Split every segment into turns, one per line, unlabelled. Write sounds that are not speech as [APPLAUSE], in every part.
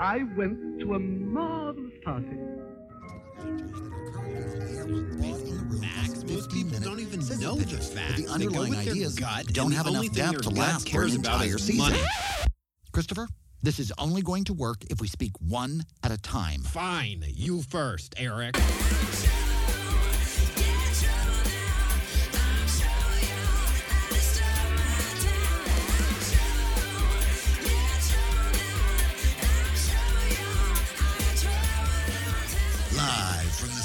I went to a marvelous party.
Facts. Most people don't even know the facts.
The
They go
underlying
with their
ideas
gut, and
don't
the
have
only
enough
thing
depth to
your gut
last for an
cares about
entire
is
season.
money.
Christopher, this is only going to work if we speak one at a time.
Fine, you first, Eric.
Live from the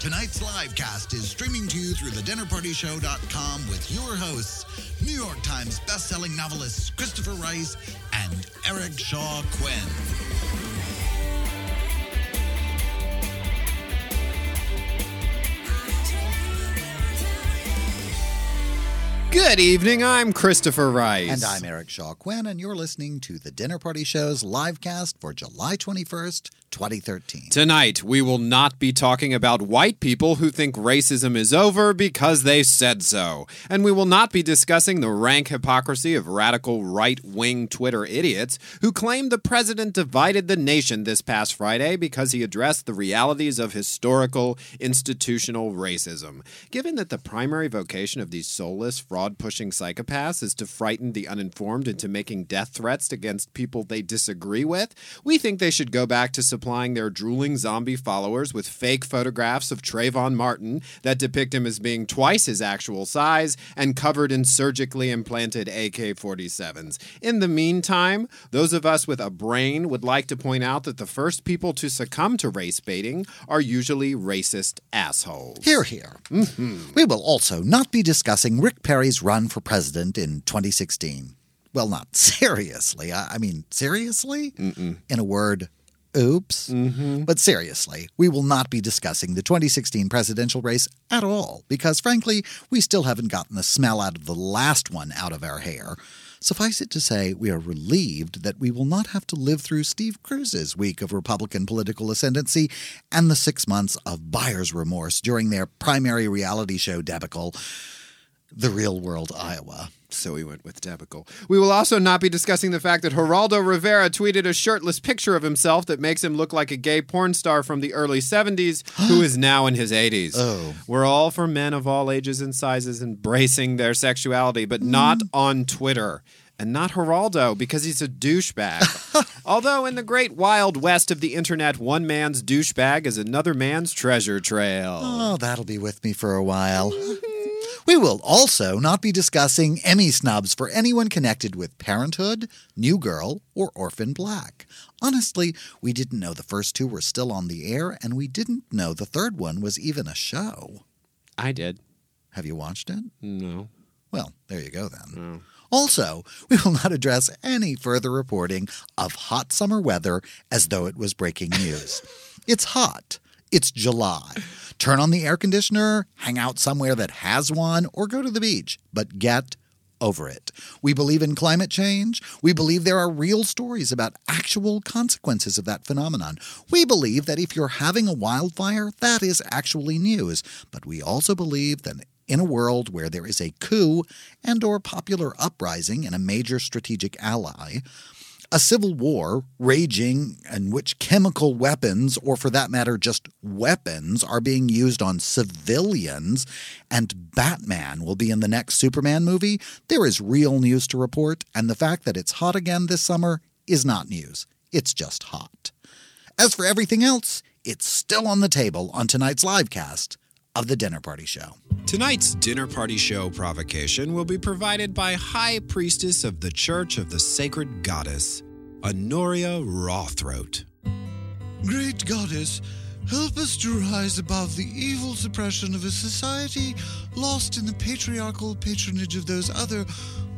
Tonight's live cast is streaming to you through thedinnerpartyshow.com with your hosts, New York Times bestselling novelists Christopher Rice and Eric Shaw Quinn.
Good evening. I'm Christopher Rice.
And I'm Eric Shaw Quinn, and you're listening to the Dinner Party Show's live cast for July 21st, 2013.
Tonight, we will not be talking about white people who think racism is over because they said so. And we will not be discussing the rank hypocrisy of radical right wing Twitter idiots who claim the president divided the nation this past Friday because he addressed the realities of historical institutional racism. Given that the primary vocation of these soulless, fraud pushing psychopaths is to frighten the uninformed into making death threats against people they disagree with, we think they should go back to supplying their drooling zombie followers with fake photographs of Trayvon Martin that depict him as being twice his actual size and covered in surgically implanted AK 47s. In the meantime, those of us with a brain would like to point out that the first people to succumb to race baiting are usually racist assholes.
Here, here. Mm-hmm. We will also not be discussing Rick Perry's run for president in 2016. Well, not [LAUGHS] seriously. I, I mean, seriously? In a word, oops. But seriously, we will not be discussing the 2016 presidential race at all because, frankly, we still haven't gotten the smell out of the last one out of our hair. Suffice it to say, we are relieved that we will not have to live through Steve Cruz's week of Republican political ascendancy and the six months of buyer's remorse during their primary reality show debacle, The Real World Iowa.
So we went with Debacle. We will also not be discussing the fact that Geraldo Rivera tweeted a shirtless picture of himself that makes him look like a gay porn star from the early 70s who is now in his 80s.
Oh.
We're all for men of all ages and sizes embracing their sexuality, but not on Twitter. And not Geraldo because he's a douchebag. Although, in the great wild west of the internet, one man's douchebag is another man's treasure trail.
Oh, that'll be with me for a while. We will also not be discussing Emmy snubs for anyone connected with Parenthood, New Girl, or Orphan Black. Honestly, we didn't know the first two were still on the air, and we didn't know the third one was even a show.
I did.
Have you watched it?
No.
Well, there you go then. Also, we will not address any further reporting of hot summer weather as though it was breaking news. it's hot. It's July. Turn on the air conditioner, hang out somewhere that has one, or go to the beach, but get over it. We believe in climate change. We believe there are real stories about actual consequences of that phenomenon. We believe that if you're having a wildfire, that is actually news. But we also believe that in a world where there is a coup and or popular uprising in a major strategic ally, a civil war raging in which chemical weapons, or for that matter, just weapons, are being used on civilians, and Batman will be in the next Superman movie, there is real news to report, and the fact that it's hot again this summer is not news. It's just hot. As for everything else, it's still on the table on tonight's live cast of The Dinner Party Show.
Tonight's dinner party show provocation will be provided by High Priestess of the Church of the Sacred Goddess, Honoria Rawthroat.
Great goddess, help us to rise above the evil suppression of a society lost in the patriarchal patronage of those other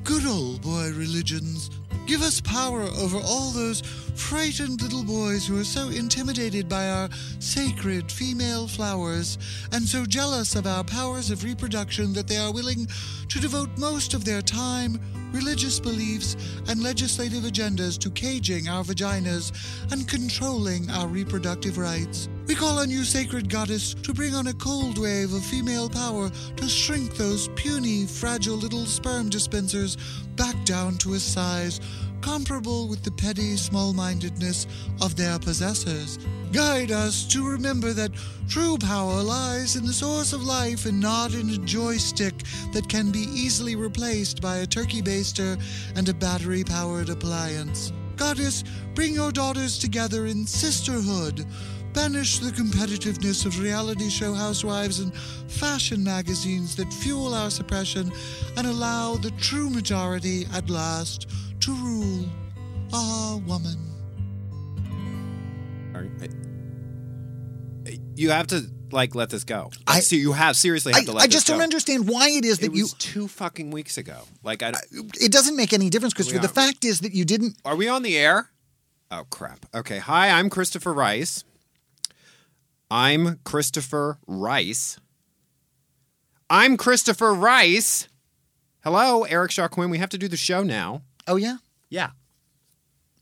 good old boy religions
Give us power over all those frightened little boys who are so intimidated by our sacred female flowers and so jealous of our powers of reproduction that they are willing to devote most of their time, religious beliefs, and legislative agendas to caging our vaginas and controlling our reproductive rights. We call on you, sacred goddess, to bring on a cold wave of female power to shrink those puny, fragile little sperm dispensers back down to a size comparable with the petty small mindedness of their possessors. Guide us to remember that true power lies in the source of life and not in a joystick that can be easily replaced by a turkey baster and a battery powered appliance. Goddess, bring your daughters together in sisterhood. Banish the competitiveness of reality show housewives and fashion magazines that fuel our suppression and allow the true majority at last to rule. Ah, woman.
You have to like let this go.
I-
so you have seriously have
I,
to let
I
this
just don't
go.
understand why it is
It
that you.
was two fucking weeks ago. Like I,
It doesn't make any difference, Christopher. The
are-
fact is that you didn't.
Are we on the air? Oh, crap. Okay. Hi, I'm Christopher Rice. I'm Christopher Rice. I'm Christopher Rice. Hello, Eric Shaw Quinn. We have to do the show now.
Oh, yeah?
Yeah.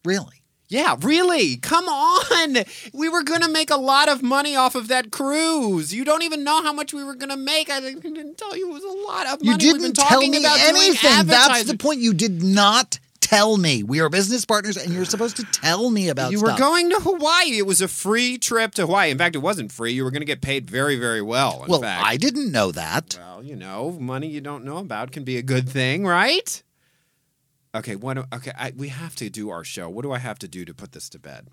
Really?
Yeah, really? Come on. [LAUGHS] We were going to make a lot of money off of that cruise. You don't even know how much we were going to make. I didn't tell you it was a lot of money.
You
We've been
didn't tell
talking
me
about doing
anything. That's the
advertising.
point. You did not tell me. We are business partners, and you're supposed to tell me about
You
stuff.
were going to Hawaii. It was a free trip to Hawaii. In fact, it wasn't free. You were going to get paid very, very well. In
Well,
fact,
I didn't know that.
well, you know, money you don't know about can be a good thing, right? Okay, what? do- Okay, I, we have to do our show. What do I have to do to put this to bed?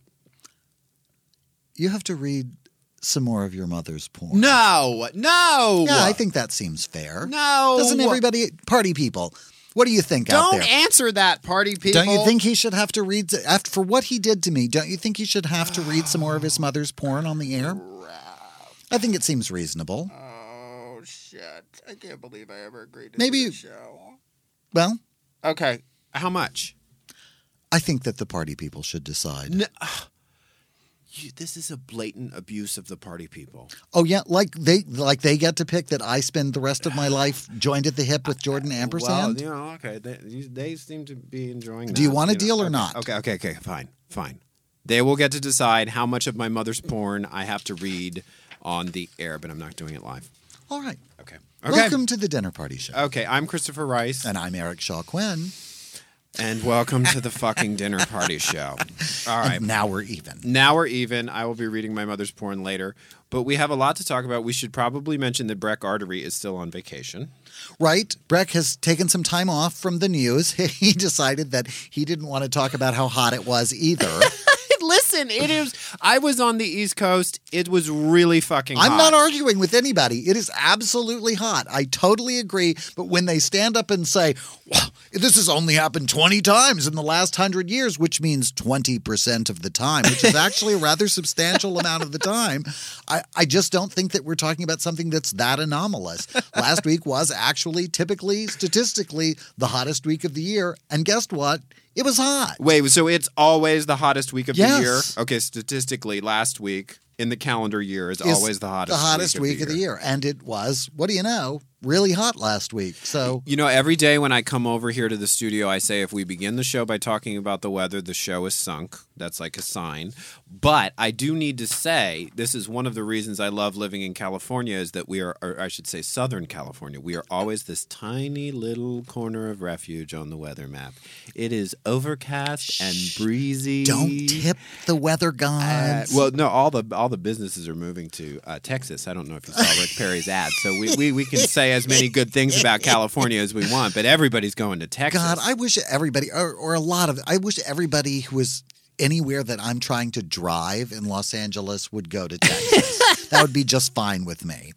You have to read some more of your mother's porn.
No, no.
Yeah, I think that seems fair.
no.
Doesn't everybody, party people, what do you think out
Don't
there?
answer that, party people.
Don't you think he should have to read after for what he did to me? Don't you think he should have to read some more of
[SIGHS]
his mother's porn on the air? I think it seems reasonable.
Uh.
Oh shit! I can't believe I ever agreed to
Maybe-
do this show.
Well,
Okay,
How much?
I think that the party people should decide.
You, this is a blatant abuse of the party people.
Oh yeah, like they like they get to pick that I spend the rest of
[SIGHS]
my life joined at the hip with Jordan ampersand.
Well, you know, okay. They, you- they seem to be enjoying.
Do you
that,
want a
know.
deal or
Okay,
not?
Okay, okay, okay. Fine, fine. They will get to decide how much of my mother's porn I have to read on the air, but I'm not doing it live.
All right.
Okay. Okay. Uh.
Welcome Uh, to the dinner party show.
Okay, I'm Christopher Rice,
and I'm Eric Shaw Quinn.
and welcome to the fucking dinner
[LAUGHS]
party show. All right.
And now we're even.
Now we're even. I will be reading my mother's porn later, but we have a lot to talk about. We should probably mention that Breck Artery is still on vacation.
Right? Breck has taken some time off from the news. [LAUGHS] he decided that he didn't want to talk about how hot it was
[LAUGHS]
either.
[LAUGHS] Listen, it is. [LAUGHS] I was on the East Coast. It was really fucking.
I'm
hot.
not arguing with anybody. It is absolutely hot. I totally agree. But when they stand up and say, "Wow, this has only happened 20 times in the last 100 years, which means 20% of the time, which is actually a rather substantial amount of the time, I, I just don't think that we're talking about something that's that anomalous. Last week was actually typically, statistically, the hottest week of the year. And guess what? It was hot.
Wait, so it's always the hottest week of
Yes.
the year? Okay, statistically, last week in the calendar year is,
It's
always the hottest.
the hottest week, of, the year. And it was, what do you know, really hot last week. So.
You know, every day when I come over here to the studio, I say if we begin the show by talking about the weather, the show is sunk. That's like a sign. But I do need to say this is one of the reasons I love living in California is that we are, or I should say, Southern California. We are always this tiny little corner of refuge on the weather map. It is overcast and breezy.
Don't tip the weather
Uh,
gods.
well, no, all the all the businesses are moving to uh, Texas. I don't know if you saw Rick Perry's ad, so we, we, we can say as many good things about California as we want, but everybody's going to Texas.
God, I wish everybody, or, or a lot of, I wish everybody who is anywhere that I'm trying to drive in Los Angeles would go to
[LAUGHS]
Texas. that would be just fine with me.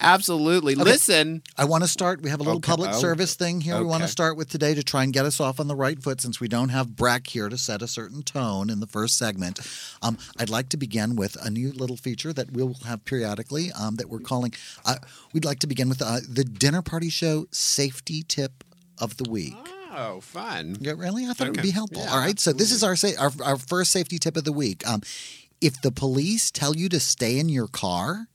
absolutely listen.
I want to start. We have a little
Okay.
public
Oh,
service thing here. We want to
okay.
start with today to try and get us off on the right foot since we don't have Brack here to set a certain tone in the first segment. Um, I'd like to begin with a new little feature that we'll have periodically um, that we're calling. Uh, we'd like to begin with uh, the dinner party show safety tip of the week.
Oh, fun.
Yeah, really? I thought it would
Okay.
be helpful.
Yeah,
All right. So this is our, sa- our our first safety tip of the week. Um, if the police tell you to stay in your car,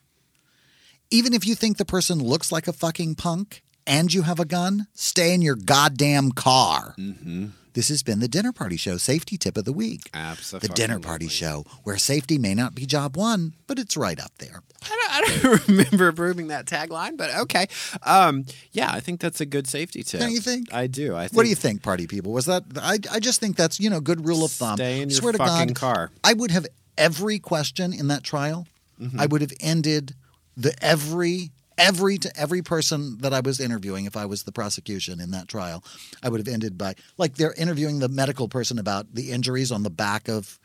even if you think the person looks like a fucking punk and you have a gun, stay in your goddamn car. Mm-hmm. This has been the Dinner Party Show safety tip of the week.
Absolutely.
The Dinner Party Show, where safety may not be job one, but it's right up there.
I don't, I don't [LAUGHS] remember approving that tagline, but okay. Um, yeah, I think that's a good safety tip.
Don't you think?
I do. I think.
What do you think, party people? Was that I? I just think that's you know good rule of thumb.
Stay in your
Swear to
fucking
God,
car.
I would have every question in that trial.
Mm-hmm.
I would have ended the every every to every person that I was interviewing if I was the prosecution in that trial. I would have ended by like they're interviewing the medical person about the injuries on the back of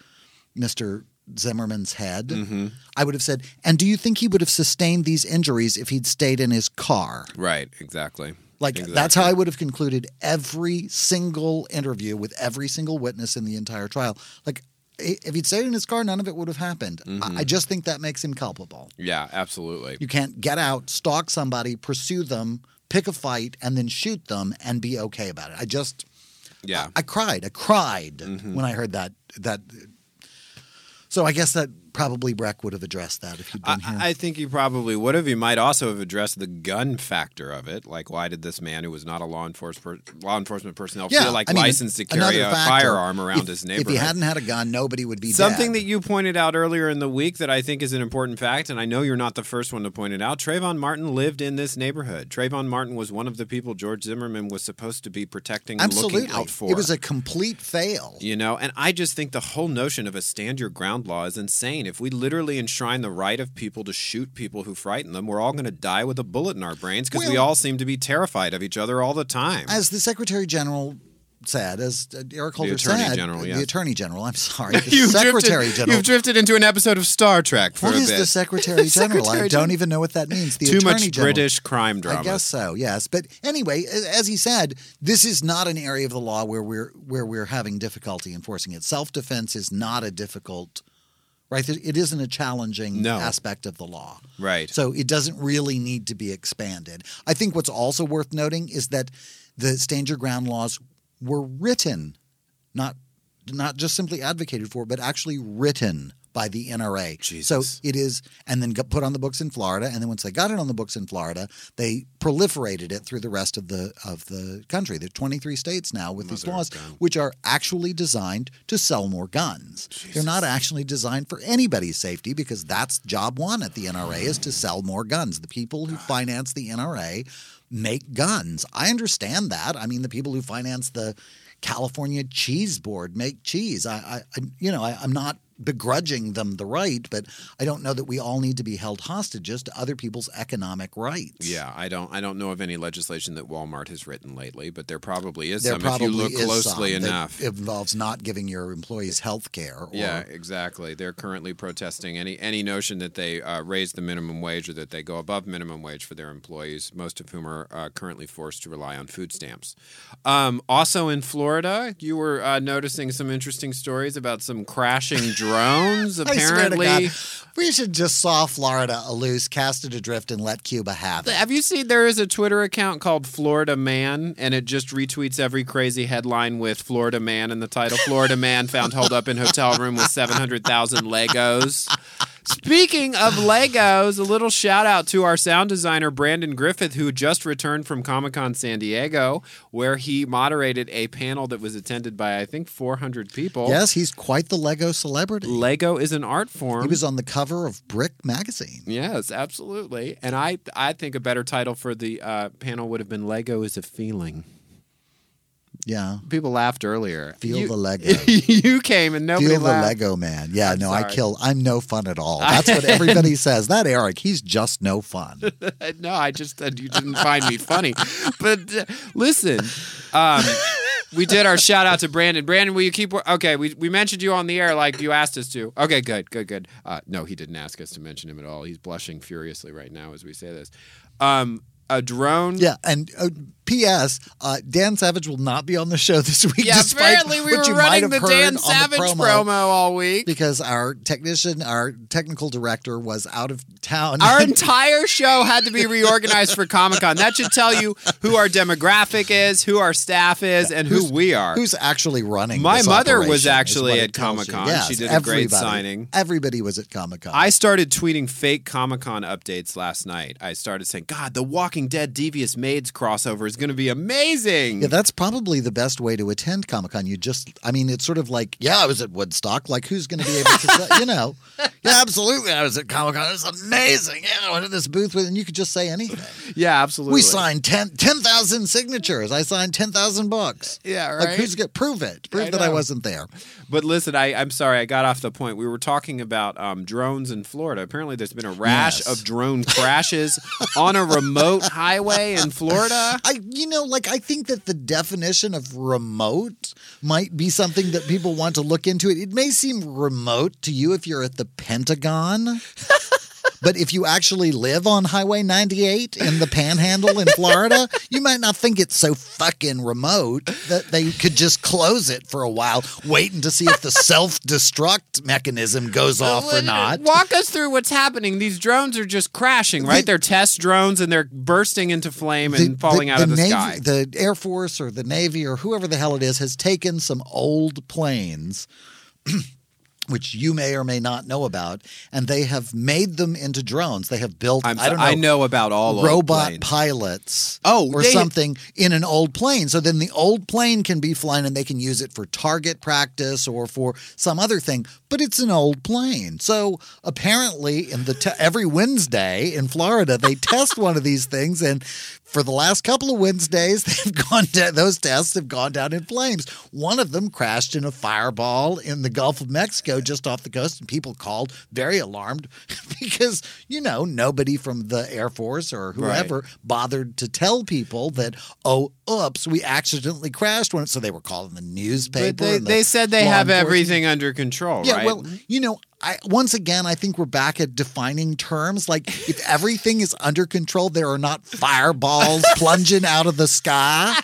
Mr. Zimmerman's head.
Mm-hmm.
I would have said, "And do you think he would have sustained these injuries if he'd stayed in his car?"
Right. Exactly.
Like
Exactly.
that's how I would have concluded every single interview with every single witness in the entire trial. Like i- if he'd stayed in his car, none of it would have happened.
Mm-hmm.
I, I just think that makes him culpable.
Yeah. Absolutely.
You can't get out, stalk somebody, pursue them, pick a fight, and then shoot them and be okay about it. I just
Yeah.
I cried. I cried
Mm-hmm.
when I heard that that. So I guess that probably Breck would have addressed that if he'd been here.
I, I think you probably would have. You might also have addressed the gun factor of it. Like, why did this man, who was not a law enforcement law enforcement personnel, feel like
I mean,
licensed to carry
another
a
factor,
firearm around
if-
his neighborhood?
If he hadn't had a gun, nobody would be
Something
dead.
that you pointed out earlier in the week that I think is an important fact, and I know you're not the first one to point it out. Trayvon Martin lived in this neighborhood. Trayvon Martin was one of the people George Zimmerman was supposed to be protecting and
Absolutely.
looking out for.
It was a complete fail.
You know, and I just think the whole notion of a stand your ground law is insane. If we literally enshrine the right of people to shoot people who frighten them, we're all going to die with a bullet in our brains because we
Well-
all seem to be terrified of each other all the time.
As the Secretary General said, as uh, Eric Holder
Attorney
said,
General,
the
yes.
Attorney General, I'm sorry,
[LAUGHS]
the
[LAUGHS] You've
Secretary
drifted,
General.
You've drifted into an episode of Star Trek for
what
a
is
bit.
the
[LAUGHS]
Secretary General? I
Secretary
don't
Gen-
even know what that means. The
[LAUGHS] Too
Attorney
much
General.
British crime drama.
I guess so. Yes, but anyway, a- as he said, this is not an area of the law where we're where we're having difficulty enforcing it. Self defense is not a difficult, right? It isn't a challenging
No.
aspect of the law,
Right.
So it doesn't really need to be expanded. I think what's also worth noting is that the stand your ground laws were written, not not just simply advocated for, but actually written by the NRA. So
Jesus.
it is, and then got put on the books in Florida, and then once they got it on the books in Florida, they proliferated it through the rest of the of the country. There are 23 states now with these laws, which are actually designed to sell more guns. They're not actually designed for anybody's safety because that's job one at the NRA is to sell more guns. The people who finance the NRA make guns. I understand that. I mean, the people who finance the California Cheese Board make cheese. I, I, I you know, I, I'm not begrudging them the right, but I don't know that we all need to be held hostages to other people's economic rights.
Yeah, I don't. I don't know of any legislation that Walmart has written lately, but there probably is
There
some
probably
if you look
is
closely
some that
enough.
involves not giving your employees health care. Or,
yeah, exactly. They're currently protesting any any notion that they uh, raise the minimum wage or that they go above minimum wage for their employees, most of whom are uh, currently forced to rely on food stamps. Um, also in Florida, you were uh, noticing some interesting stories about some crashing [LAUGHS] drones.
I swear to
Apparently,
God, we should just saw Florida loose, cast it adrift, and let Cuba have it.
Have you seen there is a Twitter account called Florida Man and it just retweets every crazy headline with Florida Man in the title. Florida Man found holed up in hotel room with 700,000 Legos. Speaking of Legos, a little shout out to our sound designer Brandon Griffith who just returned from Comic-Con San Diego where he moderated a panel that was attended by I think 400 people.
Yes, he's quite the Lego celebrity.
Lego is an art form.
he was on the cover of Brick magazine.
Yes, absolutely. And I I think a better title for the uh, panel would have been Lego is a feeling.
Yeah.
People laughed earlier.
Feel
You-
the Lego.
[LAUGHS] you came and nobody
Feel the
laughed.
Lego man. Yeah, no, I
sorry.
kill. I'm no fun at
[LAUGHS]
all. That's what everybody says. That Eric, he's just no
[LAUGHS]
fun.
no, I just said you didn't find me funny. But uh, listen, um, we did our shout out to Brandon. Brandon, will you keep? wor- Okay, we, we mentioned you on the air like you asked us to. Okay, good, good, good. Uh, no, he didn't ask us to mention him at all. He's blushing furiously right now as we say this. Um, a drone
Yeah, and uh, P.S. Uh, Dan Savage will not be on the show this
[LAUGHS]
week.
Yeah,
despite
apparently we
what
were
you might
running
have
the
heard on
Dan
the
Savage promo all week.
because our technician, our technical director, was out of town.
[LAUGHS] Our [LAUGHS] entire show had to be reorganized for Comic Con. That should tell you who our demographic is, who our staff is, and who we are.
Who's actually running?
My
this
mother was
operation is
actually
what it
at
tells you.
Comic-Con.
Yes,
She did a great
everybody-
signing.
Everybody was at Comic Con.
I started tweeting fake Comic Con updates last night. I started saying, God, the Walking Dead Devious Maids crossover is going to be amazing.
Yeah, that's probably the best way to attend Comic Con. You just, I mean, it's sort of like, yeah, I was at Woodstock. Like, who's going to be able to, say, you
[LAUGHS]
know? Yeah, absolutely. I was at Comic Con. It's amazing. Yeah, I went to this booth with, and you could just say anything.
yeah, absolutely.
We signed 10 10,000 signatures. I signed 10,000 books.
Yeah,
Like,
right?
who's going to prove it? Prove
I
that I
know.
wasn't there.
But listen, I, I'm sorry, I got off the point. We were talking about um, drones in Florida. Apparently, there's been a rash
Yes.
of drone crashes on a remote highway in Florida.
I, you know, like, I think that the definition of remote might be something that people want to look into. It, it may seem remote to you if you're at the Pentagon. But if you actually live on Highway 98 in the panhandle in Florida, you might not think it's so fucking remote that they could just close it for a while, waiting to see if the self destruct mechanism goes off or not.
uh, Walk us through what's happening. These drones are just crashing, right? they're test drones and they're bursting into flame and falling out of the
Navy,
sky.
The Air Force or the Navy or whoever the hell it is has taken some old planes, [CLEARS THROAT] which you may or may not know about, and they have made them into drones. They have built,
I'm
I
so-
don't know,
I know about all old
robot
planes.
pilots
Oh,
or
they-
something in an old plane. So then the old plane can be flying and they can use it for target practice or for some other thing, but it's an old plane. So apparently in the te- every Wednesday in Florida they test one of these things and for the last couple of Wednesdays [LAUGHS] they've gone down, those tests have gone down in flames. One of them crashed in a fireball in the Gulf of Mexico just off the coast and people called very alarmed [LAUGHS] because you know nobody from the Air Force or whoever bothered to tell people that, oh, oops, we accidentally crashed one. So they were calling the newspaper.
But they,
and the
they said they
law
have
enforcement.
everything under control,
Yeah,
right?
well, you know, I once again, I think we're back at defining terms. Like,
[LAUGHS]
if everything is under control, there are not fireballs plunging out of the sky.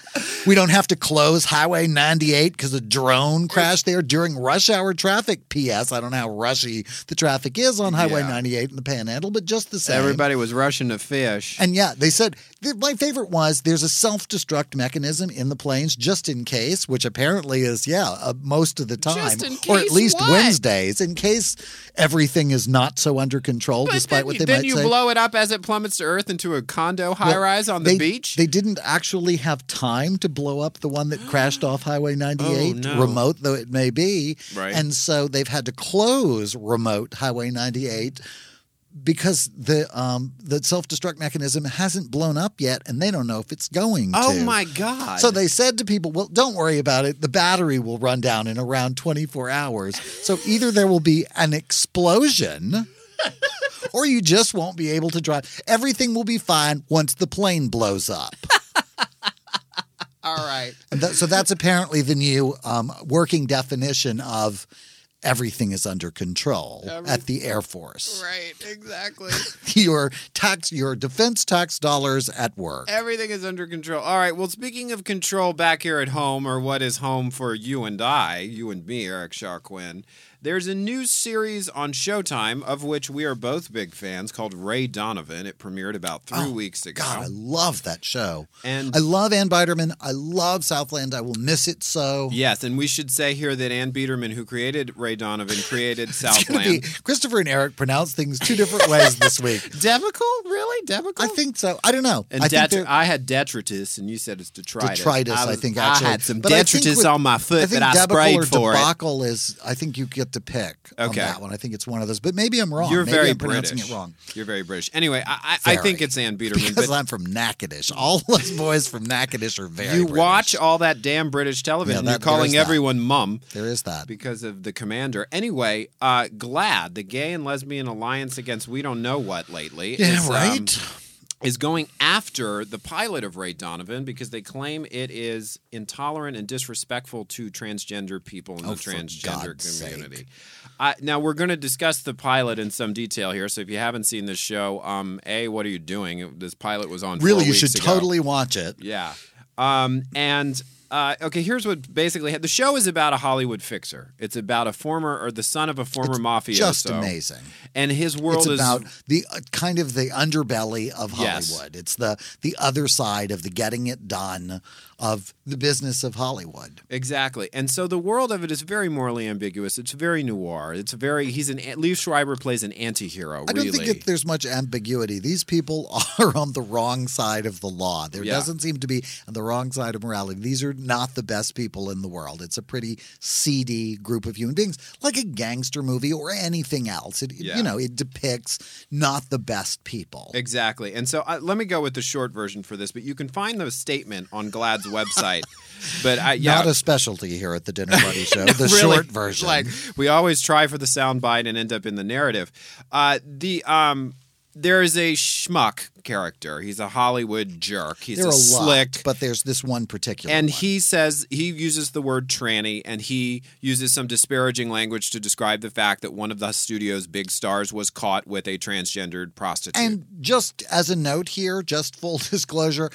We don't have to close Highway 98 because a drone crashed there during rush hour traffic. P.S. I don't know how rushy the traffic is on Highway
Yeah.
98 in the Panhandle, but just the same.
Everybody was rushing to fish.
And yeah, they said th- my favorite was there's a self-destruct mechanism in the planes just in case, which apparently is yeah uh, most of the time,
in
or
case
at least
what?
Wednesdays, in case everything is not so under control,
But
despite
then,
what
you-
they
then
might
you
say.
blow it up as it plummets to earth into a condo high
Well,
rise on the
they-
beach.
They didn't actually have time to blow up the
[GASPS]
one that crashed off Highway 98,
Oh, no.
remote though it may be.
Right.
And so they've had to close remote Highway 98 because the um, the self destruct mechanism hasn't blown up yet, and they don't know if it's going
oh
to.
my god!
So they said to people, well, don't worry about it. The battery will run down in around 24 hours. So either there will be
[LAUGHS]
an explosion or you just won't be able to drive. Everything will be fine once the plane blows up.
[LAUGHS] All right.
And that, so that's apparently the new um, working definition of everything is under control at the Air Force.
Right. Exactly.
[LAUGHS] Your tax, your defense tax dollars at work.
Everything is under control. All right. Well, speaking of control back here at home, or what is home for you and I, you and me, Eric Shaw Quinn, there's a new series on Showtime of which we are both big fans called Ray Donovan. It premiered about three weeks ago.
Oh, God, I love that show.
And-
I love Ann Biderman. I love Southland. I will miss it so.
Yes, and we should say here that Ann Biederman, who created
[LAUGHS]
Ray Donovan,
[LAUGHS]
created
It's gonna be
Southland.
Christopher and Eric pronounce things two different ways this
[LAUGHS]
week.
Debacle? Really? Debacle?
I think so. I don't know.
And
I
I,
think they're-
I had detritus, and you said it's detritus.
detritus. I,
was-
think actually
I had some
But I think
detritus
with-
on my foot
I think
that I
debacle
sprayed
or
for it.
debacle is. I think you get to pick on
Okay.
that one. I think it's one of those, but maybe I'm wrong.
You're
Oh, maybe
very
I'm pronouncing
British.
it wrong
You're very British. Anyway, I, I, I think
Very.
it's Ann Biederman.
because
But
I'm from Natchitoches. All [LAUGHS] those boys from Natchitoches are very.
you
British.
watch all that damn British television.
Yeah,
You're
that- there is
calling
that.
everyone mum
There is that.
because of the commander. Anyway, uh, GLAD, the Gay and Lesbian Alliance Against We Don't Know What lately.
Yeah,
is, um,
right.
is going after the pilot of Ray Donovan because they claim it is intolerant and disrespectful to transgender people in
Oh,
the
for
transgender
God's
community. Uh, now we're going to discuss the pilot in some detail here. So if you haven't seen this show, um, a what are you doing? This pilot was on. four
really, you
weeks
should
ago.
totally watch it.
Yeah. Um, and uh, okay, here's what basically ha- the show is about a Hollywood fixer. It's about a former or the son of a former mafioso.
Just amazing.
And his world
it's
is
about the uh, kind of the underbelly of
Yes.
Hollywood. It's the the other side of the getting it done of the business of Hollywood.
Exactly. And so the world of it is very morally ambiguous. It's very noir. It's very he's an Lee Schreiber plays an anti-hero,
I
really.
don't think that there's much ambiguity. These people [LAUGHS] are on the wrong side of the law. There
Yeah.
doesn't seem to be on the wrong side of morality. These are not the best people in the world. It's a pretty seedy group of human beings, like a gangster movie or anything else. It,
Yeah.
You know, it depicts not the best people.
Exactly. And so uh, let me go with the short version for this, but you can find the statement on Glad's website. But I, yeah,
Not a specialty here at the Dinner
[LAUGHS]
Party Show. the
really.
short version.
Like we always try for the soundbite and end up in the narrative. Uh, the um, there is a schmuck character. He's a Hollywood jerk. He's
there are a
a,
lot,
slick,
but there's this one particular.
and
one.
he says he uses the word tranny and he uses some disparaging language to describe the fact that one of the studio's big stars was caught with a transgendered prostitute.
And just as a note here, just full [LAUGHS] disclosure,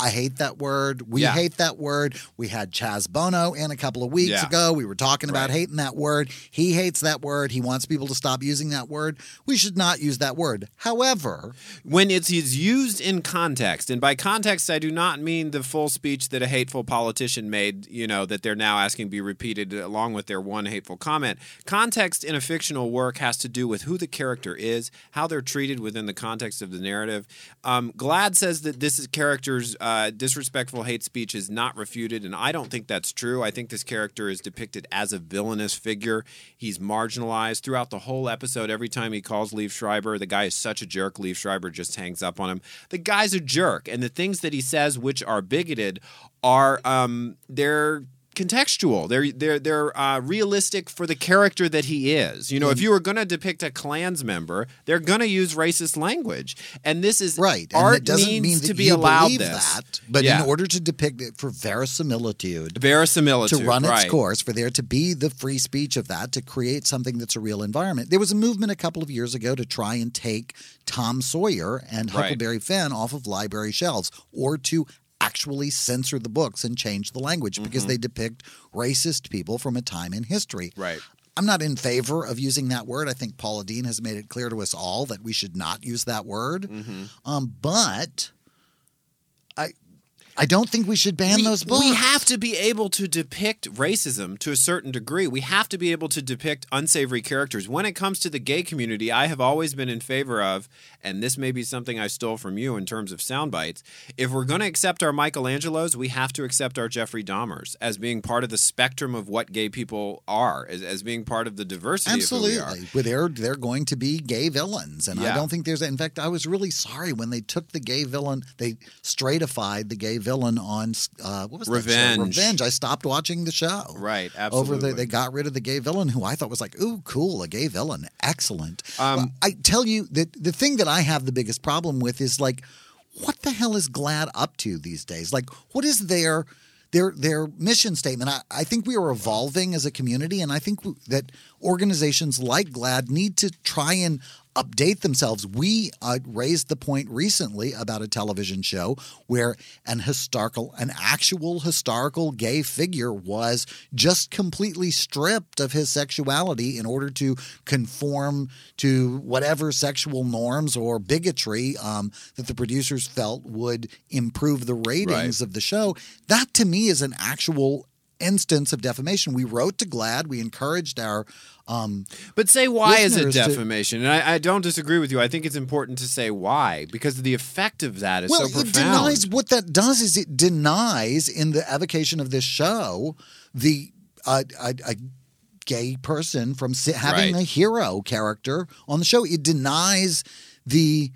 I hate that word. We
Yeah.
hate that word. We had Chaz Bono in a couple of weeks
Yeah.
ago. We were talking about
Right.
hating that word. He hates that word. He wants people to stop using that word. We should not use that word. However,
when it's is used in context, and by context I do not mean the full speech that a hateful politician made, you know, that they're now asking be repeated along with their one hateful comment. Context in a fictional work has to do with who the character is, how they're treated within the context of the narrative. Um, Glad says that this is character's uh, disrespectful hate speech is not refuted, and I don't think that's true. I think this character is depicted as a villainous figure. He's marginalized throughout the whole episode. Every time he calls Leaf Schreiber, the guy is such a jerk. Leaf Schreiber just hangs up on him. The guy's a jerk, and the things that he says, which are bigoted, are um, they're contextual. They're they're they're uh, realistic for the character that he is. You know,
Mm-hmm.
if you were going to depict a Klan's member, they're going to use racist language, and this is
right,
Art
and it doesn't
needs
mean that
to be
you
allowed
believe
this.
that, but
Yeah.
in order to depict it for verisimilitude,
Verisimilitude
to run its
right.
course, for there to be the free speech of that, to create something that's a real environment. There was a movement a couple of years ago to try and take Tom Sawyer and
Right.
Huckleberry Finn off of library shelves or to actually censor the books and change the language because
Mm-hmm.
they depict racist people from a time in history.
Right.
I'm not in favor of using that word. I think Paula Dean has made it clear to us all that we should not use that word.
Mm-hmm.
Um, but I I don't think we should ban
we,
those books.
we have to be able to depict racism to a certain degree. We have to be able to depict unsavory characters. When it comes to the gay community, I have always been in favor of, and this may be something I stole from you in terms of sound bites. If we're going to accept our Michelangelos, we have to accept our Jeffrey Dahmers as being part of the spectrum of what gay people are, as, as being part of the diversity of who we are.
Absolutely. Well, they're they're going to be gay villains, and
Yeah.
I don't think there's. In fact, I was really sorry when they took the gay villain. They stratified the gay villain on uh, what was that
Revenge.
show? Revenge. I stopped watching the show.
Right,
Over
absolutely.
the, they got rid of the gay villain, who I thought was like, ooh, cool, a gay villain, excellent.
Um,
Well, I tell you that the thing that I have the biggest problem with is like, what the hell is Glad up to these days? Like, what is their their their mission statement? I, I think we are evolving as a community, and I think w- that organizations like Glad need to try and update themselves. We uh, raised the point recently about a television show where an historical, an actual historical gay figure was just completely stripped of his sexuality in order to conform to whatever sexual norms or bigotry um, that the producers felt would improve the ratings of the show. That to me is an actual instance of defamation. We wrote to GLAD, we encouraged our. Um,
But say why is it
listeners to-
defamation? And I, I don't disagree with you. I think it's important to say why because the effect of that is
well,
so profound.
it denies what that does is it denies in the evocation of this show the uh, a, a gay person from si- having
Right.
a hero character on the show. It denies the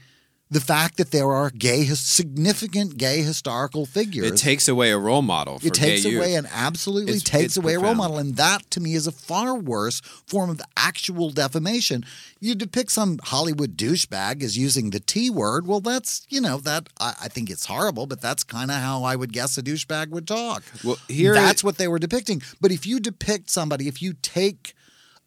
the fact that there are gay his- significant gay historical figures.
It takes away a role model. For
it takes
gay youth.
away and absolutely
It's-
takes
it's
away a role
profound.
model and that to me is a far worse form of actual defamation you depict some hollywood douchebag as using the t word well that's you know that i, I think it's horrible but that's kind of how i would guess a douchebag would talk
Well, here-
that's what they were depicting but if you depict somebody if you take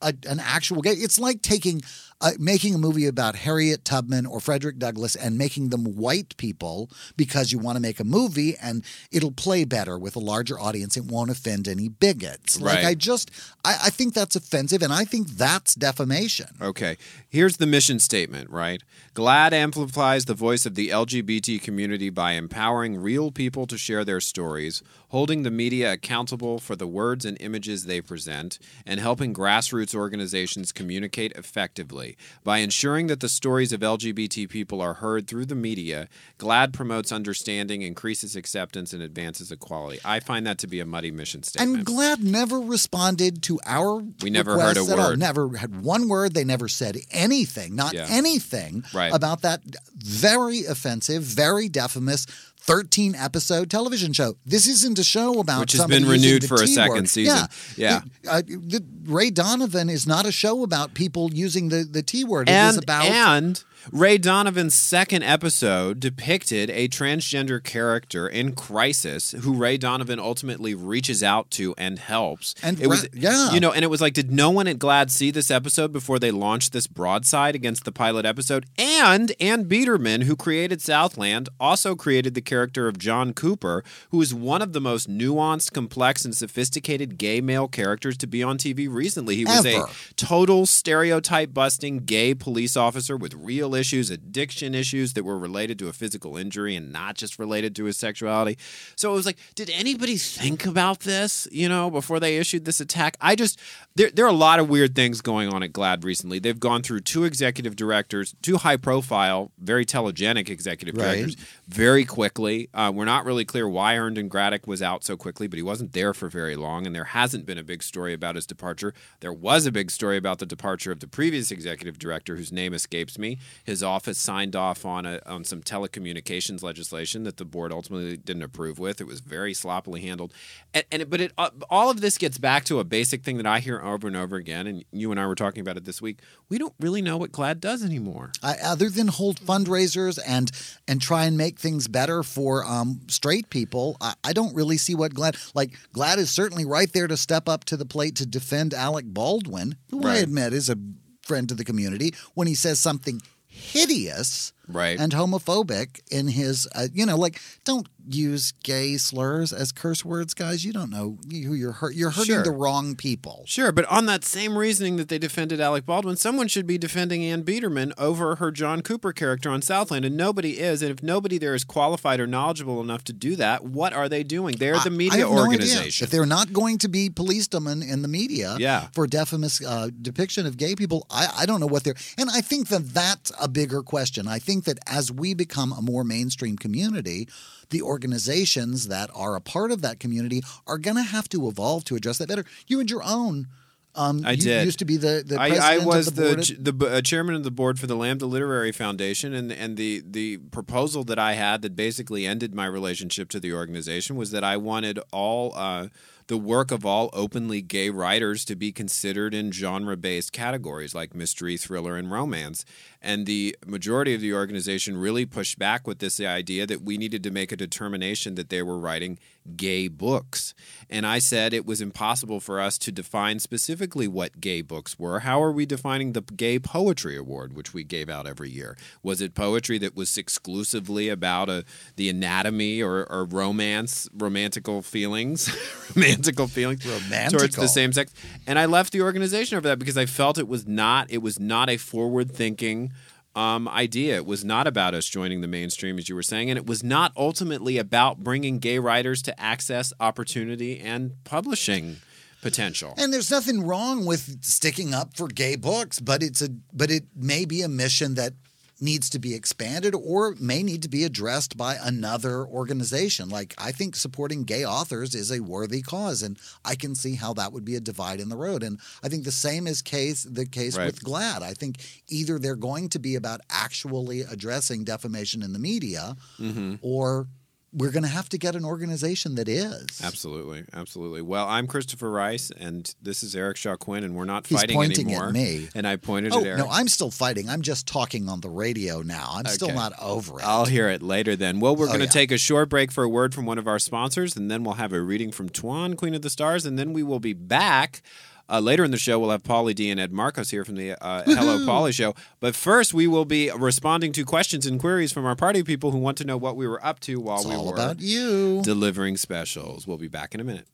a, an actual gay it's like taking uh, making a movie about Harriet Tubman or Frederick Douglass and making them white people because you want to make a movie and it'll play better with a larger audience. It won't offend any bigots. Like
Right.
I just, I, I think that's offensive, and I think that's defamation.
Okay. Here's the mission statement, right? GLAD amplifies the voice of the LGBT community by empowering real people to share their stories, holding the media accountable for the words and images they present, and helping grassroots organizations communicate effectively. By ensuring that the stories of LGBT people are heard through the media, GLAD promotes understanding, increases acceptance, and advances equality. I find that to be a muddy mission statement.
And Glad never responded to our.
We never heard a
requests at all.
word.
Never had one word. They never said anything, not
Yeah.
anything,
Right.
about that very offensive, very defamous. 13 episode television show. This isn't a show about
Which has
somebody
been
using
renewed
the
for a
T
second
word.
season.
Yeah.
Yeah.
It- uh, the- Ray Donovan is not a show about people using the, the T word. it is
and,
about
and Ray Donovan's second episode depicted a transgender character in crisis who Ray Donovan ultimately reaches out to and helps.
And
it was
Ra- yeah.
you know, and it was like, did no one at Glad see this episode before they launched this broadside against the pilot episode? And Ann Biederman, who created Southland, also created the character of John Cooper, who is one of the most nuanced, complex, and sophisticated gay male characters to be on TV recently. He was
Ever.
a total stereotype busting gay police officer with real issues, addiction issues that were related to a physical injury and not just related to his sexuality. So it was like, did anybody think about this, you know, before they issued this attack? I just, there, there are a lot of weird things going on at GLAD recently. They've gone through two executive directors, two high profile, very telegenic executive
Right.
directors very quickly. Uh, we're not really clear why Herndon Graddick was out so quickly, but he wasn't there for very long, and there hasn't been a big story about his departure. There was a big story about the departure of the previous executive director, whose name escapes me. His office signed off on a, on some telecommunications legislation that the board ultimately didn't approve with. It was very sloppily handled, and, and it, but it uh, all of this gets back to a basic thing that I hear over and over again, and you and I were talking about it this week. We don't really know what GLAD does anymore.
I, other than hold fundraisers and and try and make things better for um, straight people, I, I don't really see what Glad like Glad is certainly right there to step up to the plate to defend Alec Baldwin, who I
Right.
admit is a friend to the community when he says something hideous
Right.
and homophobic in his uh, you know like don't use gay slurs as curse words guys you don't know who you're hurt you're hurting
Sure.
the wrong people
Sure, but on that same reasoning that they defended Alec Baldwin, someone should be defending Ann Biederman over her John Cooper character on Southland, and nobody is. And if nobody there is qualified or knowledgeable enough to do that, what are they doing? They're the
I- I
media
have no idea.
organization.
If they're not going to be policemen in the media
Yeah.
for defamous uh, depiction of gay people, I, I don't know what they're. And I think that that's a bigger question. I think that as we become a more mainstream community, the organizations that are a part of that community are going to have to evolve to address that better. You and your own. Um,
I
you
did.
used to be the, the president
I, I was
of the, board
the
at-
ch- the, b uh, chairman of the board for the Lambda Literary Foundation, and and the the proposal that I had that basically ended my relationship to the organization was that I wanted all uh, the work of all openly gay writers to be considered in genre based categories like mystery, thriller, and romance. And the majority of the organization really pushed back with this idea that we needed to make a determination that they were writing gay books. And I said it was impossible for us to define specifically what gay books were. How are we defining the Gay Poetry Award, which we gave out every year? Was it poetry that was exclusively about a, the anatomy or, or romance, romantical feelings, [LAUGHS] romantical feelings towards
Romantical.
the same sex? And I left the organization over that because I felt it was not it was not a forward thinking um, idea. It was not about us joining the mainstream, as you were saying, and it was not ultimately about bringing gay writers to access, opportunity, and publishing potential.
And there's nothing wrong with sticking up for gay books, but it's a but it may be a mission that needs to be expanded or may need to be addressed by another organization. Like I think supporting gay authors is a worthy cause and I can see how that would be a divide in the road. And I think the same is case the case
Right.
with Glad. I think either they're going to be about actually addressing defamation in the media
Mm-hmm.
or we're going to have to get an organization that is.
Absolutely, absolutely. Well, I'm Christopher Rice, and this is Eric Shaw Quinn, and we're not
He's
fighting
pointing at
anymore.
me.
and I pointed
Oh
at Eric.
no, I'm still fighting. I'm just talking on the radio now. I'm still
Okay.
not over it.
I'll hear it later then. Well,
Oh,
we're going to
yeah.
take a short break for a word from one of our sponsors, and then we'll have a reading from Tuan, Queen of the Stars, and then we will be back Uh, later in the show, we'll have Paulie D and Ed Marcos here from the uh, Hello Paulie show. But first, we will be responding to questions and queries from our party people who want to know what we were up to while
It's
we
all
were
about you.
delivering specials. We'll be back in a minute.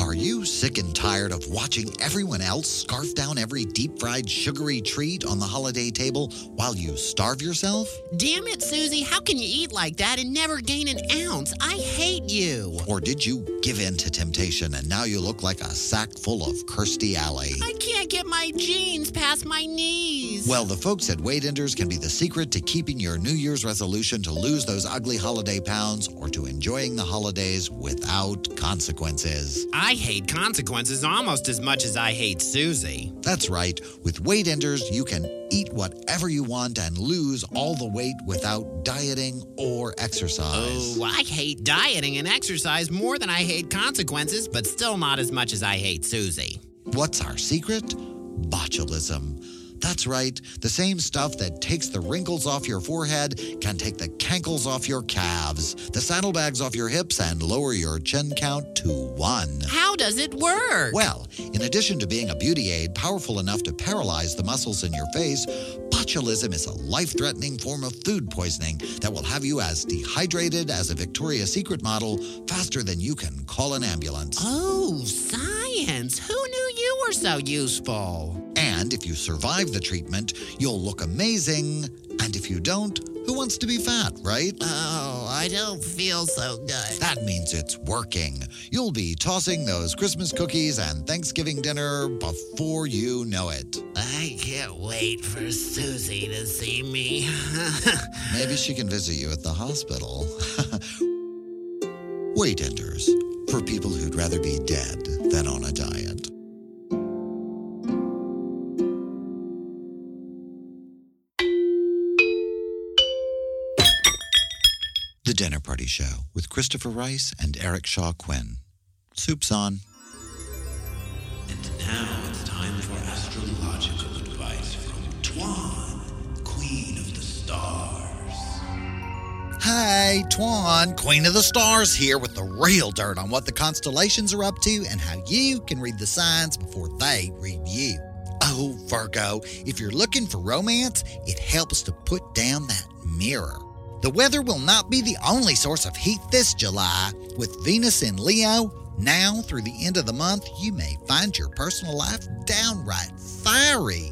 Are you sick and tired of watching everyone else scarf down every deep fried sugary treat on the holiday table while you starve yourself?
Damn it, Susie, how can you eat like that and never gain an ounce? I hate you.
Or did you give in to temptation and now you look like a sack full of Kirstie Alley?
I can't get my jeans past my knees.
Well, the folks at Weight Enders can be the secret to keeping your New Year's resolution to lose those ugly holiday pounds or to enjoying the holidays without consequences.
I hate consequences almost as much as I hate Susie.
That's right, with Weight Enders, you can eat whatever you want and lose all the weight without dieting or exercise.
Oh, I hate dieting and exercise more than I hate consequences, but still not as much as I hate Susie.
What's our secret? Botulism. That's right, the same stuff that takes the wrinkles off your forehead can take the cankles off your calves, the saddlebags off your hips, and lower your chin count to one.
How does it work?
Well, in addition to being a beauty aid powerful enough to paralyze the muscles in your face, botulism is a life threatening form of food poisoning that will have you as dehydrated as a Victoria's Secret model faster than you can call an ambulance.
oh, science. Who knew you were so useful?
And if you survive the treatment, you'll look amazing. And if you don't, who wants to be fat, right?
Oh, I don't feel so good.
That means it's working. You'll be tossing those Christmas cookies and Thanksgiving dinner before you know it.
I can't wait for Susie to see me. [LAUGHS]
Maybe she can visit you at the hospital. [LAUGHS] Weight Enders for people who'd rather be dead than on a diet. The Dinner Party Show with Christopher Rice and Eric Shaw Quinn. Soup's on.
And now it's time for astrological advice from Tuan, Queen of the Stars.
Hey, Twan, Queen of the Stars here with the real dirt on what the constellations are up to and how you can read the signs before they read you. Oh, Virgo, if you're looking for romance, it helps to put down that mirror. The weather will not be the only source of heat this July. With Venus in Leo, now through the end of the month, you may find your personal life downright fiery.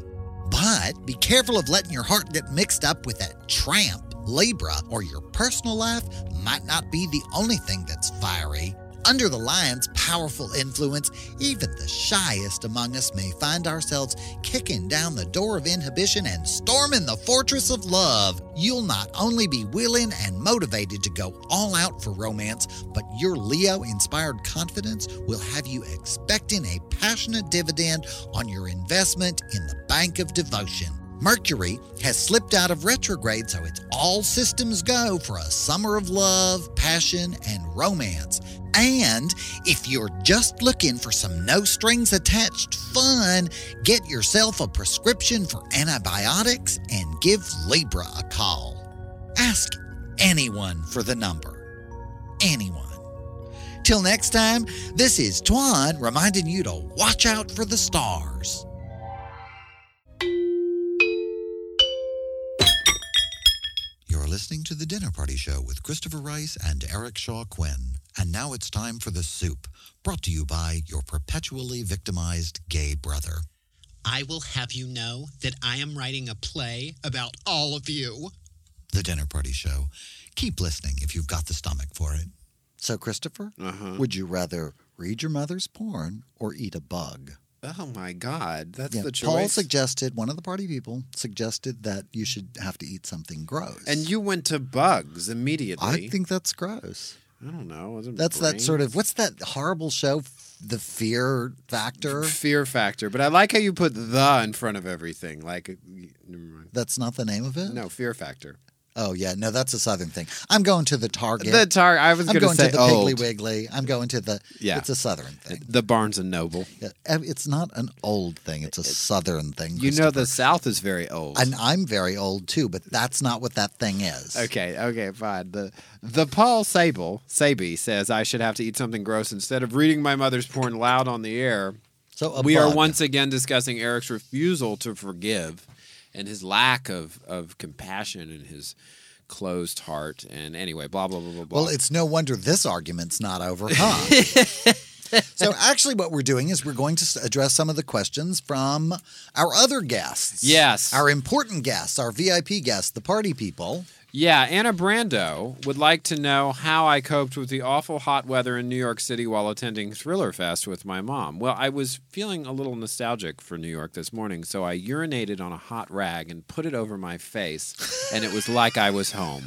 But be careful of letting your heart get mixed up with that tramp, Libra, or your personal life might not be the only thing that's fiery. Under the lion's powerful influence, even the shyest among us may find ourselves kicking down the door of inhibition and storming the fortress of love. You'll not only be willing and motivated to go all out for romance, but your Leo inspired confidence will have you expecting a passionate dividend on your investment in the bank of devotion. Mercury has slipped out of retrograde, so it's all systems go for a summer of love, passion, and romance. And if you're just looking for some no strings attached fun, get yourself a prescription for antibiotics and give Libra a call. Ask anyone for the number. Anyone. Till next time, this is Twan reminding you to watch out for the stars. You're listening to The Dinner Party Show with Christopher Rice and Eric Shaw Quinn. And now it's time for The Soup, brought to you by your perpetually victimized gay brother.
I will have you know that I am writing a play about all of you.
The Dinner Party Show. Keep listening if you've got the stomach for it.
So, Christopher, would you rather read your mother's porn or eat a bug?
Oh my God, that's
Yeah,
the choice.
Paul suggested, one of the party people suggested that you should have to eat something gross.
and you went to bugs immediately.
I think that's gross.
I don't know. Wasn't
That's
brain?
that sort of what's that horrible show, F- The Fear
[LAUGHS]
Factor?
fear factor. But I like how you put the in front of everything. Like, never mind.
That's not the name of it?
No, fear factor.
Oh yeah, no, that's a southern thing. I'm going to the Target.
The tar. I was
I'm
gonna
going to
say
the
old.
Piggly Wiggly. I'm going to the.
Yeah.
it's a southern thing.
The Barnes and Noble.
Yeah, ev- It's not an old thing. It's a southern thing.
You
Christopher.
know the South is very old.
And I'm very old too, but that's not what that thing is.
Okay, okay, fine. The the Paul Sable Sabi says I should have to eat something gross instead of reading my mother's porn loud on the air.
So a
we are
bug.
once again discussing Eric's refusal to forgive and his lack of of compassion and his closed heart. And anyway, blah blah blah blah blah.
Well, it's no wonder this argument's not over, huh?
[LAUGHS]
so actually, what we're doing is we're going to s- address some of the questions from our other guests.
Yes.
our important guests, our VIP guests, the party people.
yeah. Anna Brando would like to know how I coped with the awful hot weather in New York City while attending Thriller Fest with my mom. Well, I was feeling a little nostalgic for New York this morning, so I urinated on a hot rag and put it over my face, and it was like I was home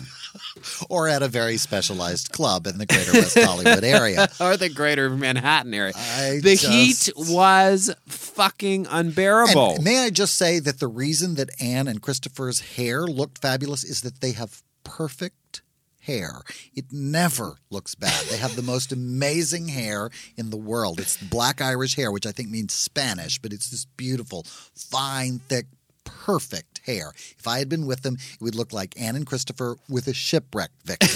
or at a very specialized club in the greater
[LAUGHS]
West Hollywood area.
[LAUGHS] or the Greater Manhattan area.
I
the
just-
heat was fucking unbearable.
And may I just say that the reason that Anne and Christopher's hair looked fabulous is that they have perfect hair. It never looks bad. They have the most amazing hair in the world. It's black Irish hair, which I think means Spanish, but it's this beautiful, fine, thick, perfect hair. If I had been with them, it would look like Anne and Christopher with a shipwreck victim.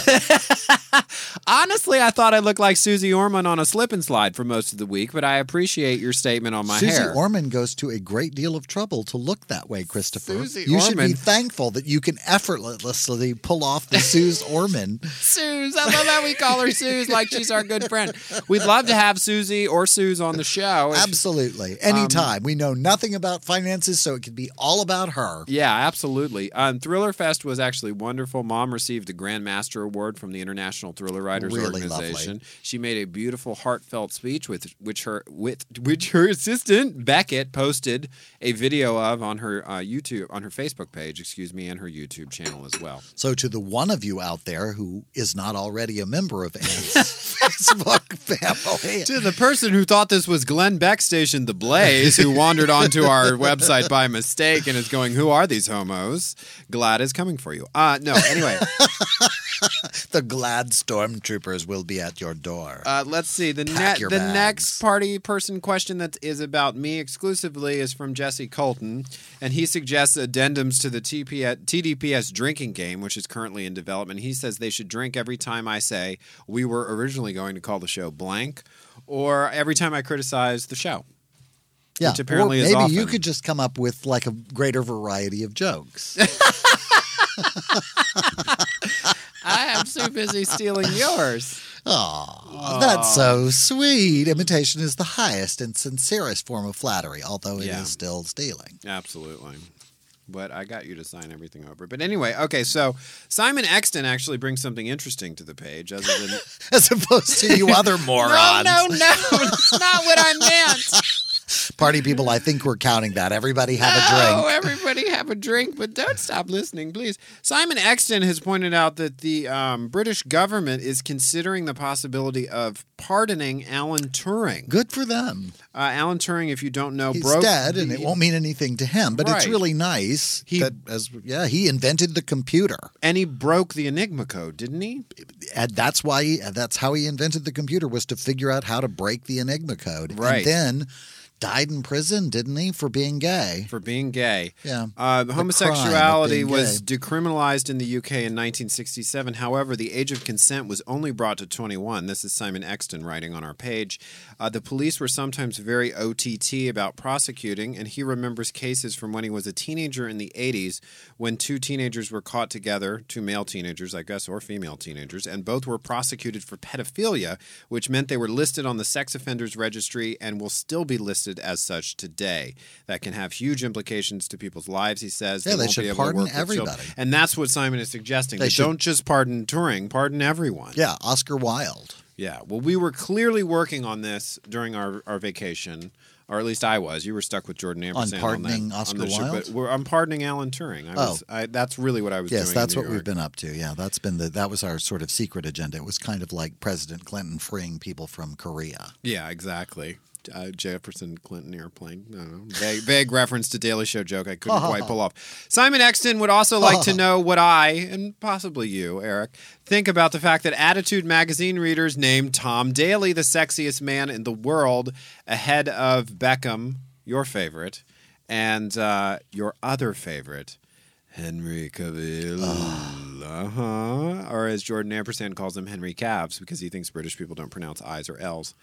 Honestly, I thought I looked like Susie Orman on a slip and slide for most of the week, but I appreciate your statement on my
Susie
hair.
Orman goes to a great deal of trouble to look that way, Christopher.
Susie
you should be
Orman.
thankful that you can effortlessly pull off the
[LAUGHS]
Suze Orman.
Suze, I love how we call her Suze, like she's our good friend. We'd love to have Susie or Suze on the show. If-
Absolutely.
Um,
Anytime. we know nothing about finances, so it could be all about her.
Yeah, absolutely. Um, Thriller Fest was actually wonderful. Mom received a Grand Master Award from the International Thriller Writers
Really
Organization. She made a beautiful, heartfelt speech with which her with which her assistant Beckett posted a video of on her uh, YouTube on her Facebook page, excuse me, and her YouTube channel as well.
So, to the one of you out there who is not already a member
[LAUGHS]
of Anne's Facebook family,
To the person who thought this was Glenn Beck station, The Blaze, who wandered onto [LAUGHS] our website by mistake and is going, "Who are these homos?" Glad is coming for you. Uh no. Anyway,
the glad stormtroopers will be at your door.
uh, let's see. The
Pack
ne-
your
the
bags.
next party person question that is about me exclusively is from Jesse Colton, and he suggests addendums to the TP- TDPS drinking game, which is currently in development. He says they should drink every time I say we were originally going to call the show blank, or every time I criticize the show.
yeah.
which apparently
or
is
maybe you
often.
could just come up with like a greater variety of jokes.
I am so busy [LAUGHS] stealing yours.
Aw, that's so sweet. Imitation is the highest and sincerest form of flattery, although it is
Yeah.
still stealing. [LAUGHS]
Absolutely. But I got you to sign everything over. But anyway, okay, so Simon Exton actually brings something interesting to the page other than
As opposed to you other morons.
[LAUGHS] No, no, no. That's not what I meant.
Party people, I think we're counting that. Everybody [LAUGHS] have a
Oh,
drink.
everybody have a drink, but don't stop listening, please. Simon Exton has pointed out that the um, British government is considering the possibility of pardoning Alan Turing.
Good for them.
Uh, Alan Turing, if you don't know,
He's
broke
dead and it
the-
won't mean anything to him, but it's
Right.
really nice
He-
that as yeah, he invented the computer.
and he broke the Enigma code, didn't he?
And that's why he, that's how he invented the computer was to figure out how to break the Enigma code.
Right.
And then died in prison, didn't he, for being gay?
For being gay.
Yeah.
Uh,
The
homosexuality
crime of being
was
gay.
decriminalized in the UK in 1967. However, the age of consent was only brought to 21. This is Simon Exton writing on our page. Uh, the police were sometimes very OTT about prosecuting, and he remembers cases from when he was a teenager in the 80s when two teenagers were caught together, two male teenagers, I guess, or female teenagers, and both were prosecuted for pedophilia, which meant they were listed on the sex offenders registry and will still be listed as such today. That can have huge implications to people's lives, he says
Yeah, they
won't
should
be able to
pardon
work with children.
everybody.
And that's what Simon is suggesting.
They
They
should-
don't just pardon Turing, pardon everyone.
Yeah, Oscar Wilde.
Yeah. Well, we were clearly working on this during our, our vacation, or at least I was. You were stuck with Jordan Ampersand
pardoning
on that,
Oscar
on this show,
Wilde? Oh.
But we're, I'm pardoning Alan Turing. I was, I, that's really what I was doing.
Yes,
in
that's
New
what we've
York.
been up to. Yeah, that's been the that was our sort of secret agenda. It was kind of like President Clinton freeing people from Korea.
Yeah, exactly. uh, Jefferson Clinton airplane. I don't know. Vague, vague reference to Daily Show joke I couldn't quite pull off. Simon Exton would also like to know what I, and possibly you, Eric, think about the fact that Attitude magazine readers named Tom Daly the sexiest man in the world ahead of Beckham, your favorite, and uh, your other favorite. Henry Cavill. Uh huh. Or as Jordan Ampersand calls him, Henry Cavs, because he thinks British people don't pronounce I's or L's.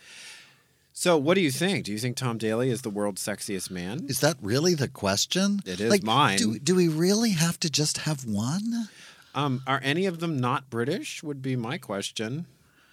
So, what do you think? Do you think Tom Daly is the world's sexiest man?
Is that really the question?
It is
like,
mine.
Do, do we really have to just have one?
Um, are any of them not British? Would be my question.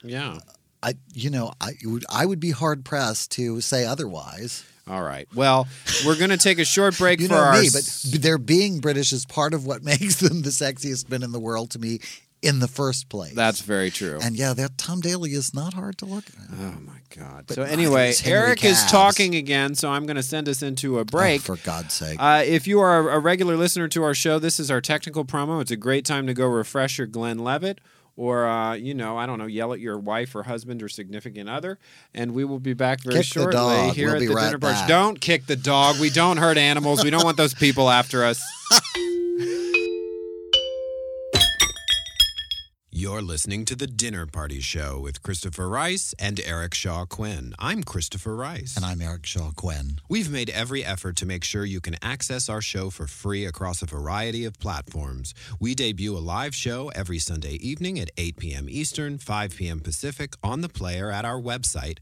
Yeah.
I, you know, I would, I would be hard pressed to say otherwise.
All right. Well, we're going to take
[LAUGHS]
a short break
You
for
know
our.
me,
s-
but their being British is part of what [LAUGHS] makes them the sexiest men in the world to me in the first place.
That's very true.
and yeah, that Tom Daly is not hard to look at.
oh, my God.
But
So,
neither
anyway,
is Henry
Eric is
Cavs.
talking again, so I'm going to send us into a break.
Oh, for God's sake.
Uh, if you are a regular listener to our show, this is our technical promo. It's a great time to go refresh your Glenn Levitt or, uh, you know, I don't know, yell at your wife or husband or significant other. And we will be back very
Kick the
shortly
dog.
here
We'll
at
be
the
right
dinner Party.
back.
Don't kick the dog. We don't hurt animals. We don't want those people
[LAUGHS]
after us. You're listening to The Dinner Party Show with Christopher Rice and Eric Shaw Quinn. I'm Christopher Rice.
and I'm Eric Shaw Quinn.
We've made every effort to make sure you can access our show for free across a variety of platforms. We debut a live show every Sunday evening at 8 p.m. Eastern, 5 p.m. Pacific on the player at our website,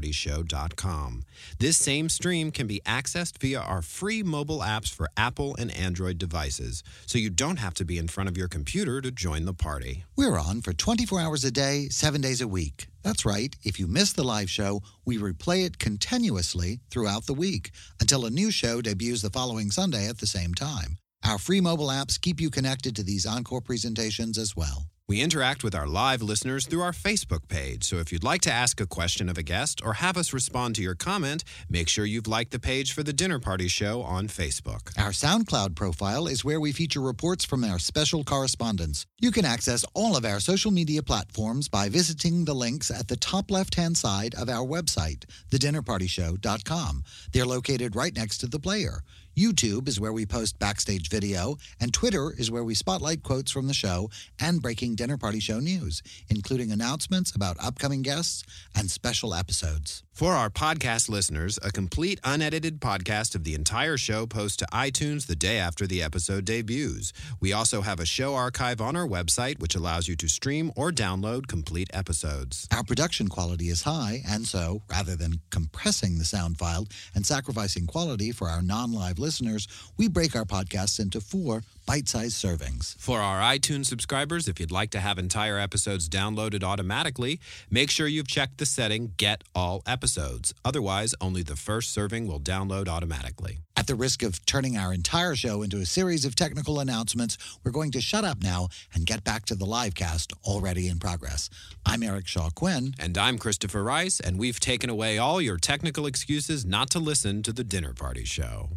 www.thedinnerpartyshow.com. This same stream can be accessed via our free mobile apps for Apple and Android devices, so you don't have to be in front of your computer to join the party.
We're on for 24 hours a day, seven days a week. That's right. If you miss the live show, we replay it continuously throughout the week until a new show debuts the following Sunday at the same time. Our free mobile apps keep you connected to these encore presentations as well.
We interact with our live listeners through our Facebook page, so if you'd like to ask a question of a guest or have us respond to your comment, make sure you've liked the page for the Dinner Party Show on Facebook.
Our SoundCloud profile is where we feature reports from our special correspondents. You can access all of our social media platforms by visiting the links at the top left hand side of our website, thedinnerpartyshow.com. They're located right next to the player. YouTube is where we post backstage video, and Twitter is where we spotlight quotes from the show and breaking Dinner Party Show news, including announcements about upcoming guests and special episodes.
For our podcast listeners, a complete unedited podcast of the entire show posts to iTunes the day after the episode debuts. We also have a show archive on our website, which allows you to stream or download complete episodes.
Our production quality is high, and so, rather than compressing the sound file and sacrificing quality for our non live listeners, we break our podcasts into four bite sized servings.
For our iTunes subscribers, if you'd like to have entire episodes downloaded automatically, make sure you've checked the setting Get All Episodes. Otherwise, only the first serving will download automatically.
At the risk of turning our entire show into a series of technical announcements, we're going to shut up now and get back to the live cast already in progress. I'm Eric Shaw Quinn.
And I'm Christopher Rice, and we've taken away all your technical excuses not to listen to the Dinner Party Show.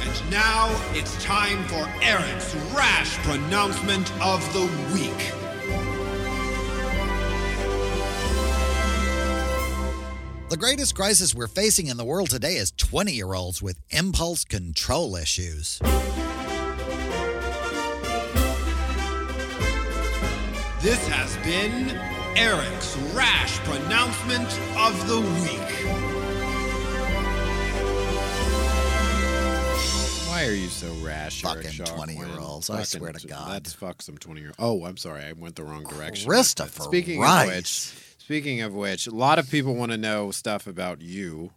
And now it's time for Eric's rash pronouncement of the week.
The greatest crisis we're facing in the world today is 20 year olds with impulse control issues.
This has been Eric's rash pronouncement of the week.
Why are you so rash,
Fucking 20-year-olds, I swear to God.
Let's fuck some 20 year Oh, I'm sorry. I went the wrong direction.
Christopher
speaking
Rice.
Of which, speaking of which, a lot of people want to know stuff about you,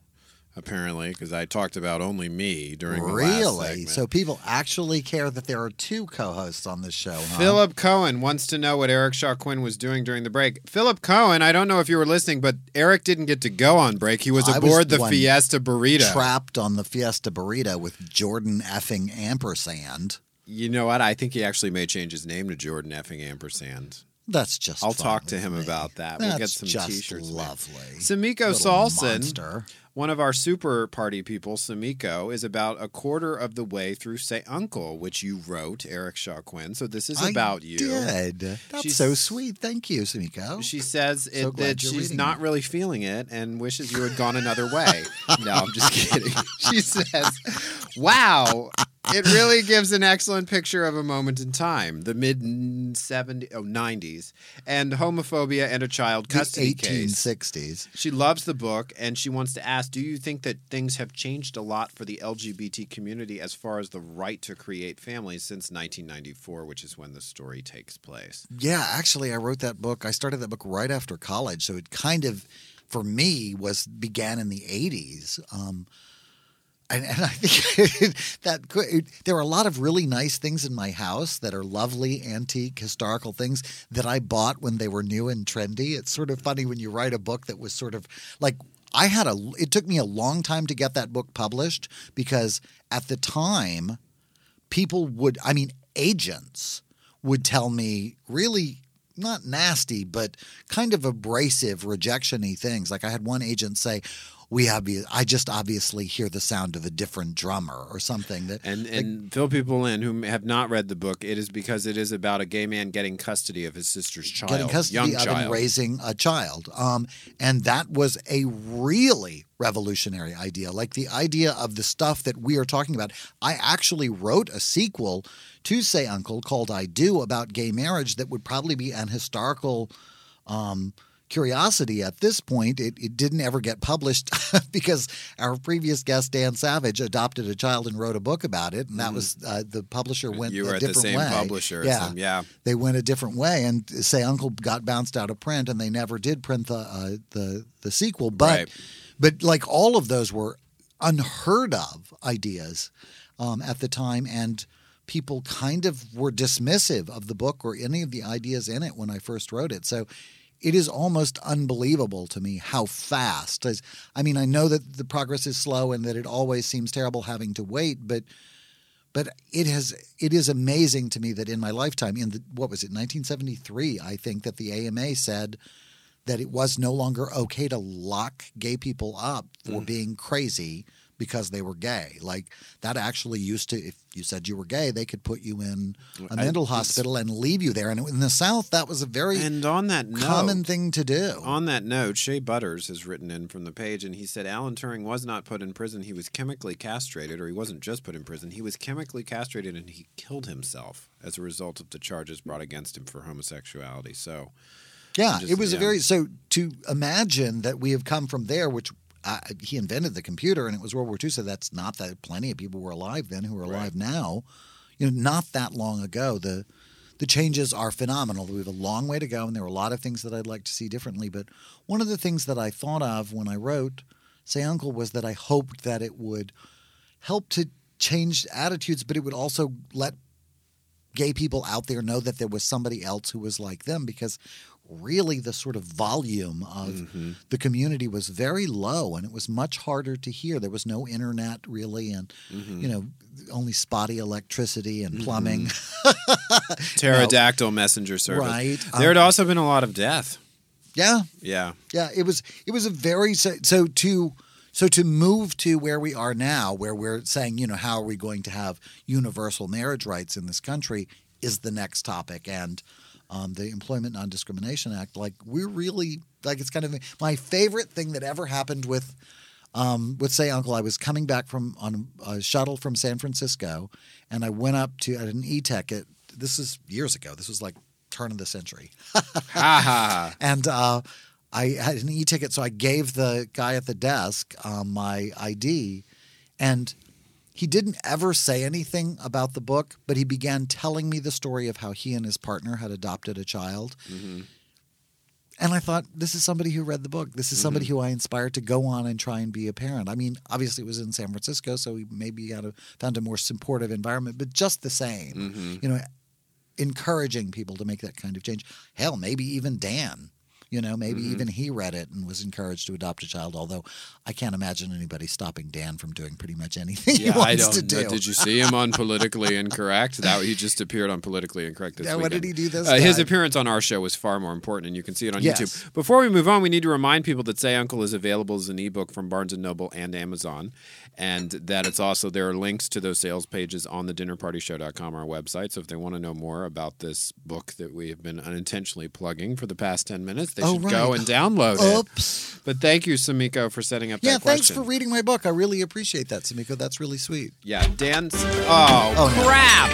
apparently, because I talked about only me during the last
Really?
segment.
So people actually care that there are two co-hosts on this show, huh?
Philip Cohen wants to know what Eric Shaw Quinn was doing during the break. Philip Cohen, I don't know if you were listening, but Eric didn't get to go on break. He was
I was
aboard
the
the
one
Fiesta Burrito.
trapped on the Fiesta burrito with Jordan effing ampersand.
you know what? I think he actually may change his name to Jordan effing ampersand.
That's just.
I'll
fine
talk to
with
him
me.
about that.
That's
we'll get some
just
t-shirts. made.
Lovely.
Samiko
Little
Salson,
monster.
one of our super party people, Samiko, is about a quarter of the way through Say Uncle, which you wrote, Eric Shaw Quinn. So this is
I
about you.
Did. That's
She's-
so sweet. Thank you, Sumiko.
She says it,
So glad
that
you're
she's
reading
not
it.
really feeling it and wishes you had gone another
[LAUGHS]
way. no, I'm just kidding. [LAUGHS] She says, wow, it really gives an excellent picture of a moment in time, the mid 70s, oh, 90s, and homophobia and a child
the
custody case.
1860s.
She loves the book and she wants to ask Do you think that things have changed a lot for the LGBT community as far as the right to create families since 1994, which is when the story takes place?
Yeah, actually, I wrote that book. I started that book right after college, so it kind of, for me, was began in the 80s. Um, and, and I think [LAUGHS] that could, there are a lot of really nice things in my house that are lovely antique historical things that I bought when they were new and trendy. It's sort of funny when you write a book that was sort of like I had a. It took me a long time to get that book published because at the time people would i mean agents would tell me really not nasty but kind of abrasive rejection-y things like i had one agent say we obvi- i just obviously hear the sound of a different drummer or something that
And and fill people in who have not read the book. It is because it is about a gay man getting custody of his sister's child,
getting custody
young
of
child.
and raising a child. Um, and that was a really revolutionary idea. Like the idea of the stuff that we are talking about. I actually wrote a sequel to Say Uncle called I Do about gay marriage that would probably be an historical um, curiosity at this point. It, it didn't ever get published [LAUGHS] because our previous guest, Dan Savage, adopted a child and wrote a book about it. And that was uh, the publisher went
Mm. you
a
were at the
different
same
way.
publisher. as
Yeah
them, yeah.
they went a different way and say Uncle got bounced out of print and they never did print the uh, the the sequel. But
Right.
but like all of those were unheard of ideas um, at the time and people kind of were dismissive of the book or any of the ideas in it when I first wrote it. So it is almost unbelievable to me how fast. as- I mean, I know that the progress is slow and that it always seems terrible having to wait, but but it has it is amazing to me that in my lifetime in the, what was it 1973 i think that the ama said that it was no longer okay to lock gay people up
Mm.
for being crazy because they were gay like that actually used to if you said you were gay they could put you in a
I-
mental
it's-
hospital and leave you there and in the south that was a very
And on that note,
common thing to do
On that note, Shea Butters has written in from the page, and he said Alan Turing was not put in prison. He was chemically castrated, or he wasn't just put in prison. He was chemically castrated, and he killed himself as a result of the charges brought against him for homosexuality. So,
Yeah,
Just-
it was
yeah.
a very so to imagine that we have come from there, which uh, he invented the computer, and it was World War II. So that's not that plenty of people were alive then who are alive now. You know, not that long ago, the the changes are phenomenal. We have a long way to go, and there are a lot of things that I'd like to see differently. But one of the things that I thought of when I wrote "Say Uncle" was that I hoped that it would help to change attitudes, but it would also let gay people out there know that there was somebody else who was like them because really the sort of volume of the community was very low and it was much harder to hear there was no internet really and you know only spotty electricity and plumbing
pterodactyl messenger service.
Right,
There had
um,
also been a lot of death.
[LAUGHS] yeah
Yeah.
yeah it was it was a very so, so to so to move to where we are now where we're saying you know how are we going to have universal marriage rights in this country is the next topic and um, the employment non-discrimination act like we're really like it's kind of my favorite thing that ever happened with um, with say uncle i was coming back from on a shuttle from san francisco and i went up to at an e-tech at, this is years ago this was like turn of the century
Ha ha.
and uh, I had an e-ticket, so I gave the guy at the desk um, my ID, and he didn't ever say anything about the book, but he began telling me the story of how he and his partner had adopted a child.
Mm-hmm,
And I thought, this is somebody who read the book. This is somebody who I inspired to go on and try and be a parent. I mean, obviously it was in San Francisco, so we maybe got a, found a more supportive environment, but just the same,
mm-hmm.
you know, encouraging people to make that kind of change. Hell, maybe even Dan, You know, maybe
Mm-hmm.
even he read it and was encouraged to adopt a child, although I can't imagine anybody stopping Dan from doing pretty much anything [LAUGHS] [LAUGHS] he wants to do.
Did you see him on Politically Incorrect? That he just appeared on Politically Incorrect this
Yeah, what did
weekend.
he do this
Uh, His
time?
appearance on our show was far more important, and you can see it on
Yes.
YouTube. Before we move on, we need to remind people that Say Uncle is available as an ebook from Barnes and Noble and Amazon, and that it's also there are links to those sales pages on the dinnerpartyshow.com, our website. So if they want to know more about this book that we have been unintentionally plugging for the past ten minutes, they
Oh,
should go
right.
and download
Oops.
it. But thank you, Samiko, for setting up
Yeah,
that
thanks
question.
for reading my book. I really appreciate that, Samiko. That's really sweet.
yeah, Dan. Oh,
Oh, no.
Crap!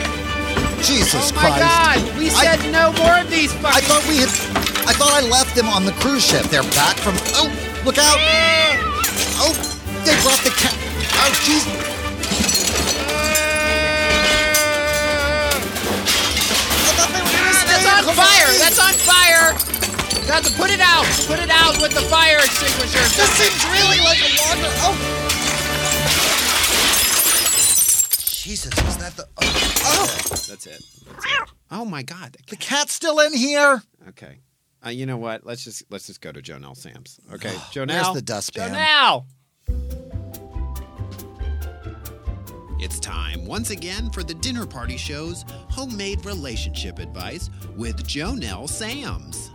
Jesus
oh my
Christ.
God! We said no more of these
I
fucking.
thought we had. I thought I left them on the cruise ship. They're back from. Oh, look out! Oh, they brought the cat. Oh, jeez. I thought they were gonna
Ah,
stay
that's
in
on
Hawaii.
fire! That's on fire! Got to put it out! Put it out with the fire extinguisher!
This seems really like a wander. Oh,
Jesus, is that the. Oh,
That's it. That's it. Oh my God.
the cat's still in here.
Okay. Uh, you know what? Let's just let's just go to
[SIGHS]
Jonelle Sam's. Okay,
Where's
Jonelle.
the dustpan?
Now!
It's time once again for the Dinner Party Show's homemade relationship advice with Jonelle Sams.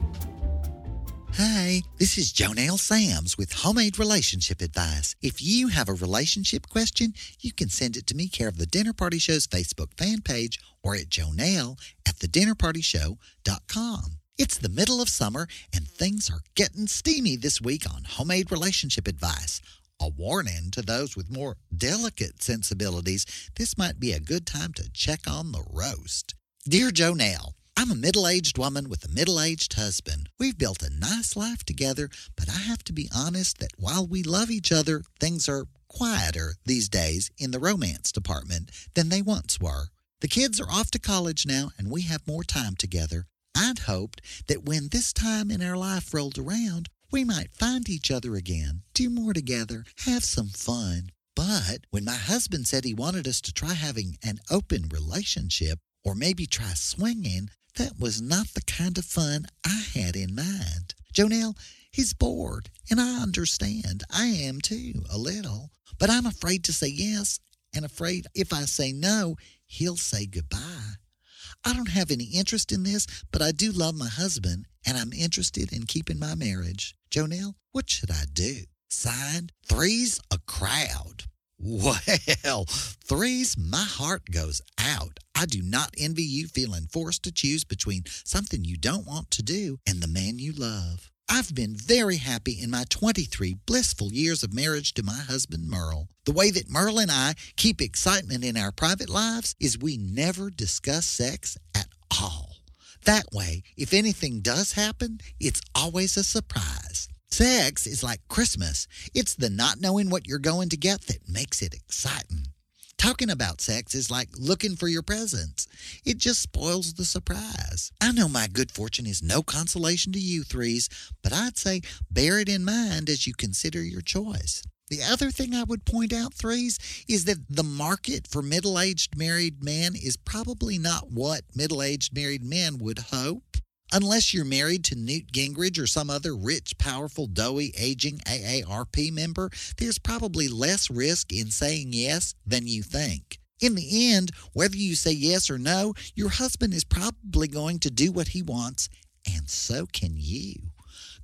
Hi, this is Jonelle Sams with Homemade Relationship Advice. If you have a relationship question, you can send it to me care of the Dinner Party Show's Facebook fan page or at jonelle at thedinnerpartyshow.com. It's the middle of summer and things are getting steamy this week on Homemade Relationship Advice. A warning to those with more delicate sensibilities, this might be a good time to check on the roast. Dear Jonelle, I'm a middle aged woman with a middle aged husband. We've built a nice life together, but I have to be honest that while we love each other, things are quieter these days in the romance department than they once were. The kids are off to college now, and we have more time together. I'd hoped that when this time in our life rolled around, we might find each other again, do more together, have some fun. But when my husband said he wanted us to try having an open relationship or maybe try swinging, that was not the kind of fun I had in mind. Jonelle, he's bored, and I understand. I am too, a little. But I'm afraid to say yes, and afraid if I say no, he'll say goodbye. I don't have any interest in this, but I do love my husband and I'm interested in keeping my marriage. Jonelle, what should I do? Signed, three's a crowd. Well, threes, my heart goes out. I do not envy you feeling forced to choose between something you don't want to do and the man you love. I've been very happy in my 23 blissful years of marriage to my husband Merle. The way that Merle and I keep excitement in our private lives is we never discuss sex at all. That way, if anything does happen, it's always a surprise. Sex is like Christmas. It's the not knowing what you're going to get that makes it exciting. Talking about sex is like looking for your presents. It just spoils the surprise. I know my good fortune is no consolation to you threes, but I'd say bear it in mind as you consider your choice. The other thing I would point out, threes, is that the market for middle aged married men is probably not what middle aged married men would hope. Unless you're married to Newt Gingrich or some other rich, powerful, doughy, aging AARP member, there's probably less risk in saying yes than you think. In the end, whether you say yes or no, your husband is probably going to do what he wants, and so can you.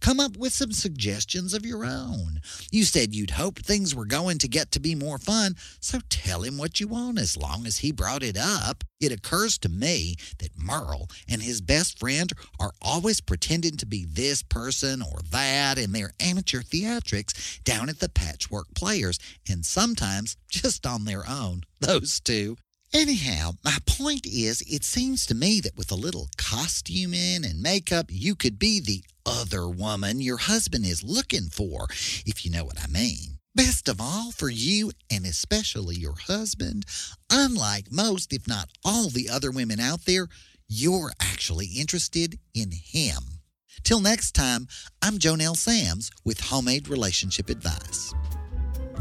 Come up with some suggestions of your own. You said you'd hoped things were going to get to be more fun, so tell him what you want as long as he brought it up. It occurs to me that Merle and his best friend are always pretending to be this person or that in their amateur theatrics down at the Patchwork Players, and sometimes just on their own, those two. Anyhow, my point is, it seems to me that with a little costuming and makeup, you could be the other woman your husband is looking for, if you know what I mean. Best of all for you and especially your husband, unlike most, if not all the other women out there, you're actually interested in him. Till next time, I'm Jonelle Sams with Homemade Relationship Advice. [LAUGHS]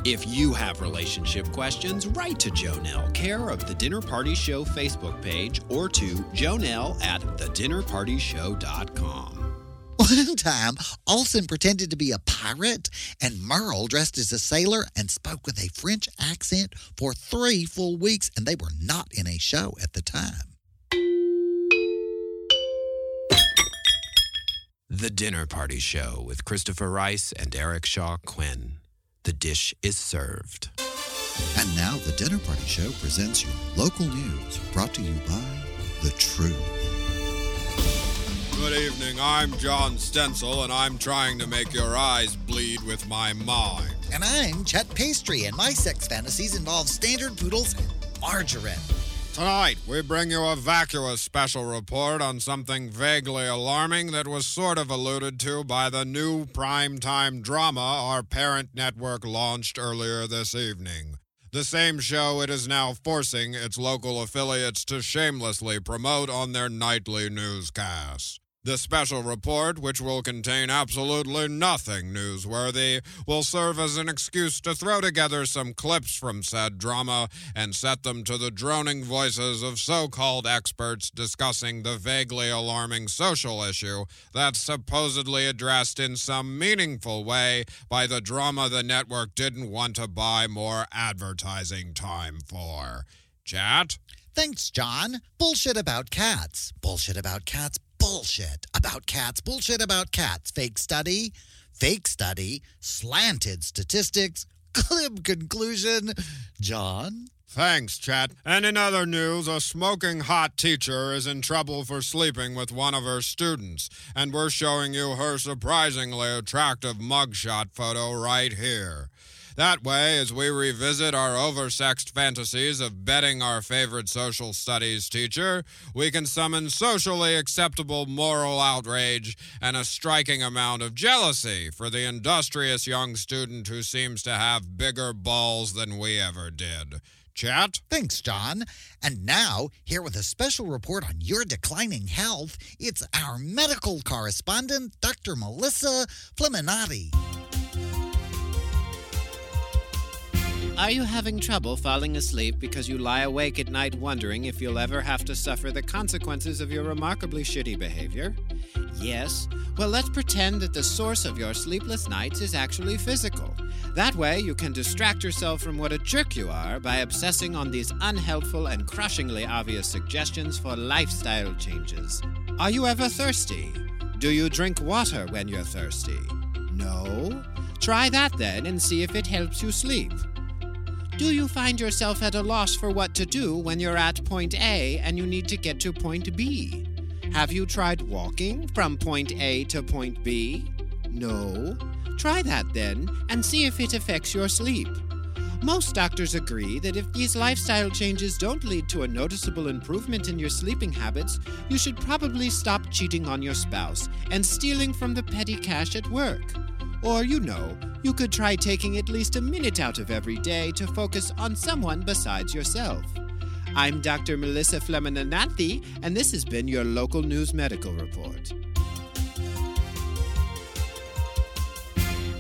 If you have relationship questions, write to Jonelle, care of the Dinner Party Show Facebook page, or to Jonelle at thedinnerpartyshow.com.
One time, Olsen pretended to be a pirate, and Merle dressed as a sailor and spoke with a French accent for three full weeks, and they were not in a show at the time.
The Dinner Party Show with Christopher Rice and Eric Shaw Quinn. The dish is served.
And now, the Dinner Party Show presents your local news brought to you by The Truth.
Good evening. I'm John Stencil, and I'm trying to make your eyes bleed with my mind.
And I'm Chet Pastry, and my sex fantasies involve standard poodles and margarine.
Tonight, we bring you a vacuous special report on something vaguely alarming that was sort of alluded to by the new primetime drama our parent network launched earlier this evening. The same show it is now forcing its local affiliates to shamelessly promote on their nightly newscasts. The special report, which will contain absolutely nothing newsworthy, will serve as an excuse to throw together some clips from said drama and set them to the droning voices of so called experts discussing the vaguely alarming social issue that's supposedly addressed in some meaningful way by the drama the network didn't want to buy more advertising time for. Chat?
Thanks, John. Bullshit about cats. Bullshit about cats. Bullshit about cats. Bullshit about cats. Fake study. Fake study. Slanted statistics. Glib conclusion. John?
Thanks, chat. And in other news, a smoking hot teacher is in trouble for sleeping with one of her students, and we're showing you her surprisingly attractive mugshot photo right here. That way, as we revisit our oversexed fantasies of betting our favorite social studies teacher, we can summon socially acceptable moral outrage and a striking amount of jealousy for the industrious young student who seems to have bigger balls than we ever did. Chat?
Thanks, John. And now, here with a special report on your declining health, it's our medical correspondent, Dr. Melissa Fleminati.
Are you having trouble falling asleep because you lie awake at night wondering if you'll ever have to suffer the consequences of your remarkably shitty behavior? Yes? Well, let's pretend that the source of your sleepless nights is actually physical. That way, you can distract yourself from what a jerk you are by obsessing on these unhelpful and crushingly obvious suggestions for lifestyle changes. Are you ever thirsty? Do you drink water when you're thirsty? No? Try that then and see if it helps you sleep. Do you find yourself at a loss for what to do when you're at point A and you need to get to point B? Have you tried walking from point A to point B? No. Try that then and see if it affects your sleep. Most doctors agree that if these lifestyle changes don't lead to a noticeable improvement in your sleeping habits, you should probably stop cheating on your spouse and stealing from the petty cash at work. Or, you know, you could try taking at least a minute out of every day to focus on someone besides yourself. I'm Dr. Melissa Fleminanathi, and this has been your local news medical report.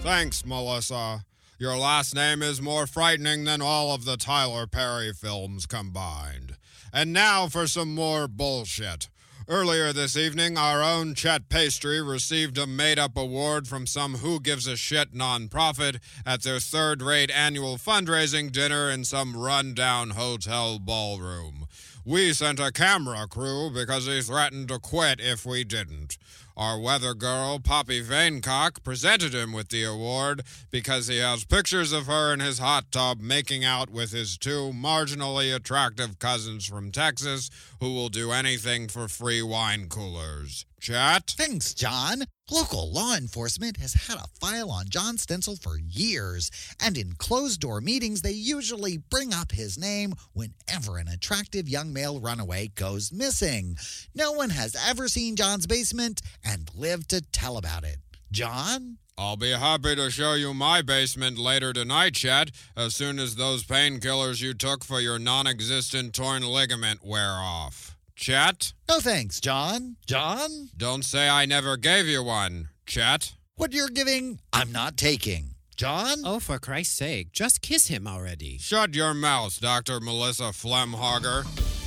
Thanks, Melissa. Your last name is more frightening than all of the Tyler Perry films combined. And now for some more bullshit. Earlier this evening, our own Chet Pastry received a made up award from some Who Gives a Shit nonprofit at their third rate annual fundraising dinner in some rundown hotel ballroom. We sent a camera crew because he threatened to quit if we didn't. Our weather girl, Poppy Vanecock, presented him with the award because he has pictures of her in his hot tub making out with his two marginally attractive cousins from Texas who will do anything for free wine coolers. Chat?
Thanks, John. Local law enforcement has had a file on John Stencil for years, and in closed door meetings, they usually bring up his name whenever an attractive young male runaway goes missing. No one has ever seen John's basement and lived to tell about it. John?
I'll be happy to show you my basement later tonight, Chet, as soon as those painkillers you took for your non existent torn ligament wear off. Chet?
No thanks, John. John?
Don't say I never gave you one, Chet.
What you're giving, I'm not taking. John?
Oh, for Christ's sake, just kiss him already.
Shut your mouth, Dr. Melissa Flemhager.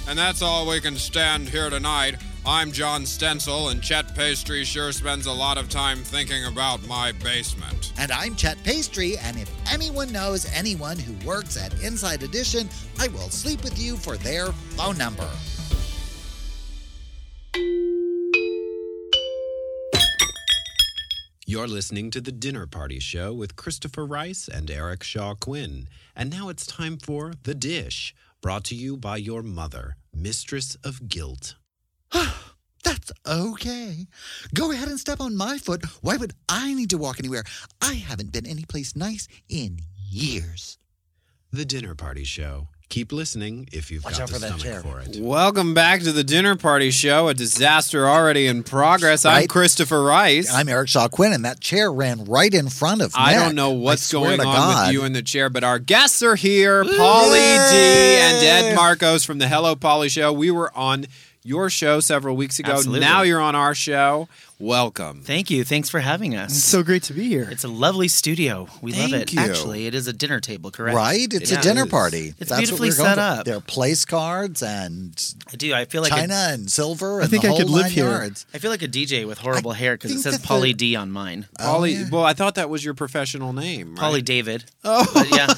And that's all we can stand here tonight.
I'm John Stencil, and Chet Pastry sure spends a lot of time thinking about my basement.
And I'm Chet Pastry, and if anyone knows anyone who works at Inside Edition, I will sleep with you for their phone number.
You're listening to The Dinner Party Show with Christopher Rice and Eric Shaw Quinn. And now it's time for The Dish, brought to you by your mother, Mistress of Guilt.
That's okay. Go ahead and step on my foot. Why would I need to walk anywhere? I haven't been anyplace nice in years.
The Dinner Party Show. Keep listening if you've
Watch
got
out
the
for that
stomach
chair.
for it.
Welcome back to the Dinner Party Show, a disaster already in progress. I'm
Right.
Christopher Rice.
I'm Eric Shaw Quinn, and that chair ran right in front of me.
I don't know what's going on with you in the chair, but our guests are here. Polly D
Yay!
and Ed Marcos from the Hello Polly Show. We were on your show several weeks ago.
Absolutely.
Now you're on our show. Welcome.
Thank you. Thanks for having us.
It's so great to be here.
It's a lovely studio. We love
Thank
it.
you.
Actually, it is a dinner table, correct?
Right? It's
Yeah.
a dinner
is.
party.
It's
That's
beautifully
what we're going
set
for.
up.
There are place cards and
I do. I feel like
china
a,
and silver.
I
and
think
the
I could
whole
live
nine
here.
yards.
I feel like a DJ with horrible hair because it
think
says
that the-
Polly D on mine.
Oh,
Polly, well, I thought that was your professional name. Right?
Polly David. Oh, yeah.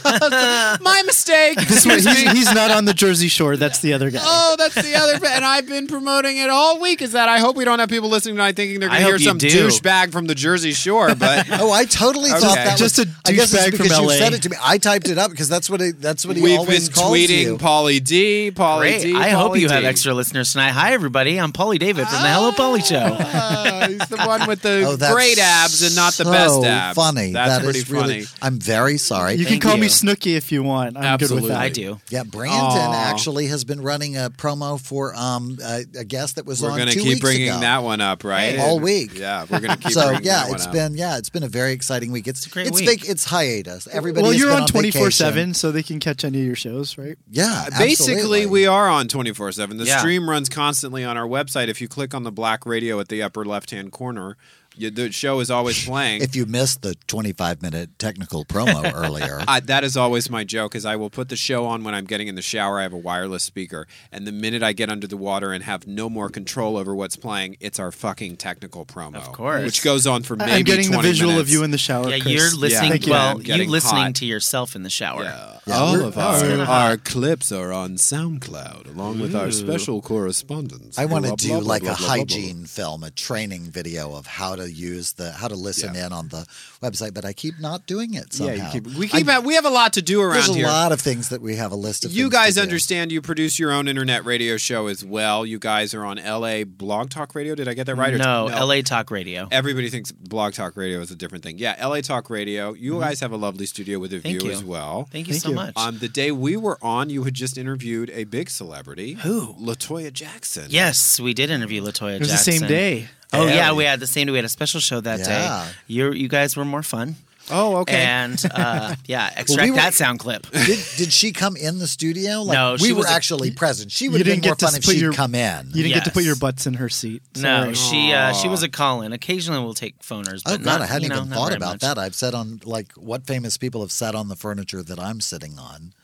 My mistake.
[LAUGHS] This one, he's, he's not on the Jersey Shore. That's the other guy.
Oh, that's the other. And I've been promoting it all week. Is that I hope we don't have people listening tonight thinking they're
I
going to hear
hope you
some
do.
douchebag from the Jersey Shore. But
[LAUGHS] Oh, I totally thought
Okay.
that was
Just a
I guess it's
douchebag from
because you
LA.
said it to me. I typed it up because that's what it, that's what he
we've been
always calls you.
tweeting Polly D, Polly
Great.
D.
I hope
Pauly
you have
D. [LAUGHS]
extra listeners tonight. Hi, everybody. I'm Polly David from the Hello Polly Show.
Ah, he's the one with the
[LAUGHS] Oh, that's
great abs and not the best
so
abs.
Funny.
That's
That
pretty
is really-
funny.
I'm very sorry.
you can
thank
call me
you.
Snooky if you want. I'm
Absolutely.
good with that.
I do.
yeah, Brandon
Aw.
actually has been running a promo for um a, a guest that was
We're
on
gonna
two
keep
weeks
bringing
ago.
that one up, right?
All
And-
week.
Yeah, we're gonna keep.
So
bringing
yeah,
that
it's
one up.
been yeah, it's been a very exciting week. It's
a great
it's
week.
vac- it's hiatus. Everybody.
well,
has
you're
been
on
twenty
24 7, so they can catch any of your shows, right?
Yeah,
Uh, Basically,
absolutely.
we are on 24 7. The
Yeah.
stream runs constantly on our website. If you click on the black radio at the upper left hand corner, you, the show is always
[LAUGHS]
playing.
If you missed the 25 minute technical
[LAUGHS]
promo earlier,
I, that is always my joke is I will put the show on when I'm getting in the shower. I have a wireless speaker. And the minute I get under the water and have no more control over what's playing, it's our fucking technical promo.
Of course.
Which goes on for maybe
I'm getting the
20
visual
minutes.
of you in the shower.
Yeah,
Chris.
you're listening.
Thank you.
well,
I'm
you
getting
listening
hot.
to yourself in the shower.
Yeah,
All
we're-
of our,
kinda
our clips are on SoundCloud, along with our special correspondence.
I want to
Blah, blah,
do
blah,
like
blah,
a
blah, blah, blah.
hygiene film, a training video of how to use the how to listen in on the website, but I keep not doing it somehow.
Yeah, you keep, we keep ha- we have a lot to do around
There's a
here.
lot of things that we have a list of.
You
things to
guys
do.
understand you produce your own internet radio show as well. You guys are on LA Blog Talk Radio. Did I get that right? Or-
No, LA Talk Radio.
Everybody thinks Blog Talk Radio is a different thing. Yeah, LA Talk Radio. You guys have a lovely studio with a
Mm-hmm. Thank
view
you.
as well.
Thank you
Thank
so
you.
much.
Um, the day we were on, you had just interviewed a big celebrity. Who? Latoya Jackson.
yes, we did interview Latoya
It was the
Jackson.
same day.
Oh yeah.
Yeah.
we had the same day. We had a special show that
Yeah.
day. You you guys were more fun.
Oh, okay.
And
[LAUGHS]
uh, yeah, extract
were-
that
[LAUGHS]
sound clip.
Did, did she come in the studio? Like,
No,
we
she
were
was a-
actually present. She would
you
have been
didn't
more
get to
fun if
put
she'd
your-
come in.
You didn't get to put
Yes.
your butts in her seat.
No,
Sorry.
she uh, she was a call-in. Occasionally, we'll take phoners. But
Oh God,
not,
I hadn't
you know,
even
not
thought
very
about
much.
that. I've sat on like what famous people have sat on the furniture that I'm sitting on.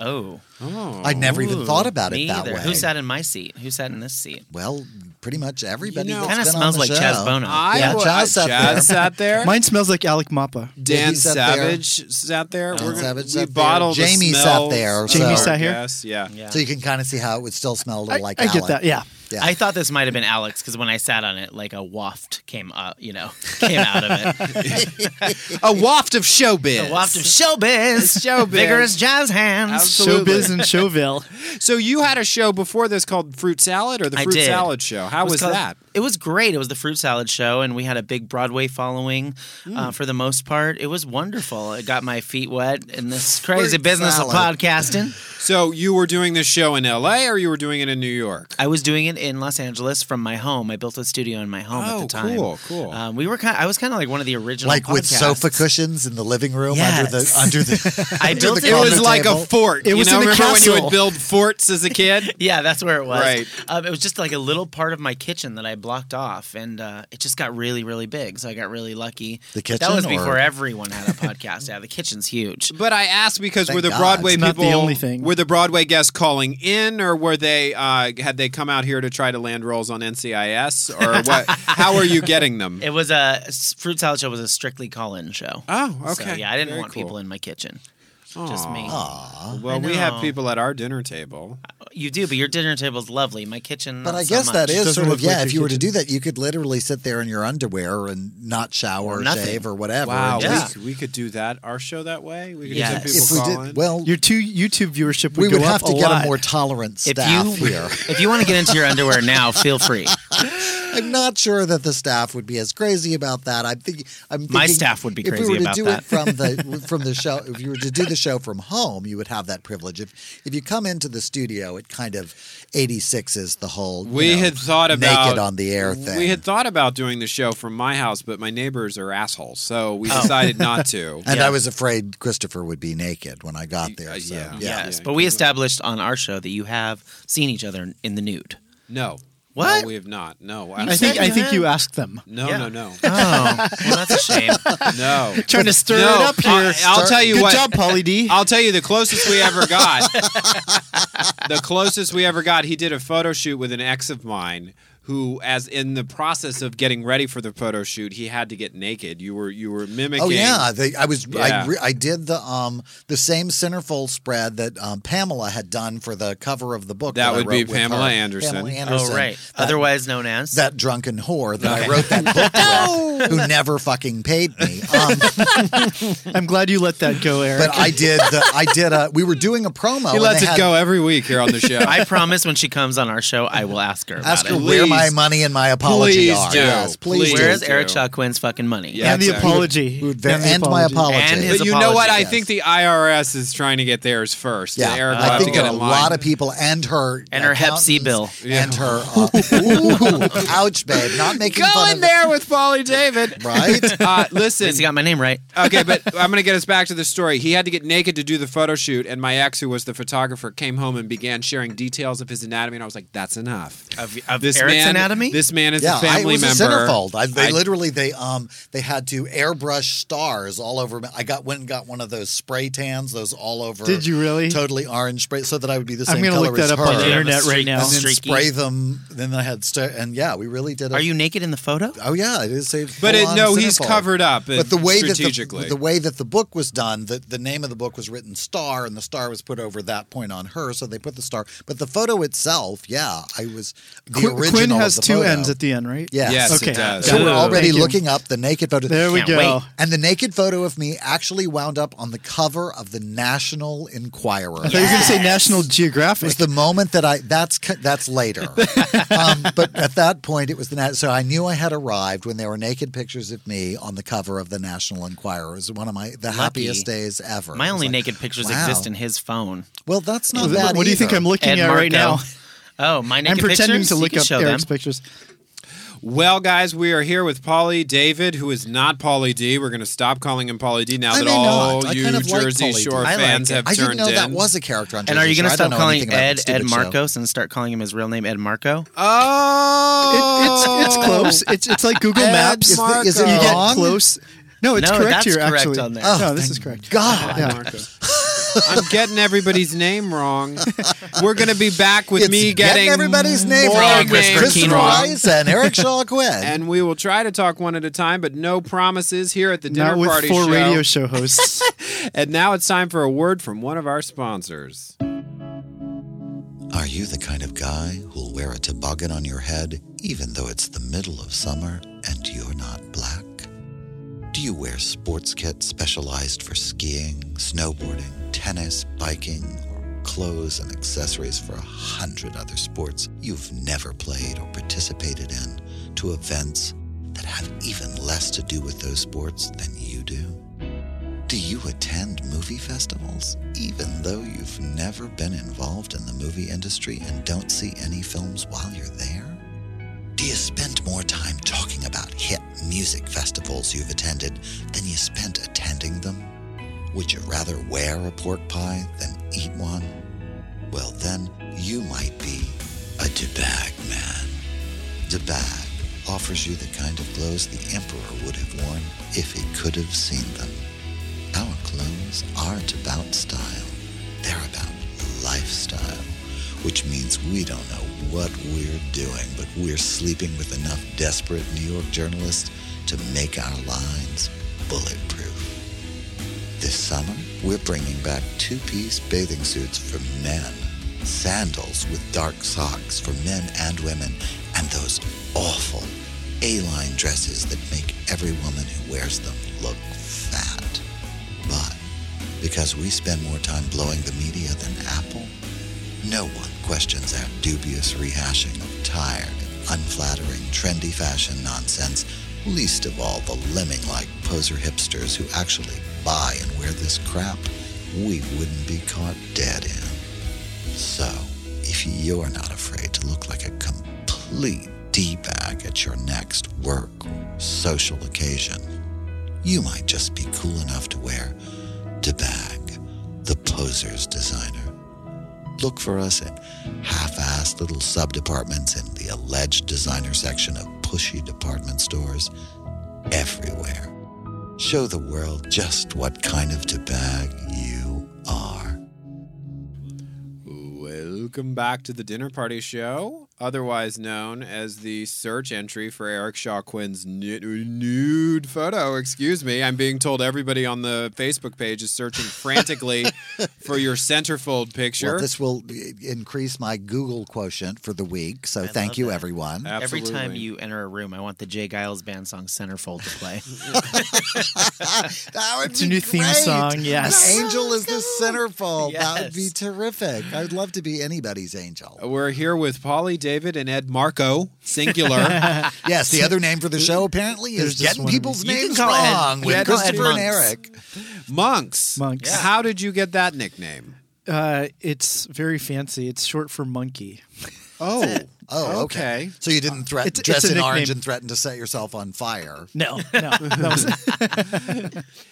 Oh,
oh.
I never even thought about it
me
that
either.
way.
Who sat in my seat? Who sat in this seat?
Well, pretty much everybody.
You know-
that's
Kind of
been on
smells
the
like
show.
Chaz Bono.
I
Yeah,
wa-
Chaz sat
Chaz
there. [LAUGHS]
sat there.
Mine smells like Alec Mappa.
Dan
he sat there.
Savage sat there.
Dan
We're gonna-
Savage
we
sat there.
bottled the
Jamie sat
smells
there,
of
Jamie
our
sat here?
guests, Yeah.
Yeah.
So you can kind of see how it would still smell a
I,
little like
I get
Alec.
that. Yeah.
Yeah.
I thought this might have been Alex because when I sat on it, like a waft came up, you know, [LAUGHS] came out of
[LAUGHS]
it.
A waft of showbiz.
a waft of showbiz,
Showbiz.
vigorous jazz hands.
Absolutely.
Showbiz
[LAUGHS]
and Showville.
So you had a show before this called Fruit Salad or the
I
Fruit
did.
Salad Show. How was,
called-
that?
It was great. It was the fruit salad show, and we had a big Broadway following
Mm.
uh, for the most part. It was wonderful. It got my feet wet in this crazy
Fruit
business
salad.
of podcasting.
So you were doing this show in L.A. or you were doing it in New York?
I was doing it in Los Angeles from my home. I built a studio in my home
Oh,
at the time.
cool, cool.
Um, we were kind. I was kind of like one of the original,
like with
podcasts.
sofa cushions in the living room under the
Yes.
under the.
[LAUGHS] I
under
built
the
it-
it
on
was
coffee
like
table.
a fort.
It
you
was
know,
in the
remember when you would
castle.
build forts as a kid?
Yeah, that's where it was.
Right.
Um, it was just like a little part of my kitchen that I blocked off, and uh, it just got really, really big. So I got really lucky.
The
But
kitchen
That was
or-
before everyone had a podcast. [LAUGHS] yeah, the kitchen's huge.
[LAUGHS] But I asked because
Thank
were the
God.
Broadway
It's not the
people
only thing.
were the Broadway guests calling in or were they uh, had they come out here to to try to land roles on NCIS,
[LAUGHS]
or what? how are you getting them?
It was a fruit salad show was a strictly call in show.
Oh,
So,
okay.
yeah, I didn't
Very
want
cool.
people in my kitchen. Just me.
Well,
I
we have
know.
people at our dinner table.
You do, but your dinner table's lovely. My kitchen.
But
not
I
so
guess that
much.
is
Doesn't
sort of
look
yeah.
like
if
your
you were to
kitchen.
do that, you could literally sit there in your underwear and not shower,
Or
or
nothing.
shave, or whatever.
Wow,
and
Yeah.
just-
we, we could do that. Our show that way. We could
Yes.
just
If
have people
we
call
did
in.
well,
Your two YouTube viewership would
we would
go
have
up
to
a
get
lot.
a more tolerant
If
staff
you
here.
[LAUGHS] if you want to get into your underwear now,
[LAUGHS]
feel free.
I'm not sure that the staff would be as crazy about that. I'm thinking, I'm thinking
My staff would be
if
crazy
we were to
about
do
that.
it from the from the show, if you were to do the show from home, you would have that privilege. If if you come into the studio, it kind of 86 is the whole you
We
know,
had thought about
naked on the air thing.
We had thought about doing the show from my house, but my neighbors are assholes, so we decided
[LAUGHS]
not to.
Oh. and
Yeah.
I was afraid Christopher would be naked when I got there.
Uh,
So,
yeah.
yeah.
Yes, but we established on our show that you have seen each other in the nude.
No,
What?
No, we have not. No,
I think
said
I
you
think
had-
you asked them.
no,
Yeah.
[LAUGHS]
no, no,
Oh, [LAUGHS] well, that's a shame.
no.
Trying to stir
No,
it up here.
I, I'll tell you
Good
what.
job, Polly D.
[LAUGHS] I'll tell you the closest we ever got. [LAUGHS] the closest we ever got, he did a photo shoot with an ex of mine who as in the process of getting ready for the photo shoot, he had to get naked. You were you were mimicking
Oh yeah, they, I was.
Yeah.
I, re, I did the um the same centerfold spread that um, Pamela had done for the cover of the book.
That
I
would be
wrote with
Pamela
her.
Anderson.
Pamela Anderson.
Oh, right.
That-
Otherwise known as.
that drunken whore that I wrote
[LAUGHS]
that book with, who never fucking paid me. Um,
I'm glad you let that go, Eric.
but I did. The, I did a. We were doing a promo.
He
Oh, and
lets
they
it
had-
go every week here on
[LAUGHS]
the show.
[LAUGHS] I promise when she comes on our show, I will ask her about
Ask
it.
her where my
Please.
money and my apology
Please
are.
do.
Yes, please.
Please
do.
Where is
do.
Eric Shaw Quinn's fucking money?
Yeah.
and the
exactly.
apology.
We would ver- and my apology.
And his
but you know what? I
apology,
think
yes.
the IRS is trying to get theirs first.
Yeah,
Eric will
I
have
think
to get
a
in line.
lot of people and her
And her Hep C
accountants
bill.
and
[LAUGHS]
her uh, ooh, ouch, babe, not making
Go
fun
in
of
there with
[LAUGHS]
Polly David.
[LAUGHS]
right?
Uh,
At
listen,
least he got my name right.
okay, but [LAUGHS] I'm going to get us back to the story. He had to get naked to do the photo shoot, and my ex, who was the photographer, came home and began sharing details of his anatomy, and I was like, "That's enough."
Of, of Eric's
man,
anatomy?
This man is
Yeah,
a family
I, it was
member.
a centerfold. I, they
I-
literally they um they had to airbrush stars all over. me. I got went and got one of those spray tans, those all over.
Did you really?
totally orange spray so that I would be the
I'm
same
going to
color
look that
as
up
her?
on the
Yeah,
internet
that's
right
and
now.
then
Streaky.
spray them. Then I had star and yeah, we really did. A,
Are you naked in the photo?
Oh yeah, it is a.
but it,
full-on
no, he's
centerfold.
covered up.
But the way that
strategically,
the, the way that the book was done, the, the name of the book was written star, and the star was put over that point on her, so they put the star. But the photo itself, yeah, I was the
Qu-
original.
Quinn has
of the
two
photo.
ends at the end, right?
Yes.
yes,
Okay.
it does.
So we're
Ooh.
already
Thank you.
looking up the naked photo.
There we
Can't
go.
wait.
And the naked photo of me actually wound up on the cover of the National Enquirer.
I thought you were going to say National
It was
Geographic.
the moment that I that's c- that's later, um, but at that point it was the nat- so I knew I had arrived when there were naked pictures of me on the cover of the National Enquirer. It was one of my the happiest days ever. It
My
was
only
like,
naked pictures
wow.
exist in his phone.
Well, that's not
What
bad.
do you think
either.
I'm looking
Ed
at right
Marco.
now?
Oh, my naked
I'm pretending
pictures?
to
You
look
can
up
show
Eric's
them.
pictures.
Well, guys, we are here with Polly David, who is not Polly D. We're going to stop calling him Polly D. Now
I
that
may
all
not. I
you
kind of like
Jersey
Pauly D.
Shore
I like
fans
it.
have
I
turned
didn't know
in.
that was a character on.
And are you
going to
stop calling Ed Ed
Show.
Marcos and start calling him his real name Ed Marco?
Oh,
It, it's, it's close. It's, it's like Google Maps.
Is, the, is it
you get
wrong?
close. No, it's
No,
correct
that's
here,
correct
actually.
on there.
Oh,
no, this
thank
is correct.
God.
Yeah.
[LAUGHS] I'm getting everybody's name wrong. We're going to be back with
It's
me getting,
everybody's name
more
wrong.
Christopher
names
Christopher
Keenan.
wrong.
Rice and Eric Shaw Quinn.
And we will try to talk one at a time, but no promises here at the dinner
Not with
party
four
show.
radio show hosts.
and now it's time for a word from one of our sponsors.
Are you the kind of guy who'll wear a toboggan on your head even though it's the middle of summer and you're not black? Do you wear sports kits specialized for skiing, snowboarding, tennis, biking, or clothes and accessories for a hundred other sports you've never played or participated in to events that have even less to do with those sports than you do? Do you attend movie festivals, even though you've never been involved in the movie industry and don't see any films while you're there? Do you spend more time talking about hit music festivals you've attended than you spent attending them? Would you rather wear a pork pie than eat one? Well, then you might be a DeBag man. DeBag offers you the kind of clothes the Emperor would have worn if he could have seen them. Our clothes aren't about style, they're about lifestyle. which means we don't know what we're doing, but we're sleeping with enough desperate New York journalists to make our lines bulletproof. This summer, we're bringing back two piece bathing suits for men, sandals with dark socks for men and women, and those awful A line dresses that make every woman who wears them look fat. But because we spend more time blowing the media than Apple, no one questions our dubious rehashing of tired, unflattering, trendy fashion nonsense, least of all the lemming like poser hipsters who actually buy and wear this crap we wouldn't be caught dead in. So, if you're not afraid to look like a complete D bag at your next work or social occasion, you might just be cool enough to wear DeBag, the poser's designer look for us at half-assed little sub-departments in the alleged designer section of pushy department stores everywhere. Show the world just what kind of tobag you are.
Welcome back to the Dinner Party Show, otherwise known as the search entry for Eric Shaw Quinn's nu- nude photo. Excuse me, I'm being told everybody on the Facebook page is searching frantically for your centerfold picture.
Well, this will i- increase my Google quotient for the week. So thank
love
you,
that.
everyone.
Every time
Absolutely.
you enter a room, I want the Jay Giles band song Centerfold to play. [LAUGHS]
That would
It's a new theme song, yes.
Angel is the centerfold. That would be
Yes.
terrific. I'd love to be anybody's angel.
We're here with Polly, David, and Ed Marco, singular.
Yes, the other name for the show apparently
There's
is
just
getting
one-
people's
You can
names
call Ed-
wrong
you
with
can call Ed
Christopher and
Monks.
Eric.
Monks.
Monks. Yeah.
How did you get that nickname?
Uh, it's very fancy. It's short for monkey.
[LAUGHS] Oh,
Oh, okay.
okay.
So you didn't threat,
It's-
dress
it's a
in orange
nickname.
and threaten to set yourself on fire.
No, no, that was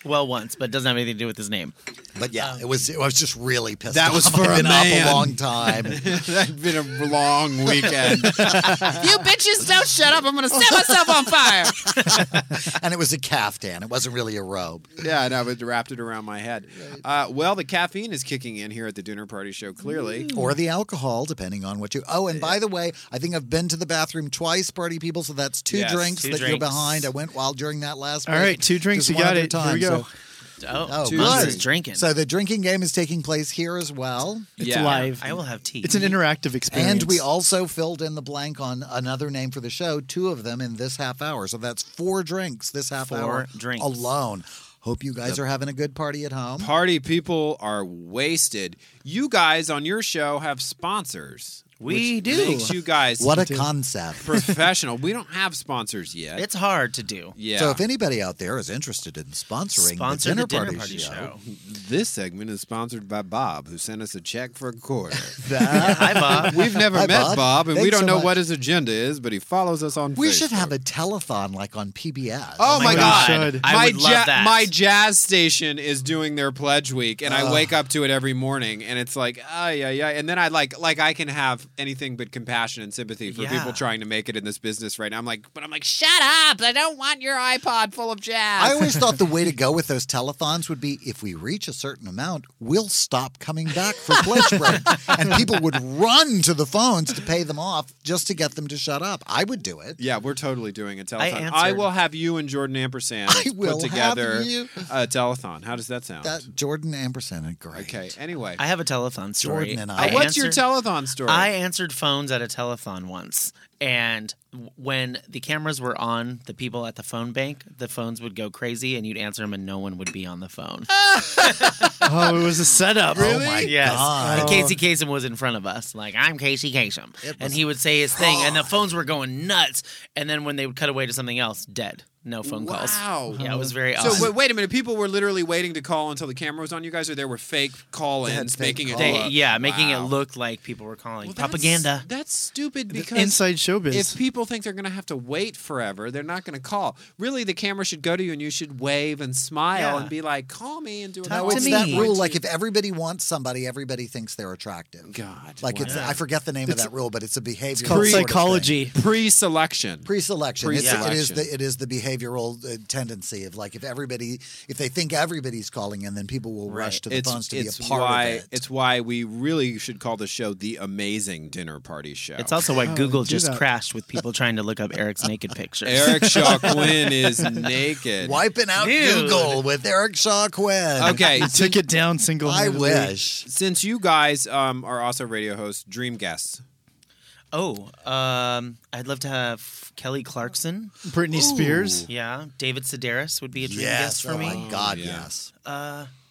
well, once, but it doesn't have anything to do with his name.
But yeah, it was. I was just really pissed.
That
off.
was for
I've
a
been
man.
up a long time.
That'd been a long weekend.
You bitches don't shut up. I'm going to set myself on fire.
and it was a caftan. It wasn't really a robe.
yeah, and I would wrapped it around my head. Uh, well, the caffeine is kicking in here at the dinner party show. Clearly,
Or the alcohol, depending on what you. Oh, and by the way, I think I've been to the bathroom twice, party people. So that's two
Yes,
drinks
two
that you're
drinks.
behind. I went while during that last.
all
break.
right. Two drinks.
Just
You
one
got
other
it. Here
time,
we go.
so-
[LAUGHS] Oh,
Oh,
Two
good.
Monks is drinking.
So the drinking game is taking place here as well,
It's
Yeah.
live.
I will have tea.
It's an interactive
and
experience.
we also filled in the blank on another name for the show. Two of them in this half hour. So that's four drinks this half
Four
hour
drinks.
alone. Hope you guys are having a good party at home.
party people are wasted. You guys on your show have sponsors.
We
which
do.
Makes you guys
What a concept.
professional. we don't have sponsors yet.
It's hard to do.
yeah.
So if anybody out there is interested in sponsoring
Sponsor
the dinner,
the dinner party,
show,
show.
this segment is sponsored by Bob, who sent us a check for a quarter.
[LAUGHS]
Hi, Bob.
We've never
Hi,
met
Bob.
Bob, and we
Thanks
don't
so
know
much.
what his agenda is, but he follows us on.
we should have
Facebook.
a telethon like on PBS.
Oh my
my
god!
God. We should.
I
my
would love
ja-
that.
my jazz station is doing their pledge week, and I wake up to it every morning, and it's like, ah, yeah, yeah. And then I like, like I can have anything but compassion and sympathy for
Yeah.
people trying to make it in this business right now. I'm like, but I'm like, shit.
Shut up. I don't want your iPod full of jazz.
I always thought the way to go with those telethons would be if we reach a certain amount, we'll stop coming back for pledge [LAUGHS] break. And people would run to the phones to pay them off just to get them to shut up. I would do it.
Yeah, we're totally doing a telethon.
answered.
I, will have you and Jordan Ampersand
I will
put together
have you.
a telethon. How does that sound?
That Jordan Amberson and great.
okay. Anyway,
I have a telethon story.
Jordan and
Uh,
I-
what's your
answered-
telethon story?
I answered phones at a telethon once, and w- when the cameras were on, the people at the phone bank, the phones would go crazy, and you'd answer them, and no one would be on the phone.
oh, it was a setup.
Oh my
yes.
god.
And Casey Kasem was in front of us, like, I'm Casey Kasem.
was
And he would say his thing, and the phones were going nuts. And then when they would cut away to something else, dead. No phone calls.
Wow.
Yeah, it was very
So
awesome.
wait, wait a minute. People were literally waiting to call until the camera was on you guys, or there were fake call-ins
fake
making it.
call-ins.
They-
look-
yeah, making
Wow.
it look like people were calling
Well, that's-
propaganda.
That's, stupid because
Inside showbiz.
If people think they're going to have to wait forever, they're not going to call. Really, the camera should go to you and you should wave and smile
Yeah.
and be like, call me and do a
Talk
No,
call.
to
it's
me.
that rule. Like if everybody wants somebody, everybody thinks they're attractive.
God.
Like it's I forget the name of that rule, but it's a behavior.
it's called psychology.
pre-selection.
Pre-selection. It's, it is
Pre-selection.
the it is the behavioral uh, tendency of like if everybody if they think everybody's calling in, then people will rush to the phones to be a part
why,
of it.
It's why we really should call the show the Amazing Dinner Party Show.
It's also why
Oh,
Google
do
just
that.
crashed with people trying to look up Eric's
[LAUGHS]
naked pictures.
Eric
[LAUGHS]
Shaw Quinn is naked.
wiping out Google with Eric Shaw Quinn.
Okay,
You took it down single.
I wish.
since you guys um, are also radio hosts, dream guests.
Oh, um, I'd love to have Kelly Clarkson.
Britney Spears.
Yeah, David Sedaris would be a dream
Yes.
guest for
oh
me.
my God.
Yeah.
Yes.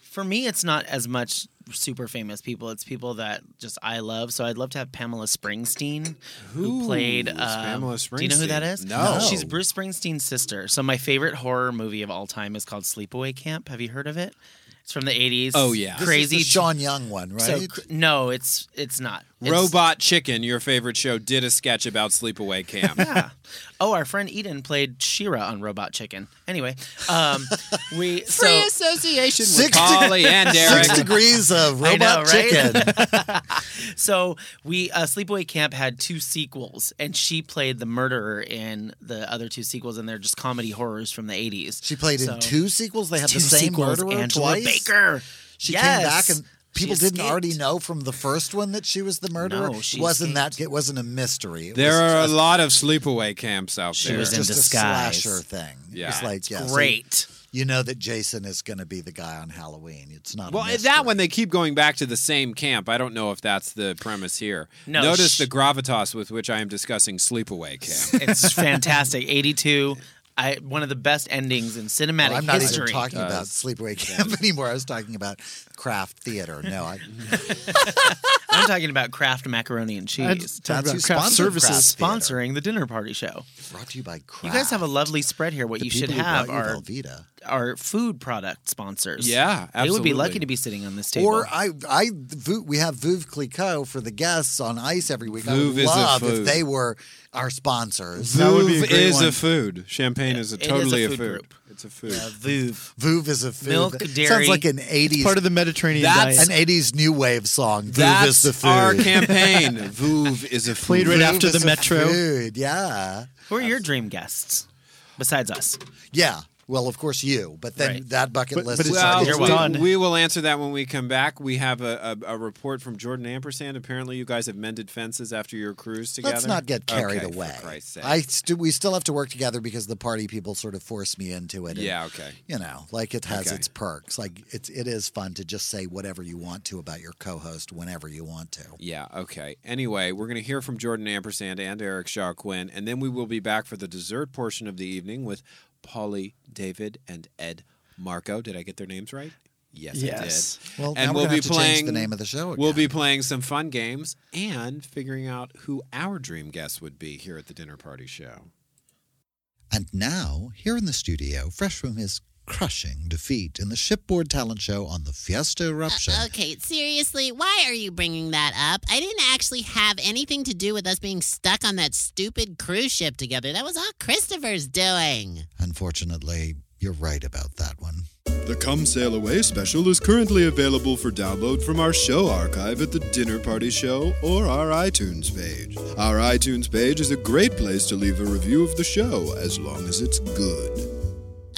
For me, it's not as much super famous people. It's people that just I love. So I'd love to have Pamela Springsteen, who
Ooh,
played
it's
uh,
Pamela
Do you know who that
Springsteen.
is?
No.
she's Bruce Springsteen's sister. So my favorite horror movie of all time is called Sleepaway Camp. Have you heard of it? It's from the '80s.
Oh, yeah. This is
crazy.
The Sean Young one, right?
so cr- no, it's it's not It's-
Robot Chicken, your favorite show, did a sketch about sleepaway camp.
Yeah. [LAUGHS] Oh, our friend Eden played Shira on Robot Chicken. Anyway, um, we so
association [LAUGHS] with
Six to-
Polly and Eric.
Six degrees of
I
robot
know, right?
chicken.
[LAUGHS] so we uh, Sleepaway Camp had two sequels, and she played the murderer in the other two sequels, and they're just comedy horrors from the eighties.
She played
So-
in two sequels. They had
two
the same
sequels,
murderer
Angela
twice.
Baker.
She
Yes.
came back and
She
people didn't
escaped.
already know from the first one that she was the murderer.
No, she
it wasn't
escaped.
that it wasn't a mystery. It
There
was
are a
just,
lot of sleepaway camps out
She
there.
was in
just
disguise.
a slasher thing.
Yeah.
It's like yeah, so
Great.
you know that Jason is going to be the guy on Halloween. It's not a
Well,
mystery.
that one they keep going back to the same camp. I don't know if that's the premise here.
No,
Notice
sh-
the gravitas with which I am discussing sleepaway camp.
[LAUGHS]
It's fantastic. Eighty-two. I, one of the best endings in cinematic
I'm not
history.
even talking about Sleepaway Camp [LAUGHS] anymore. I was talking about craft theater. No, I,
I'm talking about Kraft macaroni and
I'd
cheese.
That's
talk about
who
craft
sponsored
services.
Kraft. theater.
Sponsoring the dinner party show.
brought to you by craft.
You guys have a lovely spread here. What
The
you should
people who
have
brought you
are
Velveeta.
are food product sponsors.
Yeah,
They would
absolutely.
be lucky to be sitting on this table.
Or uh, I, I, Vu- we have Veuve Clicquot for the guests on ice every week.
Veuve
I would
is a
love
food.
if they were our sponsors.
That would be a
Vouv
great
is a
one.
food. Champagne is a
It is
totally
a food group.
It's a food.
Vouv.
Veuve is a food.
Milk,
That
dairy.
Sounds like an eighties,
Part of the Mediterranean
That's-
diet.
an eighties new wave song. Veuve is
That's
the food.
our campaign. Vouv is a food.
Played right
Veuve
after the
is a
Metro.
Food. Yeah,
Who are your dream guests besides us?
yeah. Well, of course you, but then
Right.
that bucket
But-
list.
but
is
it's-
like-
Well,
You're
we,
done.
we will answer that when we come back. We have a, a, a report from Jordan Ampersand. Apparently, you guys have mended fences after your cruise together.
Let's not get carried
Okay,
away.
For Christ's sake.
I st- we still have to work together because the party people sort of force me into it. and
yeah, okay.
you know, like it has
Okay.
its perks. Like it's it is fun to just say whatever you want to about your co-host whenever you want to.
Yeah, okay. Anyway, we're going to hear from Jordan Ampersand and Eric Shaw Quinn, and then we will be back for the dessert portion of the evening with Polly, David, and Ed Marco. Did I get their names right? Yes,
Yes.
I did.
Well,
and
now we're
we'll
gonna
be
have to change
playing
the name of the show
We'll
again.
be playing some fun games and figuring out who our dream guest would be here at the dinner party show.
And now, here in the studio, fresh from his crushing defeat in the shipboard talent show on the Fiesta Eruption.
Uh,
Okay, seriously, why are you bringing that up? I didn't actually have anything to do with us being stuck on that stupid cruise ship together. That was all Christopher's doing.
Unfortunately, you're right about that one.
The Come Sail Away special is currently available for download from our show archive at the Dinner Party Show or our iTunes page. Our iTunes page is a great place to leave a review of the show, as long as it's good.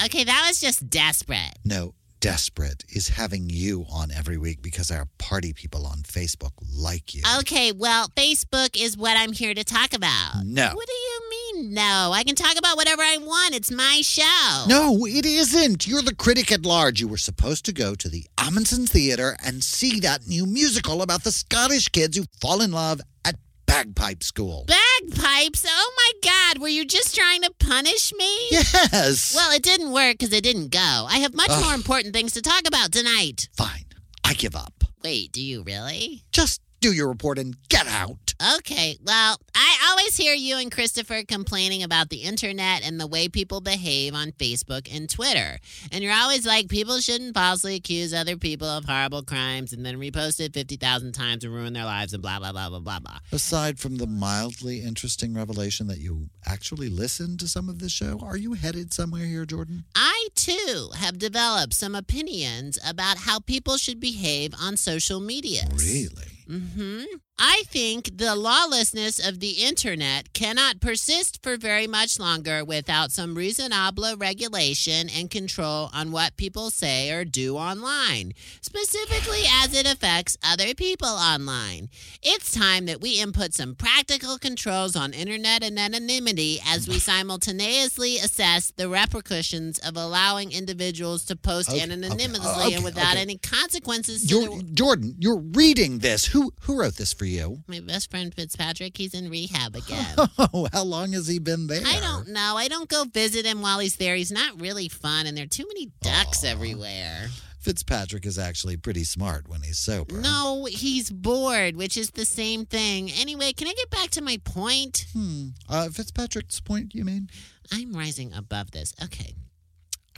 Okay, that was just desperate.
No, desperate is having you on every week because our party people on Facebook like you.
Okay, well, Facebook is what I'm here to talk about.
No.
What do you mean, no? I can talk about whatever I want. It's my show.
No, it isn't. You're the critic at large. You were supposed to go to the Amundsen Theatre and see that new musical about the Scottish kids who fall in love at bagpipe school.
Bagpipes? Oh my god, were you just trying to punish me?
yes.
Well, it didn't work because it didn't go. I have much
Ugh.
more important things to talk about tonight.
Fine. I give up.
Wait, do you really?
Just do your report and get out.
Okay, well, I always hear you and Christopher complaining about the internet and the way people behave on Facebook and Twitter. And you're always like, people shouldn't falsely accuse other people of horrible crimes and then repost it 50,000 times and ruin their lives and blah, blah, blah, blah, blah, blah.
Aside from the mildly interesting revelation that you actually listened to some of this show, are you headed somewhere here, Jordan?
I, too, have developed some opinions about how people should behave on social media.
Really?
hmm I think the lawlessness of the internet cannot persist for very much longer without some reasonable regulation and control on what people say or do online, specifically as it affects other people online. It's time that we input some practical controls on internet anonymity as we simultaneously assess the repercussions of allowing individuals to post
Okay, okay,
anonymously
okay,
and without
okay.
any consequences to
You're,
the
Jordan, you're reading this. Who who wrote this for you? [LAUGHS]
my best friend Fitzpatrick, he's in rehab again.
Oh, how long has he been there?
I don't know. I don't go visit him while he's there. He's not really fun, and there are too many ducks everywhere.
Fitzpatrick is actually pretty smart when he's sober.
No, he's bored, which is the same thing. Anyway, can I get back to my point?
Hmm. Uh, Fitzpatrick's point, you mean?
I'm rising above this. Okay.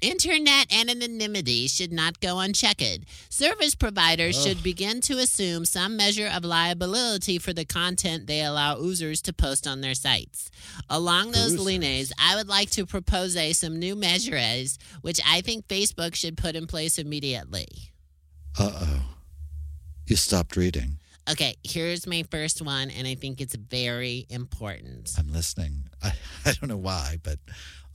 Internet anonymity should not go unchecked. Service providers should begin to assume some measure of liability for the content they allow users to post on their sites. Along those
Users.
lines, I would like to propose some new measures which I think Facebook should put in place immediately.
Uh oh. You stopped reading.
Okay, here's my first one, and I think it's very important.
I'm listening. [LAUGHS] I, I don't know why, but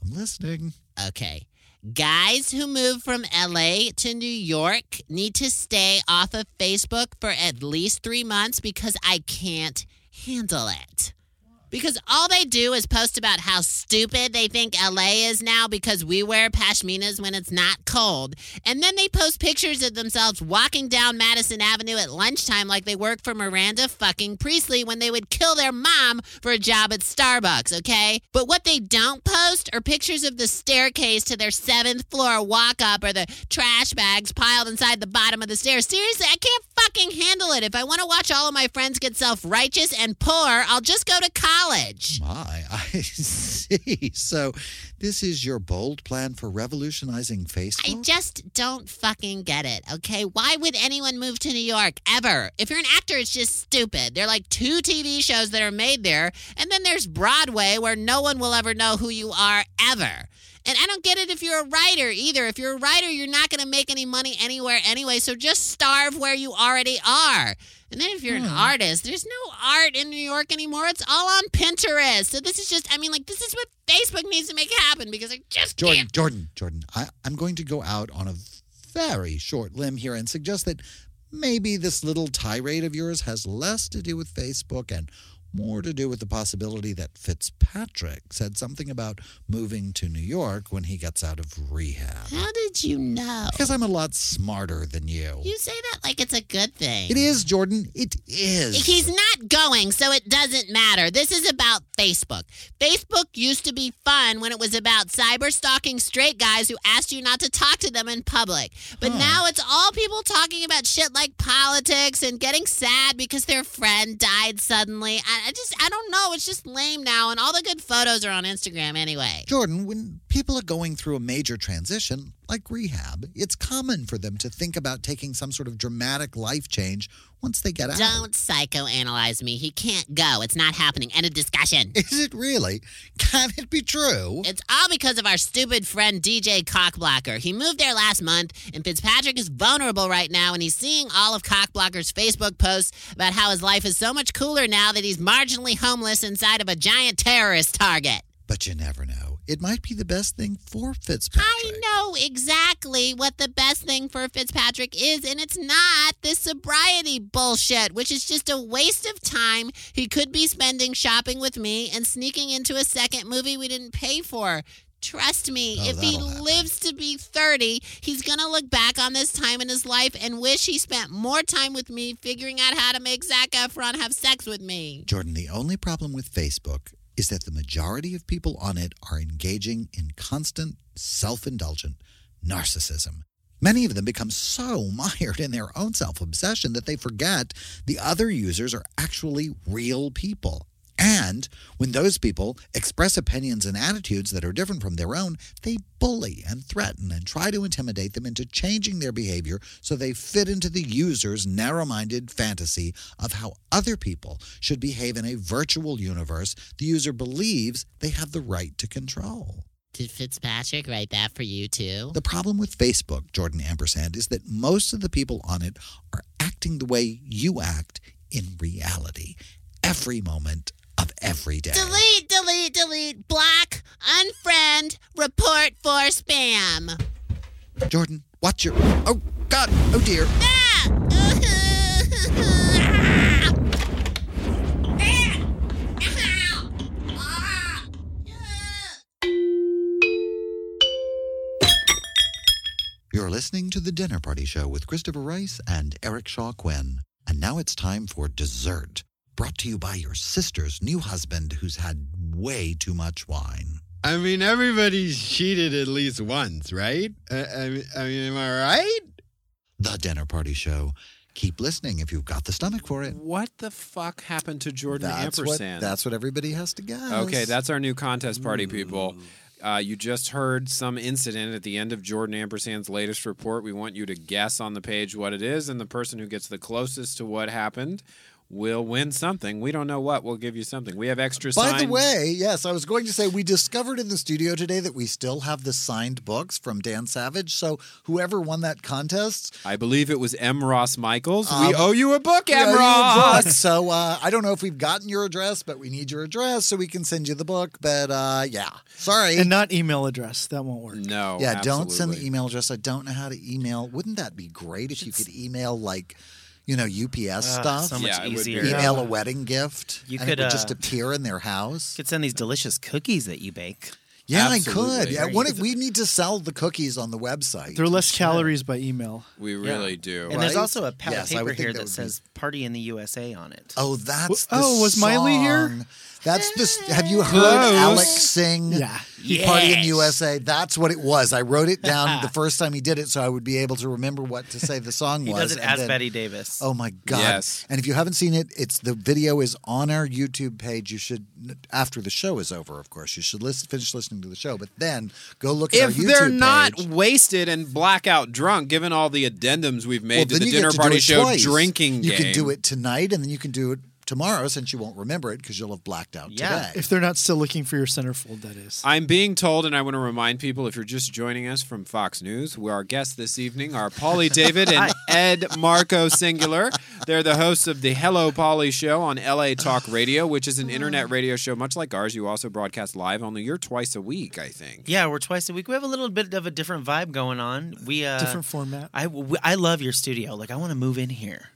I'm listening.
Okay. Guys who move from LA to New York need to stay off of Facebook for at least three months because I can't handle it. Because all they do is post about how stupid they think LA is now because we wear pashminas when it's not cold. And then they post pictures of themselves walking down Madison Avenue at lunchtime like they work for Miranda fucking Priestley when they would kill their mom for a job at Starbucks, okay? But what they don't post are pictures of the staircase to their seventh floor walk up or the trash bags piled inside the bottom of the stairs. Seriously, I can't fucking handle it. If I want to watch all of my friends get self righteous and poor, I'll just go to college.
My, [LAUGHS] I see. So, this is your bold plan for revolutionizing Facebook?
I just don't fucking get it, okay? Why would anyone move to New York ever? If you're an actor, it's just stupid. There are like two TV shows that are made there, and then there's Broadway where no one will ever know who you are ever. And I don't get it if you're a writer either. If you're a writer, you're not going to make any money anywhere anyway, so just starve where you already are. And then if you're an
Hmm.
artist, there's no art in New York anymore. It's all on Pinterest. So this is just, I mean, like, this is what Facebook needs to make happen because I just
Jordan,
can't.
Jordan, Jordan, I, I'm going to go out on a very short limb here and suggest that maybe this little tirade of yours has less to do with Facebook and more to do with the possibility that Fitzpatrick said something about moving to New York when he gets out of rehab. [GASPS]
How did you know?
Because I'm a lot smarter than you.
You say that like it's a good thing.
It is, Jordan. It is.
He's not going, so it doesn't matter. This is about Facebook. Facebook used to be fun when it was about cyber stalking straight guys who asked you not to talk to them in public. But now it's all people talking about shit like politics and getting sad because their friend died suddenly. I, I just, I don't know. It's just lame now, and all the good photos are on Instagram anyway.
Jordan, when people are going through a major transition, like rehab, it's common for them to think about taking some sort of dramatic life change once they get out.
Don't psychoanalyze me. He can't go. It's not happening. End of discussion.
Is it really? Can it be true?
It's all because of our stupid friend DJ Cockblocker. He moved there last month, and Fitzpatrick is vulnerable right now, and he's seeing all of Cockblocker's Facebook posts about how his life is so much cooler now that he's marginally homeless inside of a giant terrorist target.
But you never know. It might be the best thing for Fitzpatrick.
I know exactly what the best thing for Fitzpatrick is, and it's not this sobriety bullshit, which is just a waste of time he could be spending shopping with me and sneaking into a second movie we didn't pay for. Trust me,
Oh,
if he
that'll happen.
lives to be 30, he's going to look back on this time in his life and wish he spent more time with me figuring out how to make Zac Efron have sex with me.
Jordan, the only problem with Facebook is that the majority of people on it are engaging in constant, self indulgent narcissism. Many of them become so [LAUGHS] mired in their own self obsession that they forget the other users are actually real people. And when those people express opinions and attitudes that are different from their own, they bully and threaten and try to intimidate them into changing their behavior so they fit into the user's narrow minded fantasy of how other people should behave in a virtual universe the user believes they have the right to control.
Did Fitzpatrick write that for you too?
The problem with Facebook, Jordan Ampersand, is that most of the people on it are acting the way you act in reality every moment of every day.
Delete, delete, delete, block, unfriend, report for spam.
Jordan, watch your. Oh, God. Oh, dear.
Ah! [LAUGHS] Ah!
You're listening to The Dinner Party Show with Christopher Rice and Eric Shaw Quinn. And now it's time for dessert, brought to you by your sister's new husband who's had way too much wine.
I mean, everybody's cheated at least once, right? I, Uh, I, mean- I mean, am I right?
The Dinner Party Show. Keep listening if you've got the stomach for it.
What the fuck happened to Jordan
That's what,
Ampersand?
that's what everybody has to guess.
Okay, that's our new contest party, people. Uh, you just heard some incident at the end of Jordan Ampersand's latest report. We want you to guess on the page what it is, and the person who gets the closest to what happened will win something. We don't know what. We'll give you something. We have extra
By the
signed-
way, yes, I was going to say we discovered in the studio today that we still have the signed books from Dan Savage. So whoever won that contest,
I believe it was M. Ross Michaels.
Um,
we owe you a book,
we owe you
M.
a
Ross.
book. So uh, I don't know if we've gotten your address, but we need your address so we can send you the book. But uh, yeah, sorry.
And not email address. That won't work.
No.
yeah, don't send the email address. I don't know how to email. Wouldn't that be great if you could email like, you know, UPS
Ah,
stuff?
so much Yeah, it would be easier. great.
Email a wedding gift.
You
and
could,
it would
uh,
just appear in their house.
Could send these delicious cookies that you bake.
Yeah, I could. Yeah, what if we need to sell the cookies on the website?
There are less calories by email.
We
really
do.
And there's
Right?
also a pad
Yes, I
of paper
would think
here
that
that,
would be-
says "Party in the USA" on it.
Oh, that's
Wh- oh,
the
was Miley here?
song. That's the. s- Have you heard
Close.
Alex sing?
Yeah.
He Party in the
Yes.
USA. That's what it was. I wrote it
[LAUGHS]
down the first time he did it, so I would be able to remember what to say the song
He
was.
does it
and
as
then-
Betty Davis.
Oh my God!
Yes.
And if you haven't seen it, it's the video is on our YouTube page. You should after the show is over, of course, you should listen, finish listening to the show, but then go look at our
If
YouTube
they're
page.
not wasted and blackout drunk, given all the addendums we've made
Well, then
to the
you get
dinner
to do
party
it
show
twice.
drinking
You
game,
can do it tonight, and then you can do it tomorrow since you won't remember it because you'll have blacked out today.
If they're not still looking for your centerfold, that is.
I'm being told, and I want to remind people if you're just joining us from Fox News, we, our guests this evening
[LAUGHS]
are Polly David and Ed Marco Singular. They're the hosts of the Hello Polly show on LA
[SIGHS]
Talk Radio, which is an internet radio show much like ours. You also broadcast live, only you're twice a week, I think.
Yeah, we're twice a week. We have a little bit of a different vibe going on. We uh,
Different format.
I we- I love your studio. Like I want to move in here.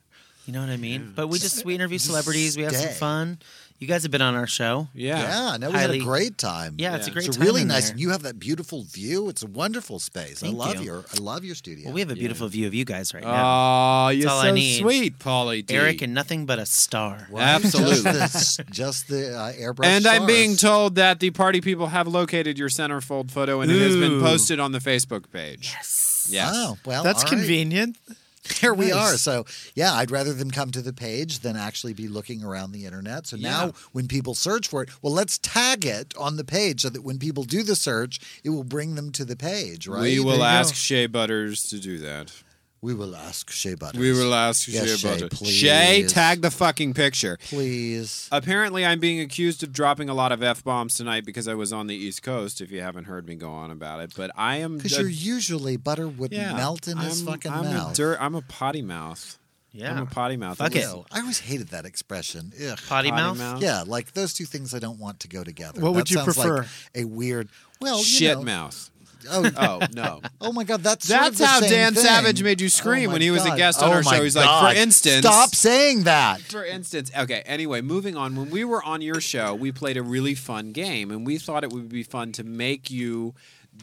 You know what I mean? But we just we interview
Just
celebrities. We have some
stay.
fun. You guys have been on our show.
Yeah, no, we
Highly-
had a great time.
Yeah, it's a great
It's
time
really
in
nice.
there.
You have that beautiful view. It's a wonderful space. I
Thank
love
you.
your I love your studio.
Well, we have a beautiful view of you guys right now.
Aw,
That's
you're
all I
so
need.
sweet, Polly D.
Eric and nothing but a star.
Absolutely.
Just the, just the uh, airbrush.
and
stars.
I'm
Oh,
being told that the party people have located your centerfold photo and it has been
Ooh.
posted on the Facebook page. Yes. Yes.
Oh, well,
That's
all right.
convenient.
There we
Nice.
are. So, yeah, I'd rather them come to the page than actually be looking around the internet. So
Yeah.
now when people search for it, well, let's tag it on the page so that when people do the search, it will bring them to the page, right?
We will ask Shea Butters to do that.
We will ask Shea Butters.
We will ask
Yes,
Shea
Shea,
Butters.
please.
Shea, tag Uh, the fucking picture.
Please.
Apparently, I'm being accused of dropping a lot of F bombs tonight because I was on the East Coast, if you haven't heard me go on about it. But I am.
Because
a-
you're usually butter would
uh, yeah,
melt in his
I'm-
fucking
I'm A
mouth.
dirt, I'm a potty mouth.
Yeah.
I'm a potty mouth.
Fuck it.
Ew, Oh, I always hated that expression. Ugh.
Potty Potty mouth? mouth?
Yeah, like those two things I don't want to go together.
What would
That
you
sounds like
prefer?
a weird. Well, you
Shit
know-
mouth.
Oh,
Oh,
[LAUGHS]
no.
Oh my God, that's sort of
That's
the
how
same
Dan
thing.
Savage made you scream
Oh
when
my
he was a
God.
guest on
Oh
our
my
show. He's
God.
like, for instance.
stop saying that.
For instance, okay, anyway, moving on. When we were on your show, we played a really fun game, and we thought it would be fun to make you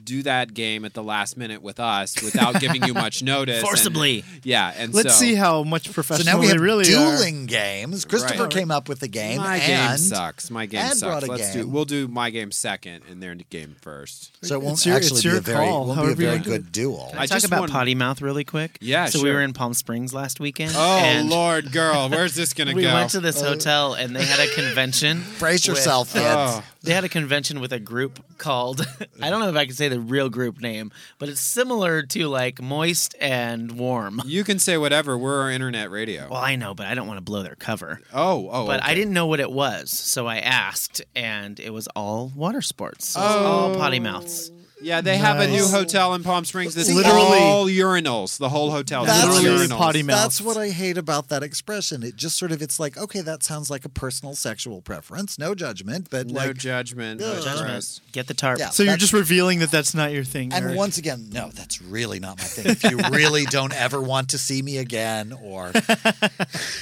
do that game at the last minute with us without giving you
[LAUGHS]
much notice. and-
Forcibly.
yeah. And
Let's
so-
see how much
So
professional
now we
they
have
really
uh,
dueling
are.
games. Christopher
Right.
came up with the game.
My game
and
sucks. My game
Ed brought
sucks.
a
Let's
game.
do. We'll do my game second, and their game first.
So it won't
It's your-
actually
it's
be
your
a very,
call,
won't be a
however you
very
want to do
good duel.
Can I, talk about potty mouth really quick?
Yeah,
So we
sure.
were in Palm Springs last weekend.
Oh
[LAUGHS] and
Lord, girl, where's this gonna
we
go?
went to this hotel and they had a convention.
Brace yourself,
with,
kids. Oh.
They had a convention with a group called [LAUGHS] I don't know if I can say the real group name, but it's similar to like moist and warm.
You can say whatever. We're our internet radio.
Well, I know, but I don't want to blow their cover.
Oh, oh.
But
okay.
I didn't know what it was, so I asked, and it was all water sports. So it was all
Oh.
potty mouths.
Yeah, they have a new
Nice.
hotel in Palm Springs. That's literally
Literally-
all urinals. The whole hotel is all urinals.
That's what I hate about that expression. It just sort of it's like, okay, that sounds like a personal sexual preference. No judgment, but
No
like
judgment.
Ugh.
No judgment.
Get the tarp.
Yeah,
so you're
that's-
just revealing that that's not your thing.
And
Eric.
once again, no, that's really not my thing. If you really
[LAUGHS]
don't ever want to see me again, or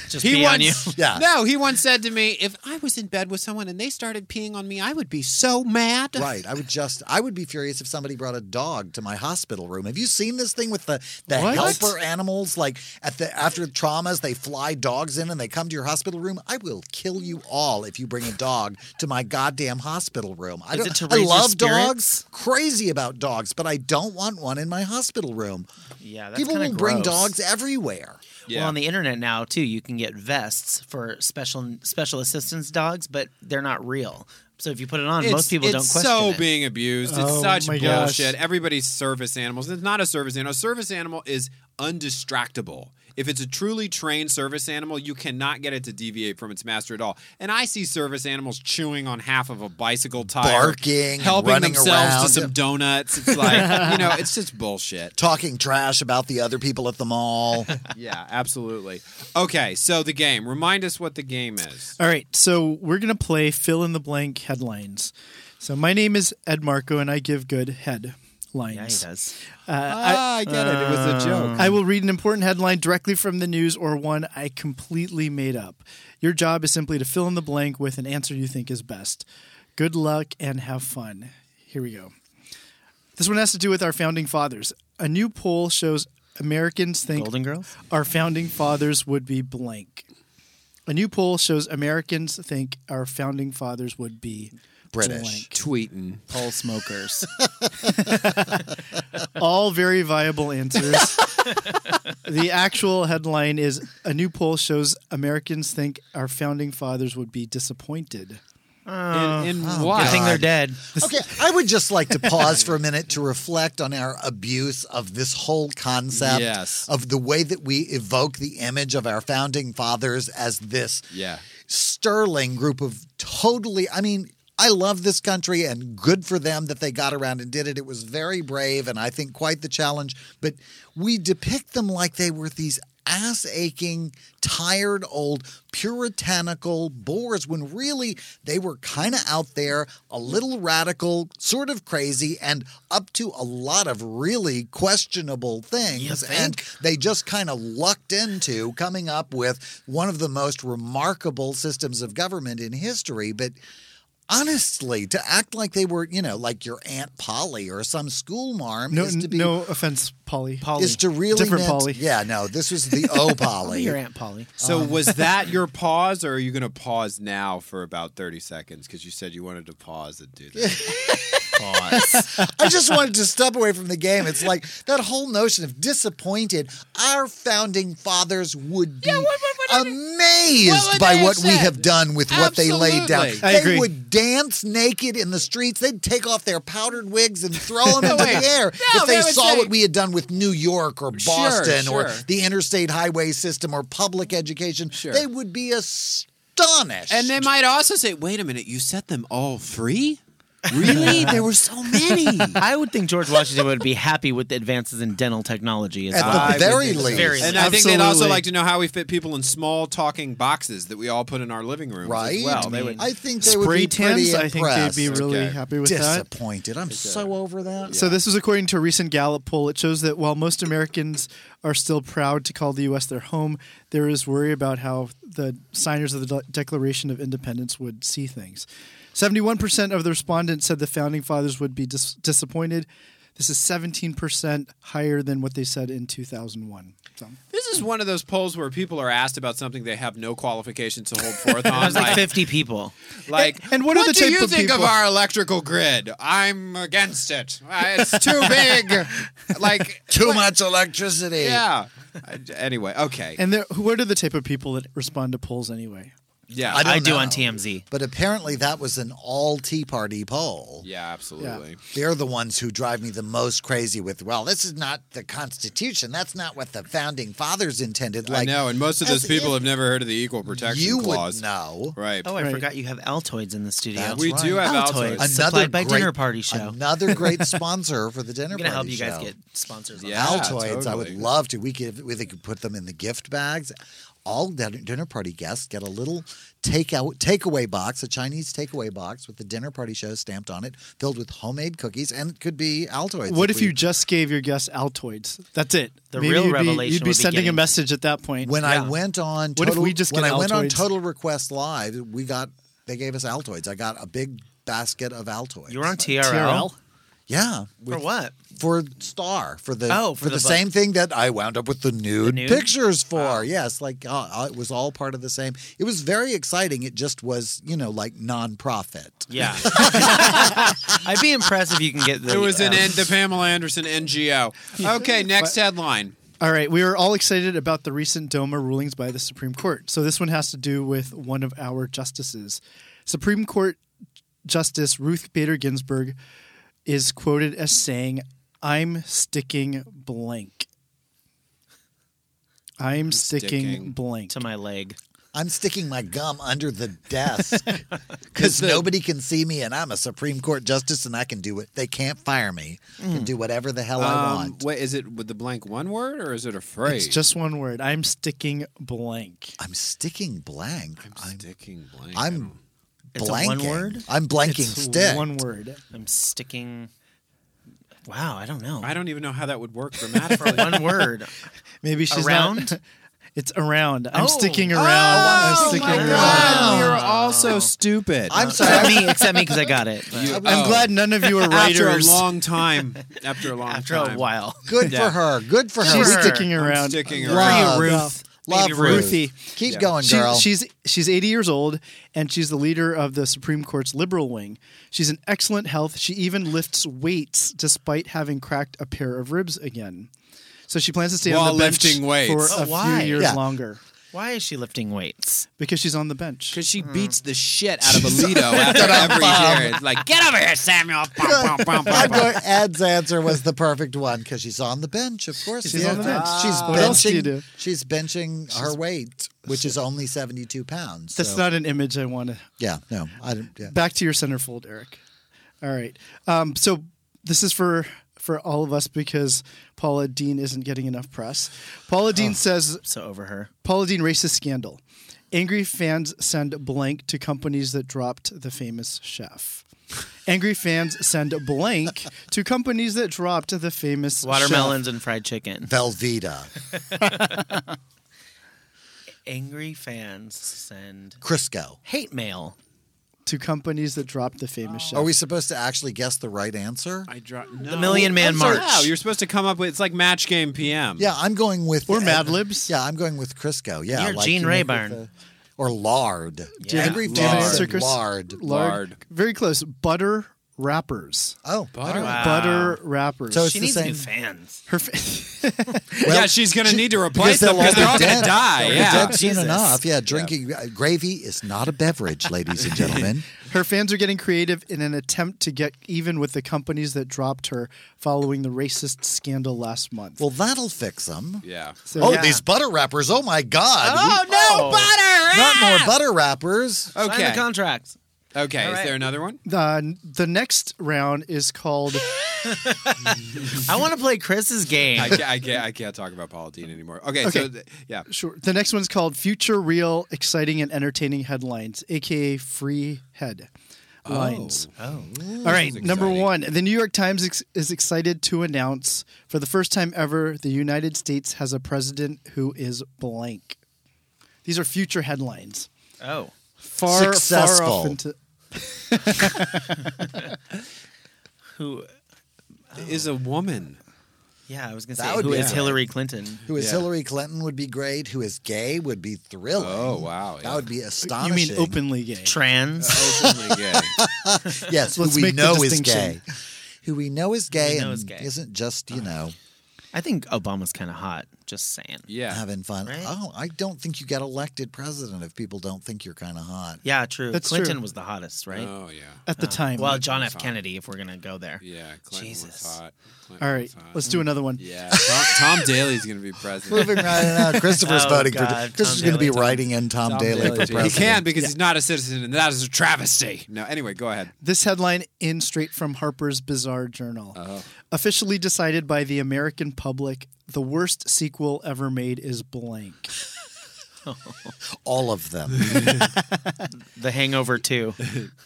just
He
wants,
once,
yeah,
no, he once said to me, "If I was in bed with someone and they started peeing on me, I would be so mad."
right. I would just, I would be furious if somebody brought a dog to my hospital room. Have you seen this thing with the the
What?
helper animals? Like at the after traumas, they fly dogs in and they come to your hospital room. I will kill you all if you bring a dog to my goddamn hospital room. I
Is
don't.
it to
I
raise your
love
spirits?
dogs. Crazy about dogs, but I don't want one in my hospital room.
[LAUGHS] Yeah, that's
People
kinda
will bring
gross.
dogs everywhere.
Well, on the internet now too, you can get vests for special special assistance dogs, but they're not real. So if you put it on, most people don't question
so
it.
being abused. It's
Oh
such
my
bullshit.
gosh.
Everybody's service animals. It's not a service animal. A service animal is undistractable. If it's a truly trained service animal, you cannot get it to deviate from its master at all. And I see service animals chewing on half of a bicycle tire,
Barking,
helping
running
themselves
around.
to some donuts. It's like you know, it's just bullshit.
Talking trash about the other people at the
[LAUGHS]
mall.
Yeah, absolutely. Okay, so the game. Remind us what the game is.
All right, so we're gonna play fill in the blank headlines. So my name is Ed Marco, and I give good head lines.
Yeah, he does.
Uh,
Ah, I get it. It was a joke.
I will read an important headline directly from the news or one I completely made up. Your job is simply to fill in the blank with an answer you think is best. Good luck and have fun. Here we go. This one has to do with our founding fathers. A new poll shows Americans think
Golden Girls?
our founding fathers would be blank. A new poll shows Americans think our founding fathers would be
British.
Tweeting.
Poll smokers. [LAUGHS] All very viable answers. the actual headline is A new poll shows Americans think our founding fathers would be disappointed.
in
Oh,
what?
God.
dead.
Okay, I would just like to pause for a minute to reflect on our abuse of this whole concept
Yes.
of the way that we evoke the image of our founding fathers as this
Yeah.
sterling group of totally, I mean, I love this country and good for them that they got around and did it. It was very brave and I think quite the challenge, but we depict them like they were these ass aching, tired old puritanical bores when really they were kind of out there, a little radical, sort of crazy, and up to a lot of really questionable things. And they just kind of lucked into coming up with one of the most remarkable systems of government in history. But honestly, to act like they were, you know, like your Aunt Polly or some school marm
No,
is to be.
no offense, Polly. Polly.
Is to really
different
meant-
Polly.
Yeah, no, this was
[LAUGHS]
the O Polly.
Your Aunt Polly.
So was that your pause, or are you going to pause now for about thirty seconds because you said you wanted to pause and do that? pause.
I just wanted to step away from the game. It's like that whole notion of disappointed. Our founding fathers would be amazed
what would they
by
have
what we
said?
have done with what they laid down.
Absolutely.
I
they
agree.
would dance naked in the streets. They'd take off their powdered wigs and throw them
[LAUGHS]
into
wait.
the air
No,
if they,
they would
saw
say-
what we had done with New York or
Sure,
Boston or
sure.
the interstate highway system or public education. They would be astonished.
And they might also say, "Wait a minute, you set them all free? Really? [LAUGHS] there were so many."
I would think George Washington would be happy with the advances in dental technology as
At the
well.
very
At the
least.
very
And I think they'd also
Absolutely.
like to know how we fit people in small talking boxes that we all put in our living rooms
Right?
as well. They would,
I think they would
Spray
be pretty
tans, I think they'd be
impressed.
really
Okay.
happy with that.
disappointed. I'm so over that.
So this was according to a recent Gallup poll. It shows that while most Americans are still proud to call the U.S. their home, there is worry about how the signers of the De- Declaration of Independence would see things. 71% of the respondents said the founding fathers would be dis- disappointed. This is 17% higher than what they said in 2001. So,
This is one of those polls where people are asked about something they have no qualifications to hold [LAUGHS] forth on.
There's like 50 people.
Like,
And- and what are the
do
type
you
of
think of
people-
our electrical grid? I'm against it. Uh, It's too big. like
too much electricity.
Yeah. I- anyway, okay.
and there, what are the type of people that respond to polls anyway?
Yeah,
I, don't
I do
know.
on TMZ.
But apparently, that was an all Tea Party poll.
Yeah, absolutely.
They're the ones who drive me the most crazy with, well, this is not the Constitution. That's not what the founding fathers intended. Like,
I know, and most of
as
those
if
people have never heard of the Equal Protection
you
Clause.
would know.
Right.
Oh, I forgot you have Altoids in the studio.
That's
We do
right.
have Altoids. Another
supplied by
great-
Dinner Party Show.
Another
[LAUGHS]
great sponsor for the dinner
I'm gonna help
party
you guys
show.
get sponsors. On
Yeah,
Altoids. I would
totally.
love to. We could we could put them in the gift bags. All din- dinner party guests get a little takeout takeaway box, a Chinese takeaway box with the dinner party show stamped on it, filled with homemade cookies, and it could be Altoids.
What if
we-
you just gave your guests Altoids? That's it.
The real
you'd Be,
revelation
you'd
would
be
be
sending a
getting-
message at that point.
When I went on,
What
total,
if we just
when
get
I went on
Altoids?
Total Request Live, we got they gave us Altoids. I got a big basket of Altoids.
You were on TRL.
Yeah,
For what?
for Star for the
Oh,
for,
for
the,
the bu-
same thing that I wound up with the nude,
nude?
pictures for. Yes, like uh, uh, it was all part of the same. It was very exciting. It just was, you know, like nonprofit.
[LAUGHS]
Yeah. [LAUGHS] I'd be impressed if you can get the.
It was an
um,
N- the Pamela Anderson NGO. Okay, next headline.
All right, we are all excited about the recent DOMA rulings by the Supreme Court. So this one has to do with one of our justices. Supreme Court Justice Ruth Bader Ginsburg is quoted as saying, "I'm sticking blank. I'm sticking,
sticking
blank."
to my leg.
I'm sticking my gum under the desk because nobody can see me, and I'm a Supreme Court justice, and I can do it. They can't fire me. I can do whatever the hell I
Um,
want.
wait, is it with the blank one word or is it a
It's
phrase?
just one word. I'm sticking blank.
I'm sticking blank. I'm
sticking blank. I
I'm
don't-
It's a one
blanking.
word?
I'm blanking
It's
stick.
One word.
I'm sticking. Wow, I don't know.
I don't even know how that would work grammatically.
For [LAUGHS] one word.
Maybe she's
Around?
Not, [LAUGHS] it's around. I'm
Oh.
sticking around.
[LAUGHS] Oh
I'm sticking
my
around.
God! You're all so stupid.
I'm
Except [LAUGHS]
sorry.
me, except me, because I got it. but
[LAUGHS] You-
I'm
oh.
glad none of you are
[LAUGHS] After a
writers.
long time. [LAUGHS] After a long
after
time.
a while,
Good
Yeah.
for her. Good for her.
She's
We
her.
could-
sticking around.
I'm sticking
Love,
around.
Ruth.
Love
Maybe
Ruth.
Ruthie.
Keep
Yeah.
going,
She-
girl.
[LAUGHS] she's she's 80 years old and she's the leader of the Supreme Court's liberal wing. She's in excellent health. She even lifts weights despite having cracked a pair of ribs again. So she plans to stay
While
on the bench
lifting weights.
for
But
a
why?
few years
Yeah.
longer
why is she lifting weights?
because she's on the bench.
Because she beats the shit out of Alito [LAUGHS] after every year. It's like, get over here, [LAUGHS] Samuel. Bum, bum, bum,
I'm
bum, bum.
going, Ed's answer was the perfect one because she's on the bench. Of course,
She's
yeah.
on the bench.
She's
What else do you
benching.
do?
She's benching her weight, which is only seventy-two pounds.
That's
so-
not an image I want to
Yeah, no, I don't. Yeah.
back to your centerfold, Eric. All right. Um, so this is for for all of us because Paula Dean isn't getting enough press. Paula Dean says
So over her.
Paula Dean racist scandal. Angry fans send blank to companies that dropped the famous chef. Angry fans send blank to companies that dropped the famous chef.
Watermelons and fried chicken.
Velveeta,
Angry fans send
Crisco.
hate mail.
to companies that dropped the famous chef.
Are we supposed to actually guess the right answer?
I dro- no.
The Million Man
I'm sorry.
March.
No, you're supposed to come up with it's like match game PM.
Yeah, I'm going with
Or
uh,
Mad Libs?
Yeah, I'm going with Crisco. Yeah,
You're Gene
you know, with
Rayburn.
the- or lard.
Do you have-
Angry
do you have an
fans
answer,
said
Chris?
Oh. lard.
Lard.
Very close. Butter wrappers.
Oh, butter.
Wow.
Butter wrappers.
So it's
She
the
needs
same.
new fans.
Her fa- [LAUGHS]
Well,
yeah, she's gonna need to
Because
replace them
they'll
because
all be
they're all
dead.
gonna die.
They'll be
Yeah,
dead
[LAUGHS]
soon enough. Yeah, drinking uh, gravy is not a beverage, ladies and
[LAUGHS]
gentlemen.
Her fans are getting creative in an attempt to get even with the companies that dropped her following the racist scandal last month.
Well, that'll fix them.
yeah.
So-
oh,
yeah.
these butter wrappers! Oh my God! We-
no,
not more butter wrappers.
Sign the
Okay.
contract.
Okay.
All
Is
right.
there another one?
the, the next round is called
I want to play Chris's game.
I can't, I can't. I can't talk about Paula Dean anymore. Okay. So
Okay.
th- yeah.
sure, the next one's called Future Real Exciting and Entertaining Headlines, aka Free Head Lines.
oh.
All right,
is
number
exciting.
one. The New York Times ex- is excited to announce for the first time ever the United States has a president who is blank. These are future headlines.
Oh.
Far, far
Successful.
off into
who
is a woman.
Yeah, I was gonna
That
say
would
who
be
is
great.
Hillary Clinton?
Who is
Yeah.
Hillary Clinton would be great. Who is gay would be thrilling.
Oh, wow,
That
yeah.
would be
You
astonishing.
mean openly gay?
Trans?
openly gay.
[LAUGHS]
yes,
Let's
who we
make the
know is
distinction.
gay. Who we know is gay
We know
and
is gay.
isn't just, you know,
I think Obama's kind of hot. Just saying.
Yeah.
having fun. Oh, I don't think you get elected president if people don't think you're kind of hot.
Yeah, true.
That's
Clinton
true.
was the hottest, right?
Uh,
Oh, yeah.
At the time,
Well,
Clinton
John
was
F.
hot.
Kennedy, if we're gonna go there.
Yeah, Clinton
Jesus.
was hot.
All right, let's do another one.
Yeah, [LAUGHS] Tom, Tom Daly's going to be president.
Moving right on. Christopher's
[LAUGHS] Oh,
voting
God, Tom
for Christopher's going to be
Daley, Tom-
writing in Tom, Daley for president.
He can because he's not a citizen, and that is a travesty. No, anyway, go ahead.
This headline in straight from Harper's Bizarre Journal. Officially decided by the American public, the worst sequel ever made is blank.
All of them.
[LAUGHS]
the Hangover Two.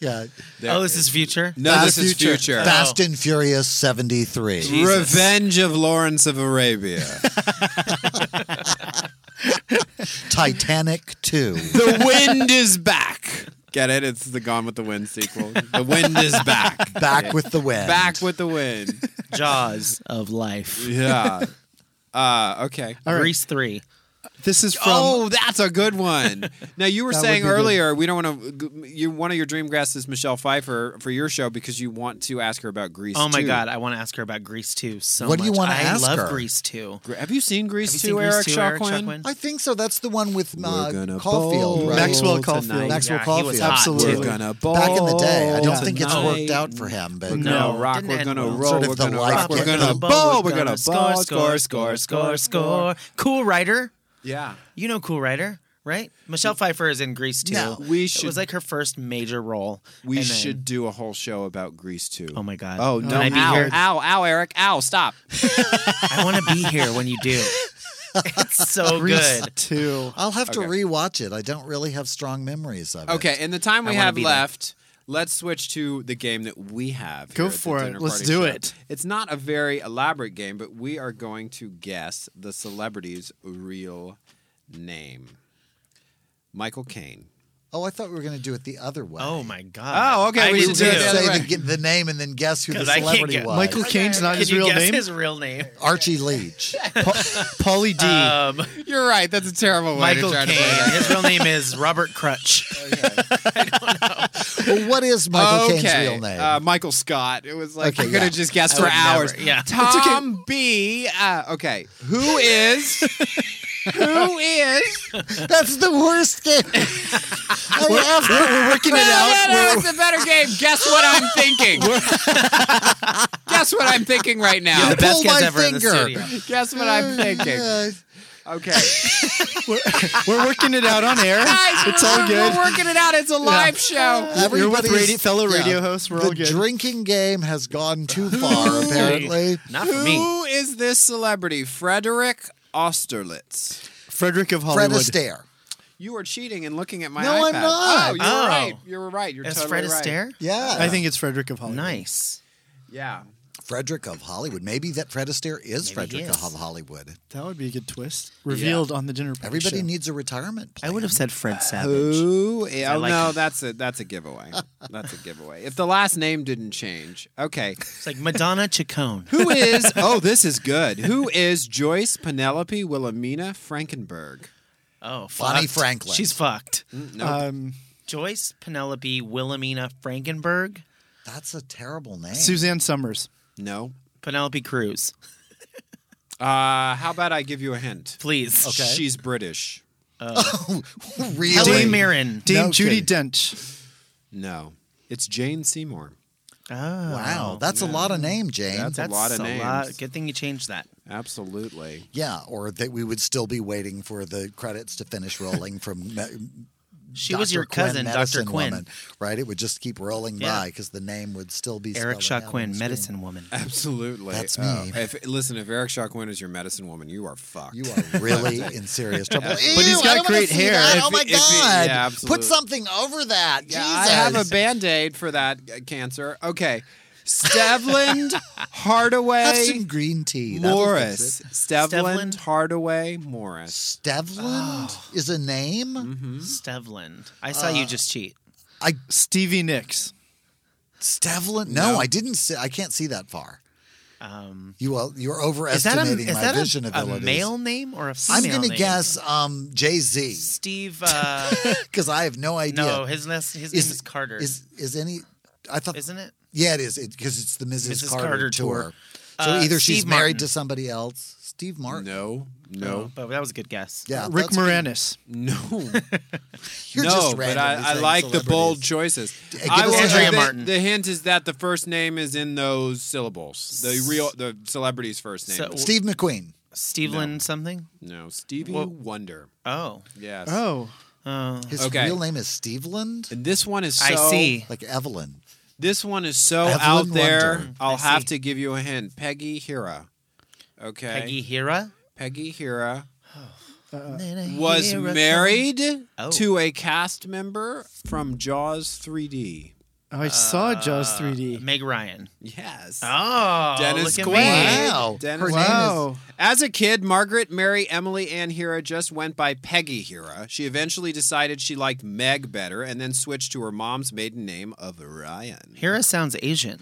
yeah.
Oh, this is future.
Oh.
Fast and Furious 73.
Revenge of Lawrence of Arabia.
Titanic 2.
[LAUGHS] [LAUGHS] the wind is back. Get it? It's the Gone with the Wind sequel. The wind is back.
Back
Yeah.
with the wind.
Back with the wind.
Jaws of life.
Yeah. Uh, okay.
All right. Grease three.
This is from.
Oh, that's a good one. Now you were
That would
saying
be good.
earlier we don't want to. You one of your dream guests is Michelle Pfeiffer for your show because you want to ask her about Grease.
Oh my
too.
God, I want to ask her about Grease two so
What do you
much.
wanna
I
ask
love
her?
Grease two.
Gre- Have you seen Grease
Have
two,
you seen Grease
Eric
2,
Shaw
Eric Shaw
Quinn?
Quinn?
I think so. That's the one with
We're
uh,
gonna
Caulfield,
bowl
right?
Maxwell tonight. Caulfield.
Maxwell
Yeah, he was
Caulfield.
hot.
Absolutely.
We're gonna
Back in the day. I don't
bowl
think it's
tonight.
worked out for him, but
We're gonna rock,
Didn't
we're
end
gonna
well.
roll,
Sort of
we're
the
gonna
life
rock, we're
kick.
gonna
The
bowl, we're gonna
score,
bowl, score, score, score, score.
Cool Writer.
Yeah.
You know Cool Writer, right? Michelle Pfeiffer is in Grease 2.
No. Mm. We
It
should-
was like her first major role.
We
and then-
should do a whole show about Grease too. Oh
my God.
Oh
Can
no!
I be
ow,
here?
ow, ow, Eric! Ow! Stop!
I want to be here when you
[LAUGHS]
do. It's so
Grease
good.
[LAUGHS] Two.
I'll have to
Okay.
rewatch it. I don't really have strong memories of it.
Okay, in the
[LAUGHS]
time
I
we
wanna
have
be there.
left, let's switch to the game that we have.
Go
here at the
for it.
Dinner
Let's
Party
do
Show.
it.
It's not a very elaborate game, but we are going to guess the celebrity's real name. Michael Caine.
Oh, I thought we were going to do it the other way.
Oh my god.
Oh, okay,
I
we
did
should do it
say
the other way.
the, g- the name and then guess
[LAUGHS]
who the
'Cause I can't
celebrity
get-
was.
Michael Caine's not
Can
his
you
real
guess
name.
his real name?
Archie Leach.
Paulie D.
Um,
You're right. That's a terrible way
Michael
to try
Caine.
to play that.
His real name is Robert Crutch.
well, what is Michael
okay.
Caine's real name?
Uh, Michael Scott. It was like
Okay,
I could have
yeah.
just guessed
I
for
would never-
hours.
yeah. It's okay.
Tom B. Uh, okay. Who is? who is?
That's the worst game. I laugh that we're working
[LAUGHS] no,
it out.
No, no,
We're-
it's a better game. Guess what I'm thinking. [LAUGHS] Guess what I'm thinking right now.
You're the best [LAUGHS] Pull guys my ever in the finger.
studio.
Guess what [LAUGHS] I'm thinking. Okay.
[LAUGHS] We're working it out on air.
Guys,
it's all
we're-
good.
We're working it out. It's a live show.
You're with
Everybody's-
radio- fellow radio hosts, we're
the
all good.
drinking game has gone too far, apparently.
Who is this celebrity? Frederick Austerlitz.
Frederick of
Fred
Hollywood.
Astaire.
You are cheating and looking at my
No,
iPad.
I'm not.
Oh, you're
Oh.
right. You're right. You're
It's
totally
Fred
right.
Astaire?
Yeah.
I think it's Frederick of
Oh,
Hollywood.
Nice.
Yeah.
Frederick of Hollywood. Maybe that Fred Astaire is
Maybe
Frederick
he is.
of Hollywood.
That would be a good twist. Revealed on the dinner party.
Everybody
show.
needs a retirement plan.
I would have said Fred Savage.
Who?
I
Oh
like
no, [LAUGHS]
him.
that's a that's a giveaway. [LAUGHS] That's a giveaway. If the last name didn't change, okay.
It's like Madonna Chacon.
Who [LAUGHS] is? Oh, this is good. Who is Joyce Penelope Wilhelmina Frankenberg?
Oh, fuck.
Bonnie Franklin.
She's fucked.
Nope.
Um,
Joyce Penelope Wilhelmina Frankenberg.
That's a terrible name.
Suzanne Summers.
no.
Penelope Cruz.
Uh, how about I give you a hint?
Please.
Okay.
She's British.
really?
Helen Mirren.
Dame
No
Judy
kidding.
Dench.
No, it's Jane Seymour.
Oh.
Wow, that's a lot of name, Jane.
That's, a lot of names.
Good thing you changed that.
Absolutely.
yeah, or that we would still be waiting for the credits to finish rolling
[LAUGHS]
from. Me-
She was
Dr.
your
Quinn,
cousin,
Medicine
Dr. Quinn.
Woman, right? It would just keep rolling
Yeah.
by because the name would still be spelled
Eric Shaw
out on
Quinn,
the screen.
medicine woman.
Absolutely.
That's
Oh,
me.
if, listen, if Eric Shaw Quinn is your medicine woman, you are fucked.
You are really
[LAUGHS]
in serious trouble.
But
Ew,
he's
I
got
don't wanna
great
see
hair.
that.
If
oh my
it- if it-
god!
yeah,
Put
absolutely.
something over that.
Yeah,
Jesus.
I have a band aid for that uh, cancer. Okay.
[LAUGHS]
Stevland
Have
Hardaway
some green tea. That'll
Morris.
fix it.
Stevland Hardaway Morris.
Oh.
Stevland is a name.
Mm-hmm.
Uh,
Stevland. I saw you just cheat.
I
Stevie Nicks.
Stevlin? No, I didn't see. I can't see that far.
Um,
you are you're
Is that a-
overestimating
is
my
that a-
vision
a
abilities.
male name or a
I'm
female
gonna
name?
guess um, Jay Z
Steve. Uh,
because I have no idea.
no, his last his name is Carter.
Is is any? I thought
isn't it?
Yeah, it is because it's the Mrs.
Mrs.
Carter,
Carter
tour.
tour.
So
Uh,
either she's
Steve
married
Martin.
to somebody else. Steve Martin.
No, Oh,
No, but that was a good guess.
Yeah,
Rick
that's-
Moranis. [LAUGHS]
No.
You're
no,
just
but
randomly
I, I
saying
like the bold
celebrities.
choices.
give
I
us a
say
hint.
that
Martin.
The hint is that the first name is in those syllables. The real the celebrity's first name.
So-
Steve McQueen.
Stevelin something.
no, Stevie
Well-
Wonder.
Oh.
Yes.
Oh.
Oh.
His
Okay.
real name is Steveland.
And this one is so
I see.
Like Evelyn.
This one is so
Evelyn
out there.
Wonder.
I'll
I
have
see.
to give you a hint. Peggy Hira. Okay.
Peggy Hira.
Peggy Hira
Uh,
was
Hira
married
Oh.
to a cast member from Jaws 3D.
Oh, I saw Jaws
Uh,
3D.
Meg Ryan.
Yes.
Oh,
Dennis
look at
Quaid.
me.
Wow.
Dennis
Her name
Wow.
is
As a kid, Margaret, Mary, Emily, and Hira just went by Peggy Hira. She eventually decided she liked Meg better and then switched to her mom's maiden name of Ryan.
Hira sounds Asian.